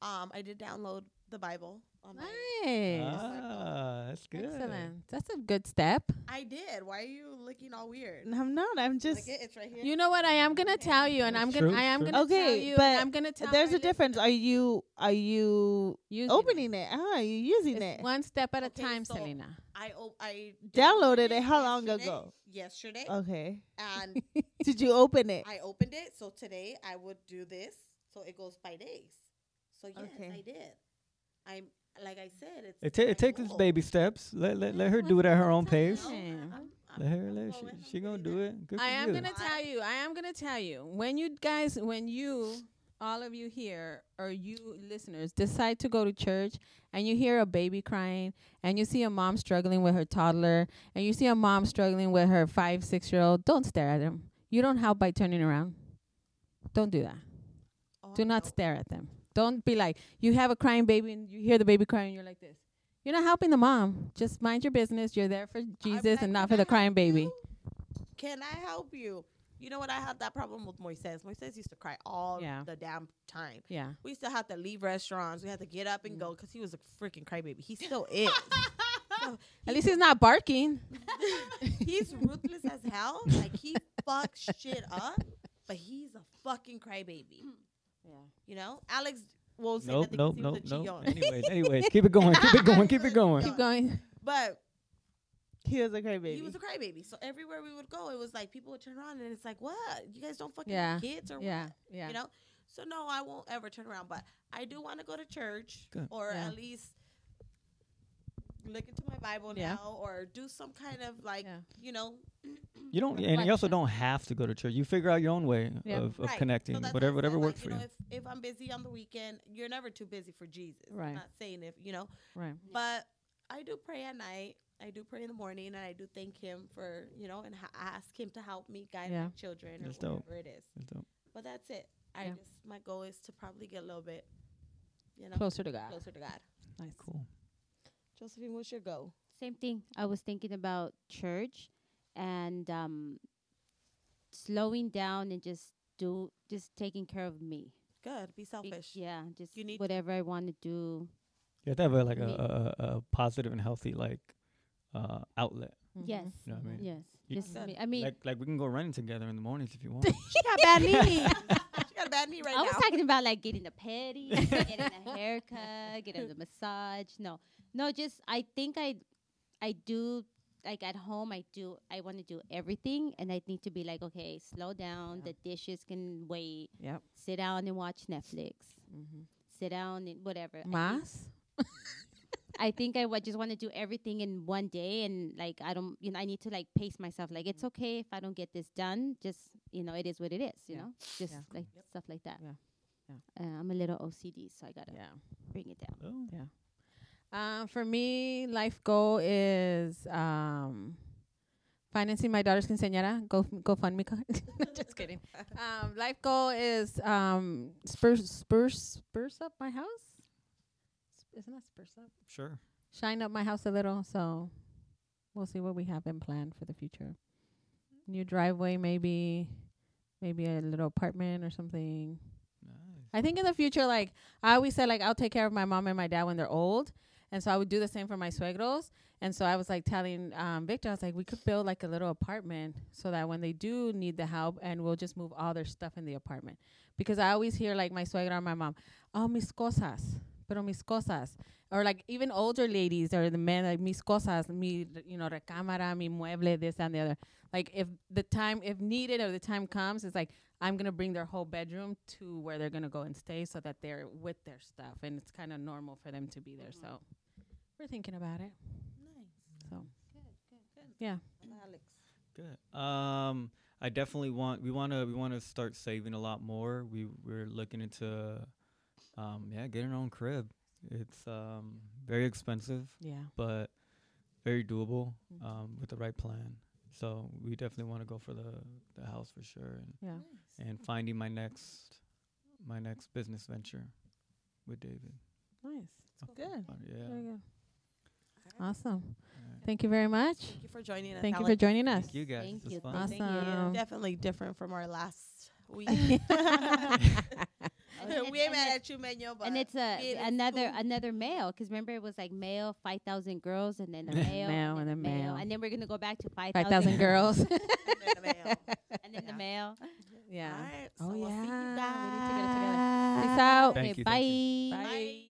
B: Um, I did download the Bible. On my
A: Nice.
D: Ah, that's good.
A: Excellent. That's a good step.
B: I did. Why are you looking all weird?
E: I'm not. I'm
B: Look
E: just.
B: it, it's right here.
A: You know what? I am gonna tell you, and I'm
D: It's
A: gonna,
D: true,
A: I am
D: it's
A: gonna tell
E: Okay,
A: you,
E: but
A: and I'm gonna tell.
E: Uh, There's
A: our
E: a difference. Are you are you
A: listeners.
E: opening it? How are you using
A: Using it.
E: it?
A: It's one step at a
B: Okay,
A: time,
B: so-
A: Selena.
B: I op- I downloaded
E: Downloaded it how long
B: yesterday-
E: ago?
B: Yesterday,
E: Okay.
B: and
E: Did you open it?
B: I opened it. So today I would do this. So it goes by days. So yes,
E: Okay.
B: I did. I'm like I said. It's
D: It, ta-
B: my
D: it takes its
B: goal.
D: baby steps. Let, let, let her
A: One
D: do it at
A: step
D: her
A: at a
D: own
A: time.
D: pace.
A: No.
B: I'm- I'm-
D: Let her
B: I'm
D: let
B: going, I'm
D: she, she gonna
B: doing
D: do it. Good
A: I
D: for
A: am
D: you.
A: gonna
B: I-
A: tell you. I am gonna tell you when you guys, when you, all of you here or you listeners decide to go to church and you hear a baby crying and you see a mom struggling with her toddler and you see a mom struggling with her five, six year old, don't stare at them. You don't help by turning around. Don't do that.
B: Oh,
A: Do
B: I
A: not
B: know.
A: stare at them. Don't be like you have a crying baby and you hear the baby crying. You're like this. You're not helping the mom. Just mind your business. You're there for Jesus
B: like,
A: and
B: "Can
A: not for
B: I
A: the crying
B: help
A: baby.
B: you? Can I help you? You know what? I had that problem with Moises. Moises used to cry all
A: Yeah.
B: the damn time.
A: Yeah.
B: We used to have to leave restaurants. We had to get up
E: Mm.
B: and go because he was a freaking crybaby. He still is.
A: At least he's not barking.
B: he's ruthless as hell. Like he fucks shit up, but he's a fucking crybaby.
A: Yeah.
B: You know, Alex will say
D: Nope,
B: nothing 'cause
D: nope,
B: he was
D: nope,
B: a
D: nope.
B: chillon.
D: Anyways, anyways, keep it going, keep it going, keep it going.
A: Keep going.
B: But
E: He was a crybaby.
B: he was a crybaby. So everywhere we would go, it was like people would turn around and it's like, what? You guys don't fucking
A: Yeah,
B: have kids or
A: Yeah.
B: what?
A: Yeah.
B: You know? So no, I won't ever turn around, but I do want to go to church
D: Good.
B: or
A: Yeah.
B: at least look into my Bible
A: Yeah.
B: now or do some kind of like,
A: Yeah.
B: you know,
D: You don't, and you also
C: Reflection.
D: don't have to go to church. You figure out your own way
A: Yeah.
D: of, of
B: right. So
D: connecting,
B: that's why I
D: whatever
B: said,
D: whatever
B: like,
D: works for you.
B: know, If, if I'm busy on the weekend, you're never too busy for Jesus.
A: Right.
B: I'm not saying if, you know,
A: Right.
B: But I do pray at night. I do pray in the morning, and I do thank Him for you know, and ha- ask Him to help me guide
A: Yeah.
B: my children
D: That's
B: or
D: dope.
B: whatever it is.
D: That's dope.
B: But that's it. I
A: Yeah.
B: just my goal is to probably get a little bit, you know, closer,
A: Closer to God.
B: to God.
A: Nice.
D: Cool.
B: Josephine, what's your goal?
C: Same thing. I was thinking about church and um, slowing down and just do just taking care of me.
B: Good. Be
C: Be-
B: selfish.
C: Yeah, just
B: You need to-
C: whatever I want to do.
D: You have to have a, like
C: Me.
D: a, a, a positive and healthy like uh, outlet.
C: Yes.
D: You know what I mean?
C: Yes.
D: You-
C: Just
B: Mm-hmm. Good.
C: me. I mean,
D: Like like we can go running together in the mornings if you want.
B: She got bad knee. she got a bad knee right
C: I
B: now.
C: was talking about like getting a pedi, getting a haircut, getting a massage. No, no, just I think I, I do like at home. I do. I want to do everything, and I need to be like, okay, slow down.
A: Yeah.
C: The dishes can wait.
A: Yep.
C: Sit down and watch Netflix.
A: Mm-hmm.
C: Sit down and whatever.
A: Mas.
C: I think I wa- just want to do everything in one day, and like I don't, you know, I need to like pace myself. Like
A: Mm.
C: it's okay if I don't get this done. Just you know, it is what it is. You
A: Yeah.
C: know, just
A: Yeah.
C: like stuff like that.
A: Yeah. Yeah.
C: Uh, I'm a little OCD, so I gotta
A: Yeah.
C: bring it down.
D: Oh,
A: Um, for me, life goal is um, financing my daughter's quinceañera. Go go fund me. card. Just kidding. Um, life goal is um, spruce spruce spruce up my house. Isn't that spruce up?
D: sure.
A: Shine up my house a little. So we'll see what we have in plan for the future. New driveway, maybe, maybe a little apartment or something.
D: Nice.
A: I think in the future, like I always said, like I'll take care of my mom and my dad when they're old, and so I would do the same for my suegros. And so I was like telling um, Victor, I was like, we could build like a little apartment so that when they do need the help, and we'll just move all their stuff in the apartment. Because I always hear like my suegra and my mom, oh mis cosas, pero mis cosas, or like even older ladies or the men like mis cosas, mi you know recámara, mi mueble, this and the other. Like if the time, if needed or the time comes, it's like I'm gonna bring their whole bedroom to where they're gonna go and stay, so that they're with their stuff, and it's kind of normal for them to be there. So Mm-hmm. we're thinking about it. So
B: Alex.
D: Good. Um, I definitely want. We want to. We want to start saving a lot more. We we're looking into, um, yeah, getting our own crib. It's um very expensive,
A: yeah,
D: but very doable
A: Mhm.
D: um, with the right plan. So we definitely want to go for the the house for sure, and,
A: yeah,
D: and finding my next my next business venture with David.
A: nice,
E: Good.
D: Uh,
A: Very
D: Yeah.
A: good.
B: All
A: awesome.
D: Alright.
A: Thank you very much.
B: Thank you for joining us.
A: Thank you for
B: Alex.
A: joining us.
D: Thank you guys.
C: Thank
D: This was
C: you.
D: fun.
A: Awesome.
B: Thank you. Definitely different from our last week.
C: Oh, and-
B: we ain't
C: and
B: mad
C: it's-
B: at you, Manuel, but
C: and it's a
B: it is
C: another
B: cool.
C: another male because remember it was like male five thousand girls and then a
D: And then
C: male
A: male, and
C: a
A: then male.
C: and then we're gonna go back to five
A: Five thousand
C: thousand
A: girls.
B: and then the mail.
C: and then the
B: Yeah.
C: male.
A: yeah.
B: All right.
A: Oh
B: so We'll see you
A: yeah.
B: guys.
A: We need to get it together. Peace out.
D: Thank
C: Okay,
D: you,
C: bye.
D: thank
A: Bye.
B: Bye.